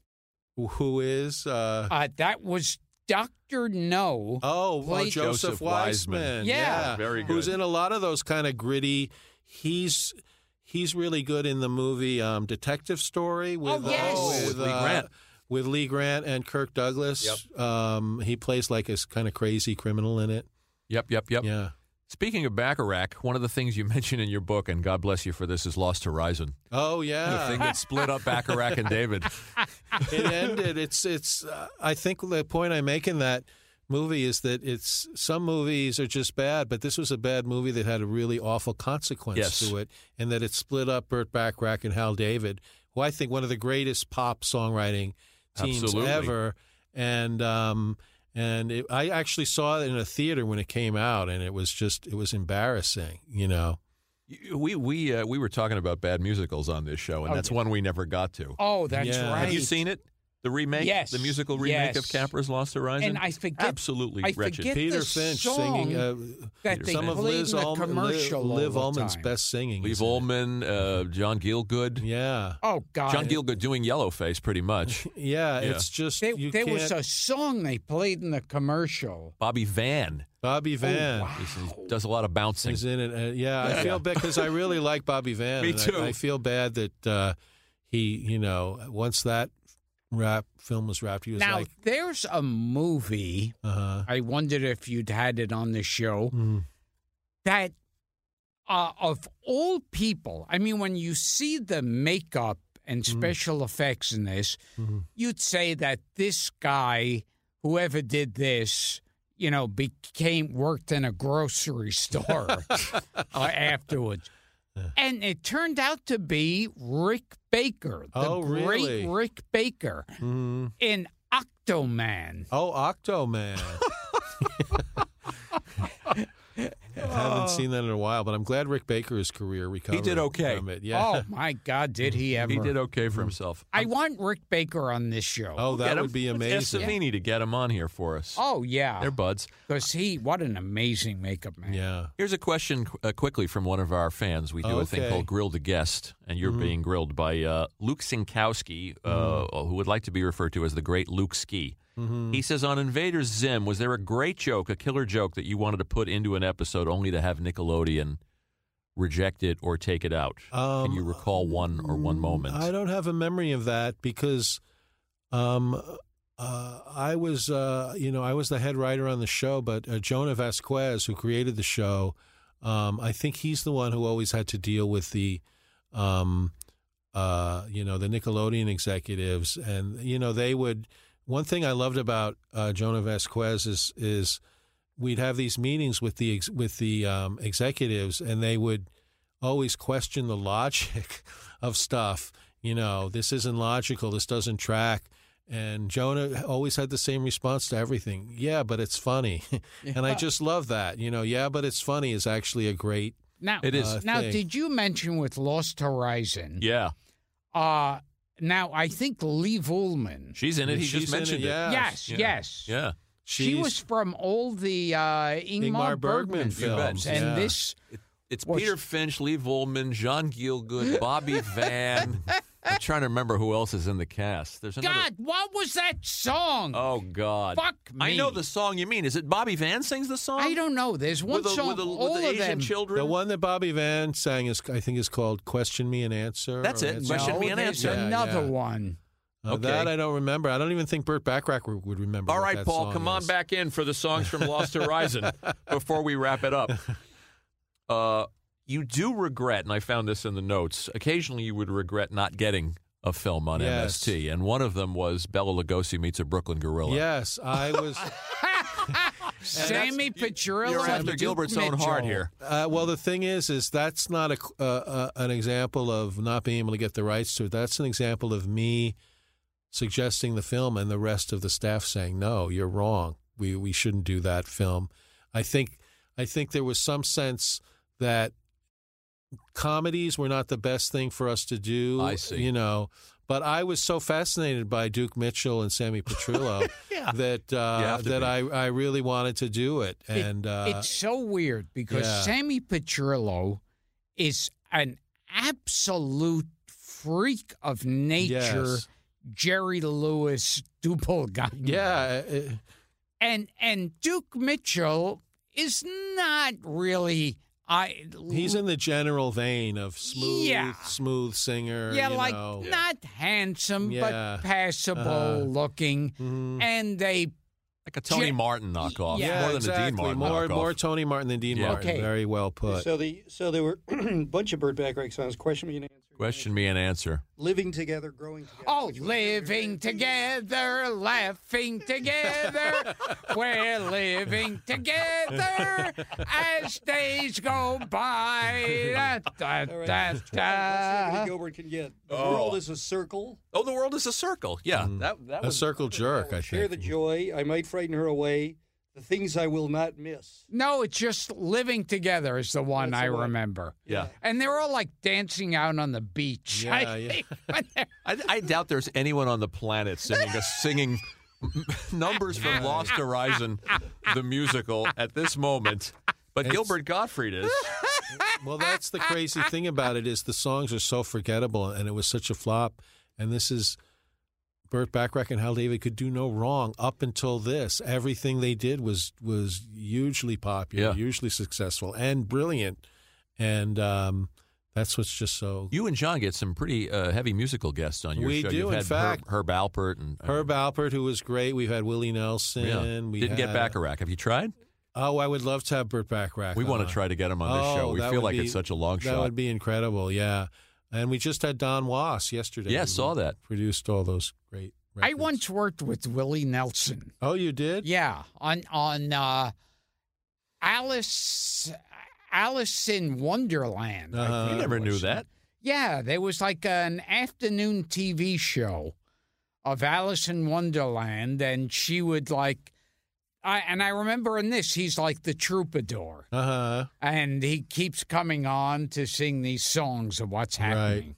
[SPEAKER 3] who is uh,
[SPEAKER 1] Uh, that was Dr. No.
[SPEAKER 3] Oh, well,
[SPEAKER 1] Played-
[SPEAKER 3] Joseph,
[SPEAKER 2] Joseph
[SPEAKER 3] Weisman.
[SPEAKER 2] Wiseman.
[SPEAKER 1] Yeah.
[SPEAKER 2] Very
[SPEAKER 3] Who's
[SPEAKER 2] good.
[SPEAKER 3] in a lot of those kind of gritty. He's he's really good in the movie um, Detective Story with
[SPEAKER 1] Oh, yes.
[SPEAKER 3] uh,
[SPEAKER 2] With Lee Grant.
[SPEAKER 3] with Lee Grant and Kirk Douglas. Yep. Um, he plays like a kind of crazy criminal in it.
[SPEAKER 2] Yep, yep, yep.
[SPEAKER 3] Yeah.
[SPEAKER 2] Speaking of Bacharach, one of the things you mentioned in your book, and God bless you for this, is Lost Horizon.
[SPEAKER 3] Oh
[SPEAKER 2] The thing
[SPEAKER 3] yeah.
[SPEAKER 2] that split up Bacharach and David.
[SPEAKER 3] it ended. It's it's. Uh, I think the point I make in that movie is that it's some movies are just bad, but this was a bad movie that had a really awful consequence
[SPEAKER 2] Yes.
[SPEAKER 3] to it, and that it split up Burt Bacharach and Hal David, who I think one of the greatest pop songwriting teams
[SPEAKER 2] Absolutely.
[SPEAKER 3] ever, and. Um, and it, I actually saw it in a theater when it came out, and it was just it was embarrassing, you know.
[SPEAKER 2] We we uh, we were talking about bad musicals on this show, and that's one we never got to.
[SPEAKER 1] Oh, that's
[SPEAKER 3] Yeah.
[SPEAKER 1] Oh, right.
[SPEAKER 2] Have you seen it? The remake,
[SPEAKER 1] Yes,
[SPEAKER 2] the musical remake of
[SPEAKER 1] yes.
[SPEAKER 2] Capra's Lost Horizon.
[SPEAKER 1] And I forget-
[SPEAKER 2] absolutely
[SPEAKER 1] I
[SPEAKER 2] wretched.
[SPEAKER 1] forget- Get
[SPEAKER 3] Peter
[SPEAKER 1] the
[SPEAKER 3] Finch
[SPEAKER 1] song
[SPEAKER 3] singing uh,
[SPEAKER 1] that they
[SPEAKER 2] Peter
[SPEAKER 3] some of
[SPEAKER 1] played
[SPEAKER 3] Liz
[SPEAKER 1] in the
[SPEAKER 3] Ullman- Liv-
[SPEAKER 1] commercial all
[SPEAKER 3] Liv
[SPEAKER 1] the
[SPEAKER 3] Ullman's
[SPEAKER 1] time.
[SPEAKER 3] best singing.
[SPEAKER 2] Leave
[SPEAKER 3] isn't it?
[SPEAKER 2] Ullman, uh, John Gielgud,
[SPEAKER 3] Yeah.
[SPEAKER 1] Oh God!
[SPEAKER 2] John Gielgud doing Yellowface, pretty much.
[SPEAKER 3] Yeah,
[SPEAKER 2] Yeah.
[SPEAKER 3] it's just
[SPEAKER 1] They-
[SPEAKER 3] you
[SPEAKER 1] there was
[SPEAKER 3] can't-
[SPEAKER 1] a song they played in the commercial.
[SPEAKER 2] Bobby Van
[SPEAKER 3] Bobby
[SPEAKER 1] Oh,
[SPEAKER 3] Van
[SPEAKER 2] he's- he does a lot of bouncing.
[SPEAKER 3] is in it. Uh, yeah, I feel bad because I really like Bobby Van.
[SPEAKER 2] Me
[SPEAKER 3] and I-
[SPEAKER 2] too.
[SPEAKER 3] I, feel bad that uh, he, you know, once that rap film was wrapped, he was
[SPEAKER 1] Now
[SPEAKER 3] like,
[SPEAKER 1] there's a movie.
[SPEAKER 3] uh, Mm.
[SPEAKER 1] I wondered if you'd had it on the show. That uh, of all people, I mean, when you see the makeup
[SPEAKER 3] Mm.
[SPEAKER 1] and special effects in this,
[SPEAKER 3] Mm-hmm.
[SPEAKER 1] you'd say that this guy, whoever did this, you know, became worked in a grocery store uh, afterwards. And it turned out to be Rick Baker, the
[SPEAKER 3] Oh,
[SPEAKER 1] great
[SPEAKER 3] really? Mm-hmm.
[SPEAKER 1] Rick Baker in Octoman.
[SPEAKER 3] Oh, Octoman. I
[SPEAKER 2] Oh.
[SPEAKER 3] haven't seen that in a while, but I'm glad Rick Baker's career recovered.
[SPEAKER 2] okay.
[SPEAKER 3] From it. Yeah.
[SPEAKER 1] Oh my God, did he ever? Mm-hmm.
[SPEAKER 2] He did okay for himself.
[SPEAKER 1] I want Rick Baker on this show.
[SPEAKER 3] Oh, that
[SPEAKER 2] Get him-
[SPEAKER 3] would be
[SPEAKER 2] let's ask
[SPEAKER 3] amazing.
[SPEAKER 2] Savini to get him on here for us.
[SPEAKER 1] Oh, yeah,
[SPEAKER 2] They're buds.
[SPEAKER 1] because he what an amazing makeup man.
[SPEAKER 3] Yeah.
[SPEAKER 2] Here's a question uh, quickly from one of our fans. We do a thing
[SPEAKER 3] Okay. Mm-hmm.
[SPEAKER 2] called Grill to Guest, and you're being grilled by uh, Luke Sinkowski, uh,
[SPEAKER 3] Mm.
[SPEAKER 2] who would like to be referred to as the great Luke Ski.
[SPEAKER 3] Mm-hmm.
[SPEAKER 2] He says, On Invader Zim, was there a great joke, a killer joke that you wanted to put into an episode only to have Nickelodeon reject it or take it out? Can you recall one or one moment?
[SPEAKER 3] Um, mm, I don't have a memory of that because um, uh, I was, uh, you know, I was the head writer on the show, but uh, Jonah Vasquez, who created the show, um, I think he's the one who always had to deal with the, um, uh, you know, the Nickelodeon executives, and you know, they would. One thing I loved about uh, Jonah Vasquez is is we'd have these meetings with the ex- with the um, executives, and they would always question the logic of stuff. You know, this isn't logical. This doesn't track. And Jonah always had the same response to everything. Yeah, but it's funny. and I just love that. You know, yeah, but it's funny is actually a great.
[SPEAKER 1] Now
[SPEAKER 2] It is.
[SPEAKER 3] Uh,
[SPEAKER 1] now,
[SPEAKER 3] thing.
[SPEAKER 1] did you mention with Lost Horizon?
[SPEAKER 2] yeah.
[SPEAKER 1] Uh now I think Lee Ullman.
[SPEAKER 2] She's in it. He
[SPEAKER 3] She's
[SPEAKER 2] just
[SPEAKER 3] in it,
[SPEAKER 2] mentioned it.
[SPEAKER 3] yeah.
[SPEAKER 1] yes,
[SPEAKER 2] Yeah.
[SPEAKER 1] yes.
[SPEAKER 2] Yeah.
[SPEAKER 1] She
[SPEAKER 3] She's-
[SPEAKER 1] was from all the uh, Ingmar,
[SPEAKER 3] Ingmar Bergman
[SPEAKER 1] films,
[SPEAKER 2] films,
[SPEAKER 1] and
[SPEAKER 3] yeah.
[SPEAKER 1] this
[SPEAKER 2] It's
[SPEAKER 1] Well,
[SPEAKER 2] Peter Finch, Lee Volman, John Gielgud, Bobby Van. I'm trying to remember who else is in the cast. There's another.
[SPEAKER 1] God, what was that song?
[SPEAKER 2] Oh God!
[SPEAKER 1] Fuck
[SPEAKER 2] I know
[SPEAKER 1] me.
[SPEAKER 2] the song you mean. Is it Bobby Van sings the song?
[SPEAKER 1] I don't know. There's one
[SPEAKER 2] With the,
[SPEAKER 1] song
[SPEAKER 2] with the, with
[SPEAKER 1] all
[SPEAKER 2] the
[SPEAKER 1] of
[SPEAKER 2] Asian
[SPEAKER 1] them.
[SPEAKER 2] children.
[SPEAKER 3] The one that Bobby Van sang is, I think, is called "Question Me and Answer."
[SPEAKER 2] That's
[SPEAKER 3] or
[SPEAKER 2] it.
[SPEAKER 1] No,
[SPEAKER 2] Question Me and
[SPEAKER 1] there's
[SPEAKER 2] Answer.
[SPEAKER 3] Yeah,
[SPEAKER 1] another
[SPEAKER 3] yeah.
[SPEAKER 1] one.
[SPEAKER 3] Uh, That
[SPEAKER 2] Okay.
[SPEAKER 3] I don't remember. I don't even think Burt Bacharach would would remember.
[SPEAKER 2] All
[SPEAKER 3] what
[SPEAKER 2] right,
[SPEAKER 3] that
[SPEAKER 2] Paul,
[SPEAKER 3] song
[SPEAKER 2] come on
[SPEAKER 3] is.
[SPEAKER 2] back in for the songs from Lost Horizon before we wrap it up. Uh, you do regret, and I found this in the notes. Occasionally, you would regret not getting a film on
[SPEAKER 3] Yes.
[SPEAKER 2] MST, and one of them was Bella Lugosi meets a Brooklyn gorilla.
[SPEAKER 3] Yes, I was.
[SPEAKER 1] Sammy Piccirillo.
[SPEAKER 2] You're
[SPEAKER 1] and
[SPEAKER 2] after
[SPEAKER 1] Duke
[SPEAKER 2] Gilbert's own heart
[SPEAKER 1] Mitchell.
[SPEAKER 2] here.
[SPEAKER 3] Uh, well, the thing is, is that's not a, uh, uh, an example of not being able to get the rights to it. That's an example of me suggesting the film and the rest of the staff saying, "No, you're wrong. We we shouldn't do that film." I think I think there was some sense that comedies were not the best thing for us to do.
[SPEAKER 2] I see.
[SPEAKER 3] You know. But I was so fascinated by Duke Mitchell and Sammy Petrillo that uh,
[SPEAKER 2] have to
[SPEAKER 3] that
[SPEAKER 2] be.
[SPEAKER 3] I, I really wanted to do it.
[SPEAKER 1] It-
[SPEAKER 3] And uh,
[SPEAKER 1] it's so weird because
[SPEAKER 3] yeah.
[SPEAKER 1] Sammy Petrillo is an absolute freak of nature,
[SPEAKER 3] Yes.
[SPEAKER 1] Jerry Lewis doppelganger.
[SPEAKER 3] yeah, it-
[SPEAKER 1] and and Duke Mitchell is not really. I
[SPEAKER 3] He's in the general vein of smooth,
[SPEAKER 1] Yeah.
[SPEAKER 3] smooth singer.
[SPEAKER 1] yeah,
[SPEAKER 3] you
[SPEAKER 1] like
[SPEAKER 3] know.
[SPEAKER 1] not handsome
[SPEAKER 3] Yeah.
[SPEAKER 1] but passable
[SPEAKER 3] Uh-huh.
[SPEAKER 1] looking,
[SPEAKER 3] Mhm.
[SPEAKER 1] and they
[SPEAKER 2] Like a Tony
[SPEAKER 1] Yeah.
[SPEAKER 2] Martin knockoff,
[SPEAKER 1] Yeah,
[SPEAKER 3] yeah,
[SPEAKER 2] more than a Dean
[SPEAKER 3] exactly.
[SPEAKER 2] Martin
[SPEAKER 3] more,
[SPEAKER 2] knockoff.
[SPEAKER 3] more Tony Martin than Dean
[SPEAKER 2] Yeah.
[SPEAKER 3] Martin.
[SPEAKER 1] Okay.
[SPEAKER 3] Very well put.
[SPEAKER 5] So the so there were a bunch of Burt Bacharach songs. Question me and answer.
[SPEAKER 2] Question me and answer.
[SPEAKER 5] Living together, growing together.
[SPEAKER 1] Oh,
[SPEAKER 5] which was very, very
[SPEAKER 1] living together, laughing together. We're living together as days go by. Da, da,
[SPEAKER 5] All right.
[SPEAKER 1] da,
[SPEAKER 5] Let's
[SPEAKER 1] da.
[SPEAKER 5] see if Gilbert can get. The
[SPEAKER 3] Oh.
[SPEAKER 5] world is a circle.
[SPEAKER 2] Oh, the world is a circle. Yeah, that that
[SPEAKER 3] a
[SPEAKER 2] was
[SPEAKER 3] circle jerk, I
[SPEAKER 5] Share
[SPEAKER 3] think.
[SPEAKER 5] the joy. I might frighten her away. The things I will not miss.
[SPEAKER 1] No, it's just living together is the one
[SPEAKER 5] That's
[SPEAKER 1] I
[SPEAKER 5] the one.
[SPEAKER 1] remember.
[SPEAKER 2] yeah.
[SPEAKER 1] And they're all like dancing out on the beach. I
[SPEAKER 3] Yeah, yeah.
[SPEAKER 1] think, when they're-
[SPEAKER 2] I, I doubt there's anyone on the planet singing a singing numbers from Lost Horizon, the musical, at this moment. But Gilbert Gottfried is.
[SPEAKER 3] well, that's the crazy thing about it is the songs are so forgettable, and it was such a flop. And this is Burt Bacharach and Hal David could do no wrong up until this. Everything they did was was hugely popular,
[SPEAKER 2] Yeah.
[SPEAKER 3] hugely successful, and brilliant. And um, that's what's just so
[SPEAKER 2] You and John get some pretty uh, heavy musical guests on your
[SPEAKER 3] We
[SPEAKER 2] show.
[SPEAKER 3] do,
[SPEAKER 2] You've
[SPEAKER 3] in
[SPEAKER 2] had
[SPEAKER 3] fact.
[SPEAKER 2] Herb, Herb Alpert and uh,
[SPEAKER 3] Uh-huh. Herb Alpert, who was great. We've had Willie
[SPEAKER 2] yeah.
[SPEAKER 3] Nelson. We
[SPEAKER 2] didn't get
[SPEAKER 3] had-
[SPEAKER 2] Bacharach. Have you tried?
[SPEAKER 3] Oh, I would love to have Burt Bacharach.
[SPEAKER 2] We want
[SPEAKER 3] on.
[SPEAKER 2] to try to get him on this show.
[SPEAKER 3] Oh,
[SPEAKER 2] We
[SPEAKER 3] that
[SPEAKER 2] feel
[SPEAKER 3] would
[SPEAKER 2] like
[SPEAKER 3] be-
[SPEAKER 2] it's such a long
[SPEAKER 3] that
[SPEAKER 2] shot.
[SPEAKER 3] would be incredible. Yeah, and we just had Don Was yesterday.
[SPEAKER 2] Yeah,
[SPEAKER 3] who
[SPEAKER 2] saw that.
[SPEAKER 3] Produced all those great. Records.
[SPEAKER 1] I once worked with Willie Nelson.
[SPEAKER 3] Oh, you did?
[SPEAKER 1] Yeah, on on uh, Alice Alice in Wonderland.
[SPEAKER 5] Oh,
[SPEAKER 1] I
[SPEAKER 3] Uh-huh.
[SPEAKER 1] think
[SPEAKER 2] you
[SPEAKER 1] it
[SPEAKER 2] never knew
[SPEAKER 1] was.
[SPEAKER 2] that.
[SPEAKER 1] Yeah, there was like an afternoon TV show of Alice in Wonderland, and she would like. I, and I remember in this, he's like the troubadour,
[SPEAKER 3] Uh huh.
[SPEAKER 1] and he keeps coming on to sing these songs of what's
[SPEAKER 3] Right.
[SPEAKER 1] happening.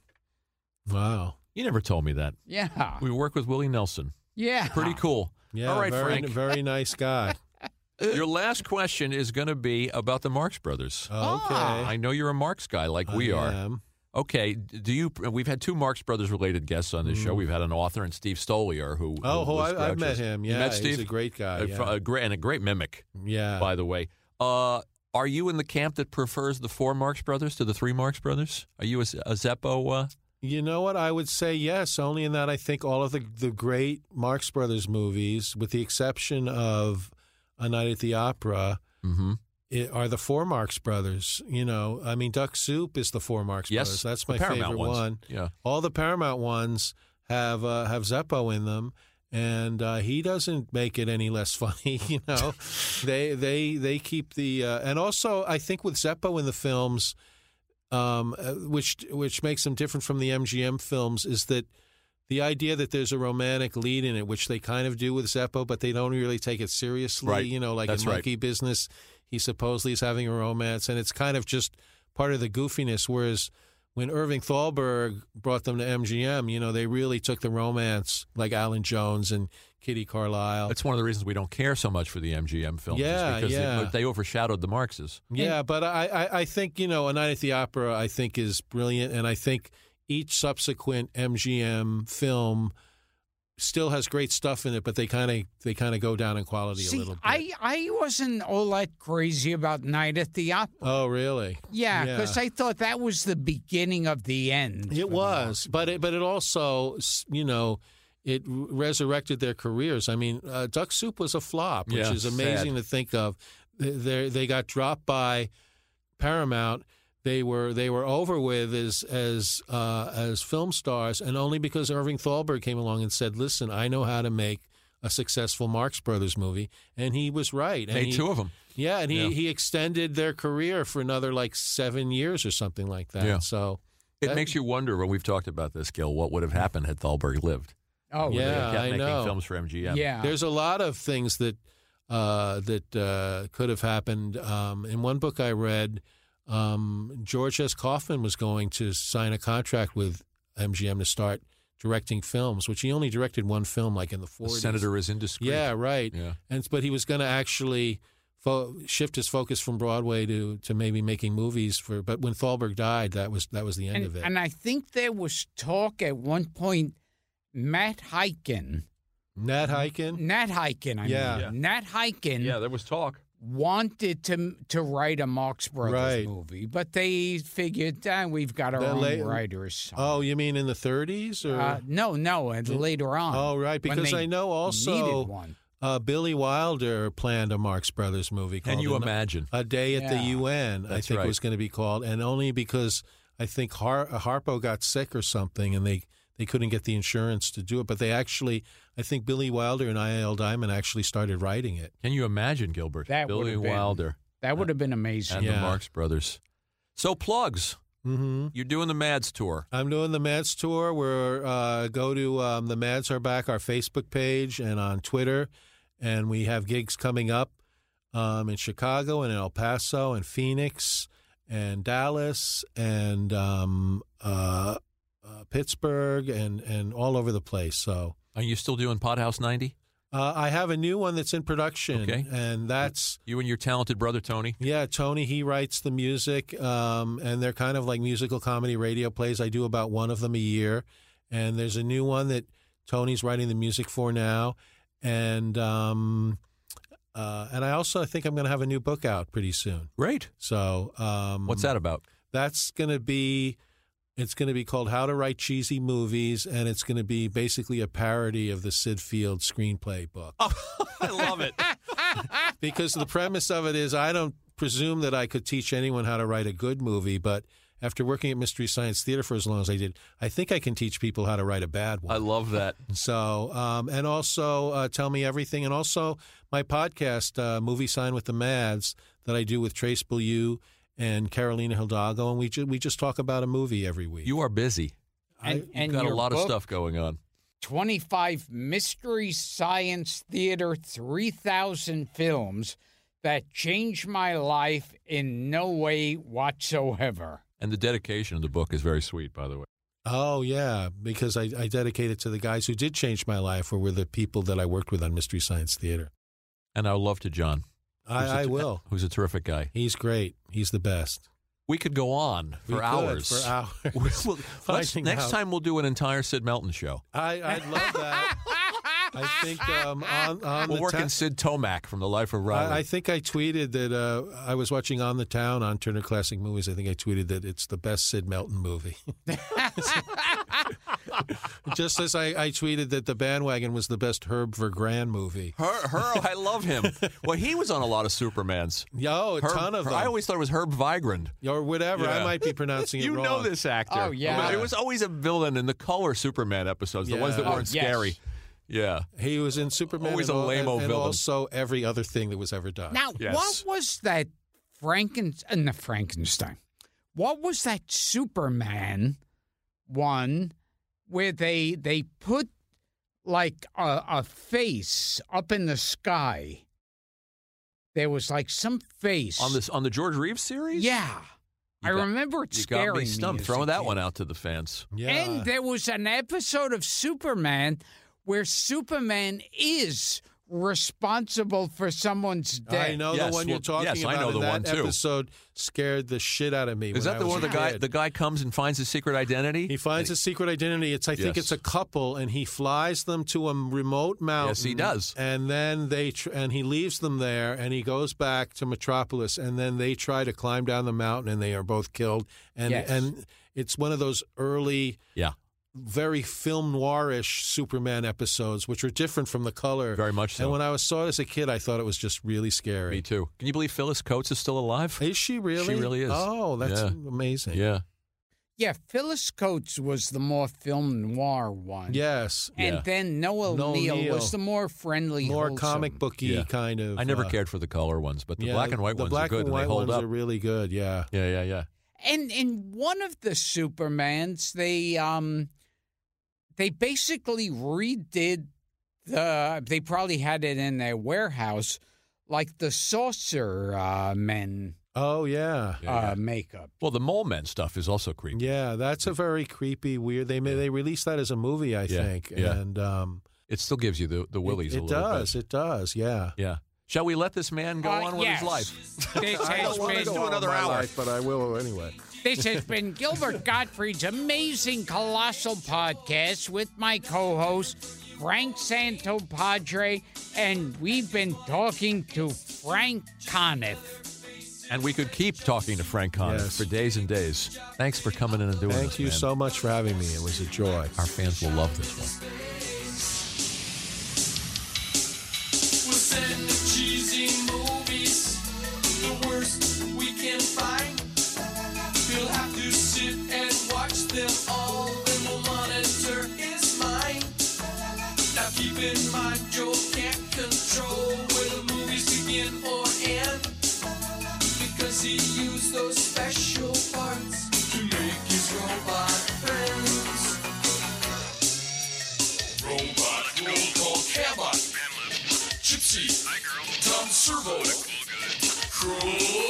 [SPEAKER 3] Wow.
[SPEAKER 2] You never told me that.
[SPEAKER 1] Yeah,
[SPEAKER 2] We work with Willie Nelson.
[SPEAKER 1] yeah,
[SPEAKER 2] Pretty cool.
[SPEAKER 3] Yeah.
[SPEAKER 2] All right,
[SPEAKER 3] very,
[SPEAKER 2] Frank.
[SPEAKER 3] Very nice guy.
[SPEAKER 2] Your last question is going to be about the Marx Brothers.
[SPEAKER 3] Oh, Okay.
[SPEAKER 2] Oh,
[SPEAKER 3] Oh,
[SPEAKER 2] I know you're a Marx guy like we
[SPEAKER 3] I
[SPEAKER 2] are.
[SPEAKER 3] am.
[SPEAKER 2] Okay, d- do you? We've had two Marx Brothers related guests on this show. We've had an author and Steve Stolier, who
[SPEAKER 3] Mm. Oh,
[SPEAKER 2] who
[SPEAKER 3] who
[SPEAKER 2] was
[SPEAKER 3] I, have met
[SPEAKER 2] Groucho's-
[SPEAKER 3] him.
[SPEAKER 2] You
[SPEAKER 3] Yeah,
[SPEAKER 2] met Steve, Uh,
[SPEAKER 3] he's a great guy.
[SPEAKER 2] A-
[SPEAKER 3] Yeah.
[SPEAKER 2] a great and a great mimic,
[SPEAKER 3] yeah.
[SPEAKER 2] by the way. Uh, are you in the camp that prefers the four Marx Brothers to the three Marx Brothers? Are you a, Z- a Zeppo? Uh,
[SPEAKER 3] You know what? I would say yes, only in that I think all of the, the great Marx Brothers movies, with the exception of A Night at the Opera,
[SPEAKER 2] mm-hmm.
[SPEAKER 3] i are the Four Marx Brothers. You know, I mean, Duck Soup is the Four Marx
[SPEAKER 2] Yes,
[SPEAKER 3] Brothers. That's
[SPEAKER 2] the
[SPEAKER 3] my
[SPEAKER 2] Paramount
[SPEAKER 3] favorite
[SPEAKER 2] ones.
[SPEAKER 3] one.
[SPEAKER 2] Yeah.
[SPEAKER 3] All the Paramount ones have uh, have Zeppo in them, and uh, he doesn't make it any less funny. You know, they they they keep the uh, and also I think with Zeppo in the films, um, uh, which which makes them different from the MGM films, is that. The idea that there's a romantic lead in it, which they kind of do with Zeppo, but they don't really take it seriously.
[SPEAKER 2] Right.
[SPEAKER 3] You know, like
[SPEAKER 2] That's
[SPEAKER 3] in
[SPEAKER 2] right.
[SPEAKER 3] Monkey Business, he supposedly is having a romance, and it's kind of just part of the goofiness. Whereas when Irving Thalberg brought them to MGM, you know, they really took the romance, like Alan Jones and Kitty Carlisle.
[SPEAKER 2] That's one of the reasons we don't care so much for the MGM films. is
[SPEAKER 3] Yeah,
[SPEAKER 2] because they-
[SPEAKER 3] yeah.
[SPEAKER 2] They, overshadowed the Marxes.
[SPEAKER 3] yeah, but I, I, I think, you know, A Night at the Opera, I think, is brilliant. And I think each subsequent MGM film still has great stuff in it, but they kind of they kind of go down in quality a
[SPEAKER 1] See,
[SPEAKER 3] little bit.
[SPEAKER 1] I I wasn't all that crazy about Night at the Opera.
[SPEAKER 3] oh, really?
[SPEAKER 1] Yeah,
[SPEAKER 3] Yeah.
[SPEAKER 1] because I thought that was the beginning of the end.
[SPEAKER 3] It was, but it, but it also, s- you know, it r- resurrected their careers. I mean, uh, Duck Soup was a flop, which
[SPEAKER 2] Yeah,
[SPEAKER 3] is amazing to think of. Th- They they got dropped by Paramount. They were they were over with as as uh, as film stars, and only because Irving Thalberg came along and said, "Listen, I know how to make." A successful Marx Brothers movie, and he was right. And
[SPEAKER 2] Made
[SPEAKER 3] he-
[SPEAKER 2] two of them.
[SPEAKER 3] yeah, and he,
[SPEAKER 2] Yeah.
[SPEAKER 3] he extended their career for another like seven years or something like that.
[SPEAKER 2] Yeah.
[SPEAKER 3] So
[SPEAKER 2] It
[SPEAKER 3] That-
[SPEAKER 2] makes you wonder when we've talked about this, Gil, what would have happened had Thalberg lived?
[SPEAKER 1] Mm. Oh,
[SPEAKER 2] Would they have
[SPEAKER 3] Yeah,
[SPEAKER 2] kept
[SPEAKER 3] I
[SPEAKER 2] making
[SPEAKER 3] know.
[SPEAKER 2] films for MGM.
[SPEAKER 1] yeah.
[SPEAKER 3] There's a lot of things that uh, that uh, could have happened. Um, in one book I read, um, George S. Kaufman was going to sign a contract with MGM to start directing films, which he only directed one film, like in the
[SPEAKER 2] The
[SPEAKER 3] 40s.
[SPEAKER 2] senator is indiscreet.
[SPEAKER 3] Yeah, right.
[SPEAKER 2] Yeah.
[SPEAKER 3] And but he was going to actually fo- shift his focus from Broadway to to maybe making movies for. But when Thalberg died, that was that was the end
[SPEAKER 1] and,
[SPEAKER 3] of it.
[SPEAKER 1] and I think there was talk at one point, Matt Hyken,
[SPEAKER 3] Nat Hiken.
[SPEAKER 1] Nat Hyken, I
[SPEAKER 3] Yeah.
[SPEAKER 1] mean,
[SPEAKER 3] Yeah.
[SPEAKER 1] Nat Hyken
[SPEAKER 2] there was talk.
[SPEAKER 1] wanted to to write a Marx Brothers
[SPEAKER 3] Right.
[SPEAKER 1] movie, but they figured ah, we've got our
[SPEAKER 3] That
[SPEAKER 1] own
[SPEAKER 3] late-
[SPEAKER 1] writers.
[SPEAKER 3] Oh, you mean in the 30s or?
[SPEAKER 1] Uh, no, no, and later on.
[SPEAKER 3] Oh, right,
[SPEAKER 1] when
[SPEAKER 3] because
[SPEAKER 1] they
[SPEAKER 3] I know also-
[SPEAKER 1] needed one.
[SPEAKER 3] uh, Billy Wilder planned a Marx Brothers movie called
[SPEAKER 2] Can you
[SPEAKER 3] An-
[SPEAKER 2] imagine?
[SPEAKER 3] A Day at the
[SPEAKER 1] Yeah.
[SPEAKER 3] UN, I
[SPEAKER 2] That's
[SPEAKER 3] think
[SPEAKER 2] right.
[SPEAKER 3] it was going to be called, and only because I think Har- Harpo got sick or something, and they, they couldn't get the insurance to do it. But they actually, I think Billy Wilder and I.L. Diamond actually started writing it.
[SPEAKER 2] Can you imagine, Gilbert?
[SPEAKER 1] That would
[SPEAKER 2] Billy
[SPEAKER 1] have been-
[SPEAKER 2] Wilder
[SPEAKER 1] That would have been amazing.
[SPEAKER 2] and the
[SPEAKER 3] Yeah.
[SPEAKER 2] Marx Brothers. So plugs.
[SPEAKER 3] Mm-hmm.
[SPEAKER 2] You're doing the Mads tour.
[SPEAKER 3] I'm doing the Mads tour. We're uh, go to um, the Mads are back our Facebook page and on Twitter, and we have gigs coming up um, in Chicago and in El Paso and Phoenix and Dallas and um, uh, uh, Pittsburgh and and all over the place. So
[SPEAKER 2] Are you still doing Podhouse 90?
[SPEAKER 3] uh, I have a new one that's in production,
[SPEAKER 2] Okay.
[SPEAKER 3] and that's.
[SPEAKER 2] You and your talented brother Tony.
[SPEAKER 3] Yeah, Tony, he writes the music, um, and they're kind of like musical comedy radio plays. I do about one of them a year, and there's a new one that Tony's writing the music for now, and um, uh, and I also think I'm going to have a new book out pretty soon.
[SPEAKER 2] Great.
[SPEAKER 3] So um,
[SPEAKER 2] What's that about?
[SPEAKER 3] That's going to be. It's going to be called How to Write Cheesy Movies, and it's going to be basically a parody of the Sid Field screenplay book.
[SPEAKER 2] Oh, I love it.
[SPEAKER 3] because the premise of it is I don't presume that I could teach anyone how to write a good movie, but after working at Mystery Science Theater for as long as I did, I think I can teach people how to write a bad
[SPEAKER 2] I
[SPEAKER 3] one.
[SPEAKER 2] love that.
[SPEAKER 3] so, um, and also uh, tell me everything, and also my podcast, uh, Movie Sign with the Mads, that I do with Trace Bellew and Carolina Hidalgo, and we ju- we just talk about a movie every week.
[SPEAKER 2] You are busy.
[SPEAKER 1] And, and
[SPEAKER 2] You've got a
[SPEAKER 1] your
[SPEAKER 2] lot
[SPEAKER 1] book,
[SPEAKER 2] of stuff going on.
[SPEAKER 1] 25 Mystery Science Theater 3000 films that changed my life in no way whatsoever.
[SPEAKER 2] And the dedication of the book is very sweet, by the way.
[SPEAKER 3] Oh yeah, because I, I dedicate it to the guys who did change my life, or were the people that I worked with on Mystery Science Theater.
[SPEAKER 2] And our love to John.
[SPEAKER 3] I,
[SPEAKER 2] who's a
[SPEAKER 3] I
[SPEAKER 2] ter-
[SPEAKER 3] will.
[SPEAKER 2] Who's a terrific guy.
[SPEAKER 3] He's great. He's the best.
[SPEAKER 2] We could go on
[SPEAKER 3] We
[SPEAKER 2] for
[SPEAKER 3] could
[SPEAKER 2] hours.
[SPEAKER 3] For hours.
[SPEAKER 2] Well, let's-
[SPEAKER 3] Finding
[SPEAKER 2] next
[SPEAKER 3] out.
[SPEAKER 2] time we'll do an entire Sid Melton show.
[SPEAKER 3] I, I'd love that. I think um, on, on
[SPEAKER 2] We'll
[SPEAKER 3] the
[SPEAKER 2] work
[SPEAKER 3] ta-
[SPEAKER 2] in Sid Tomac from The Life of Riley.
[SPEAKER 3] I, I think I tweeted that uh, I was watching On the Town on Turner Classic Movies. I think I tweeted that it's the best Sid Melton movie. Just as I, I tweeted that The Bandwagon was the best Herb Vergran movie.
[SPEAKER 2] Her, her, I love him. Well, he was on a lot of Supermans.
[SPEAKER 3] Yo, oh, a
[SPEAKER 2] Herb-
[SPEAKER 3] ton of them.
[SPEAKER 2] I always thought it was Herb Vigrand.
[SPEAKER 3] or whatever. I
[SPEAKER 2] Yeah.
[SPEAKER 3] might be pronouncing it
[SPEAKER 2] you
[SPEAKER 3] wrong.
[SPEAKER 2] know this actor.
[SPEAKER 1] Oh, yeah.
[SPEAKER 2] But it was always a villain in the color Superman episodes, the ones that
[SPEAKER 3] Yeah.
[SPEAKER 2] weren't
[SPEAKER 1] Oh, yes.
[SPEAKER 2] scary. Yeah.
[SPEAKER 3] He was in Superman.
[SPEAKER 2] Always
[SPEAKER 3] and
[SPEAKER 2] a
[SPEAKER 3] all- and,
[SPEAKER 2] lame-o
[SPEAKER 3] and
[SPEAKER 2] villain.
[SPEAKER 3] also every other thing that was ever done.
[SPEAKER 1] Now,
[SPEAKER 2] Yes.
[SPEAKER 1] what was that Frankenstein? The Frankenstein. What was that Superman one where they they put like a, a face up in the sky? There was like some face
[SPEAKER 2] On this on the George Reeves series?
[SPEAKER 1] Yeah, I
[SPEAKER 2] got-
[SPEAKER 1] remember it
[SPEAKER 2] You
[SPEAKER 1] scaring
[SPEAKER 2] got me stumped.
[SPEAKER 1] as
[SPEAKER 2] Throwing
[SPEAKER 1] a
[SPEAKER 2] that
[SPEAKER 1] kid.
[SPEAKER 2] one out to the fans.
[SPEAKER 3] yeah.
[SPEAKER 1] And there was an episode of Superman where Superman is responsible for someone's death.
[SPEAKER 3] I know
[SPEAKER 2] Yes,
[SPEAKER 3] the one you're
[SPEAKER 2] well,
[SPEAKER 3] talking
[SPEAKER 2] yes, I
[SPEAKER 3] about.
[SPEAKER 2] know
[SPEAKER 3] and
[SPEAKER 2] the
[SPEAKER 3] that
[SPEAKER 2] one, too.
[SPEAKER 3] episode scared the shit out of me.
[SPEAKER 2] Is
[SPEAKER 3] when
[SPEAKER 2] that
[SPEAKER 3] I
[SPEAKER 2] the
[SPEAKER 3] was
[SPEAKER 2] one
[SPEAKER 3] a
[SPEAKER 2] the guy
[SPEAKER 3] kid.
[SPEAKER 2] the guy comes and finds his secret identity?
[SPEAKER 3] He finds a secret identity. It's I think
[SPEAKER 2] Yes.
[SPEAKER 3] it's a couple, and he flies them to a remote mountain.
[SPEAKER 2] Yes, he does.
[SPEAKER 3] And then they tr- and he leaves them there, and he goes back to Metropolis, and then they try to climb down the mountain, and they are both killed. And
[SPEAKER 1] Yes.
[SPEAKER 3] and it's one of those early,
[SPEAKER 2] Yeah.
[SPEAKER 3] very film noirish Superman episodes, which are different from the color.
[SPEAKER 2] Very much so.
[SPEAKER 3] And when I was saw it as a kid, I thought it was just really scary.
[SPEAKER 2] Me too. Can you believe Phyllis Coates is still alive?
[SPEAKER 3] Is she really?
[SPEAKER 2] really is.
[SPEAKER 3] Oh, that's
[SPEAKER 2] Yeah.
[SPEAKER 3] amazing.
[SPEAKER 2] Yeah.
[SPEAKER 1] Yeah, Phyllis Coates was the more film noir one.
[SPEAKER 3] Yes.
[SPEAKER 1] And
[SPEAKER 2] Yeah.
[SPEAKER 1] then Noah
[SPEAKER 3] Noel
[SPEAKER 1] Neal,
[SPEAKER 3] Neal.
[SPEAKER 1] was the more friendly,
[SPEAKER 3] More
[SPEAKER 1] wholesome.
[SPEAKER 3] comic booky
[SPEAKER 2] Yeah.
[SPEAKER 3] kind of.
[SPEAKER 2] I never
[SPEAKER 3] uh,
[SPEAKER 2] cared for the color ones, but the
[SPEAKER 3] yeah,
[SPEAKER 2] black and white
[SPEAKER 3] the
[SPEAKER 2] ones
[SPEAKER 3] black
[SPEAKER 2] are good
[SPEAKER 3] and white
[SPEAKER 2] and they hold
[SPEAKER 3] ones
[SPEAKER 2] up.
[SPEAKER 3] are really good. Yeah.
[SPEAKER 2] Yeah, yeah, yeah.
[SPEAKER 1] And in one of the Supermans, they um, they basically redid the. They probably had it in their warehouse, like the Saucer uh, Men
[SPEAKER 3] Oh yeah.
[SPEAKER 2] Yeah,
[SPEAKER 1] uh,
[SPEAKER 2] yeah.
[SPEAKER 1] makeup.
[SPEAKER 2] Well, the mole man stuff is also creepy.
[SPEAKER 3] Yeah, that's a very creepy, weird. They may, they released that as a movie, I
[SPEAKER 2] Yeah,
[SPEAKER 3] think,
[SPEAKER 2] yeah.
[SPEAKER 3] and um,
[SPEAKER 2] It still gives you the, the willies
[SPEAKER 3] It,
[SPEAKER 2] a
[SPEAKER 3] it
[SPEAKER 2] little
[SPEAKER 3] does.
[SPEAKER 2] bit.
[SPEAKER 3] It does. Yeah.
[SPEAKER 2] Yeah. Shall we let this man go
[SPEAKER 1] Uh,
[SPEAKER 2] on with
[SPEAKER 1] yes.
[SPEAKER 2] his life?
[SPEAKER 1] This
[SPEAKER 2] I don't
[SPEAKER 1] has
[SPEAKER 2] wanna
[SPEAKER 1] been
[SPEAKER 2] go on. another
[SPEAKER 3] my
[SPEAKER 2] hour.
[SPEAKER 3] life, but I will anyway.
[SPEAKER 1] This has been Gilbert Gottfried's amazing colossal podcast with my co-host Frank Santopadre, and we've been talking to Frank Conniff.
[SPEAKER 2] And we could keep talking to Frank Connor
[SPEAKER 3] Yes.
[SPEAKER 2] for days and days. Thanks for coming in and doing this.
[SPEAKER 3] Thank you
[SPEAKER 2] man.
[SPEAKER 3] so much for having me. It was a joy.
[SPEAKER 2] Our fans will love this one.
[SPEAKER 9] We'll send the cheesy movies, the worst we can find. He'll have to sit and watch them all, and we'll monitor his mind. Now keep in mind, Joe can't control where the movies begin or end, because he used those special parts to make his robot friends. Robot, we'll call Cabot. Gypsy, Tom Servo, Cruel.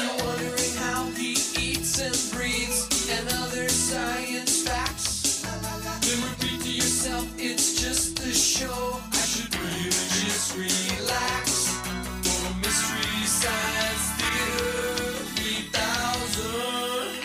[SPEAKER 9] You're wondering how he eats and breathes and other science facts. Then repeat to yourself, it's just a show. I should really just relax. For a mystery science theater, 3000.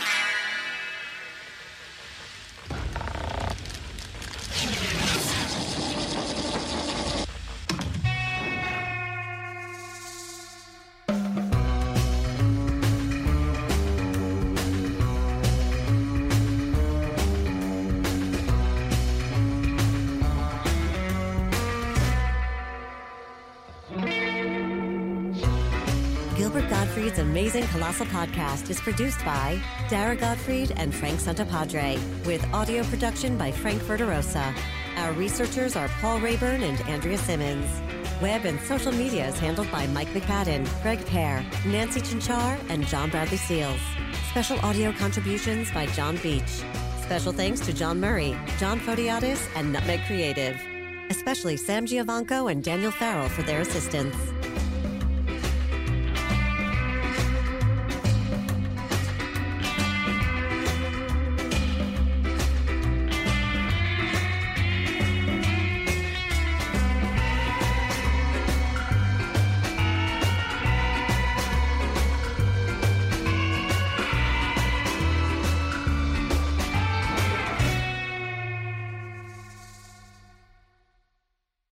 [SPEAKER 10] Gilbert Gottfried's amazing Colossal podcast is produced by Dara Gottfried and Frank Santapadre, with audio production by Frank Verderosa. Our researchers are Paul Rayburn and Andrea Simmons. Web and social media is handled by Mike McFadden, Greg Pear, Nancy Chinchar, and John Bradley Seals. Special audio contributions by John Beach. Special thanks to John Murray, John Fodiatis, and Nutmeg Creative, especially Sam Giovanco and Daniel Farrell for their assistance.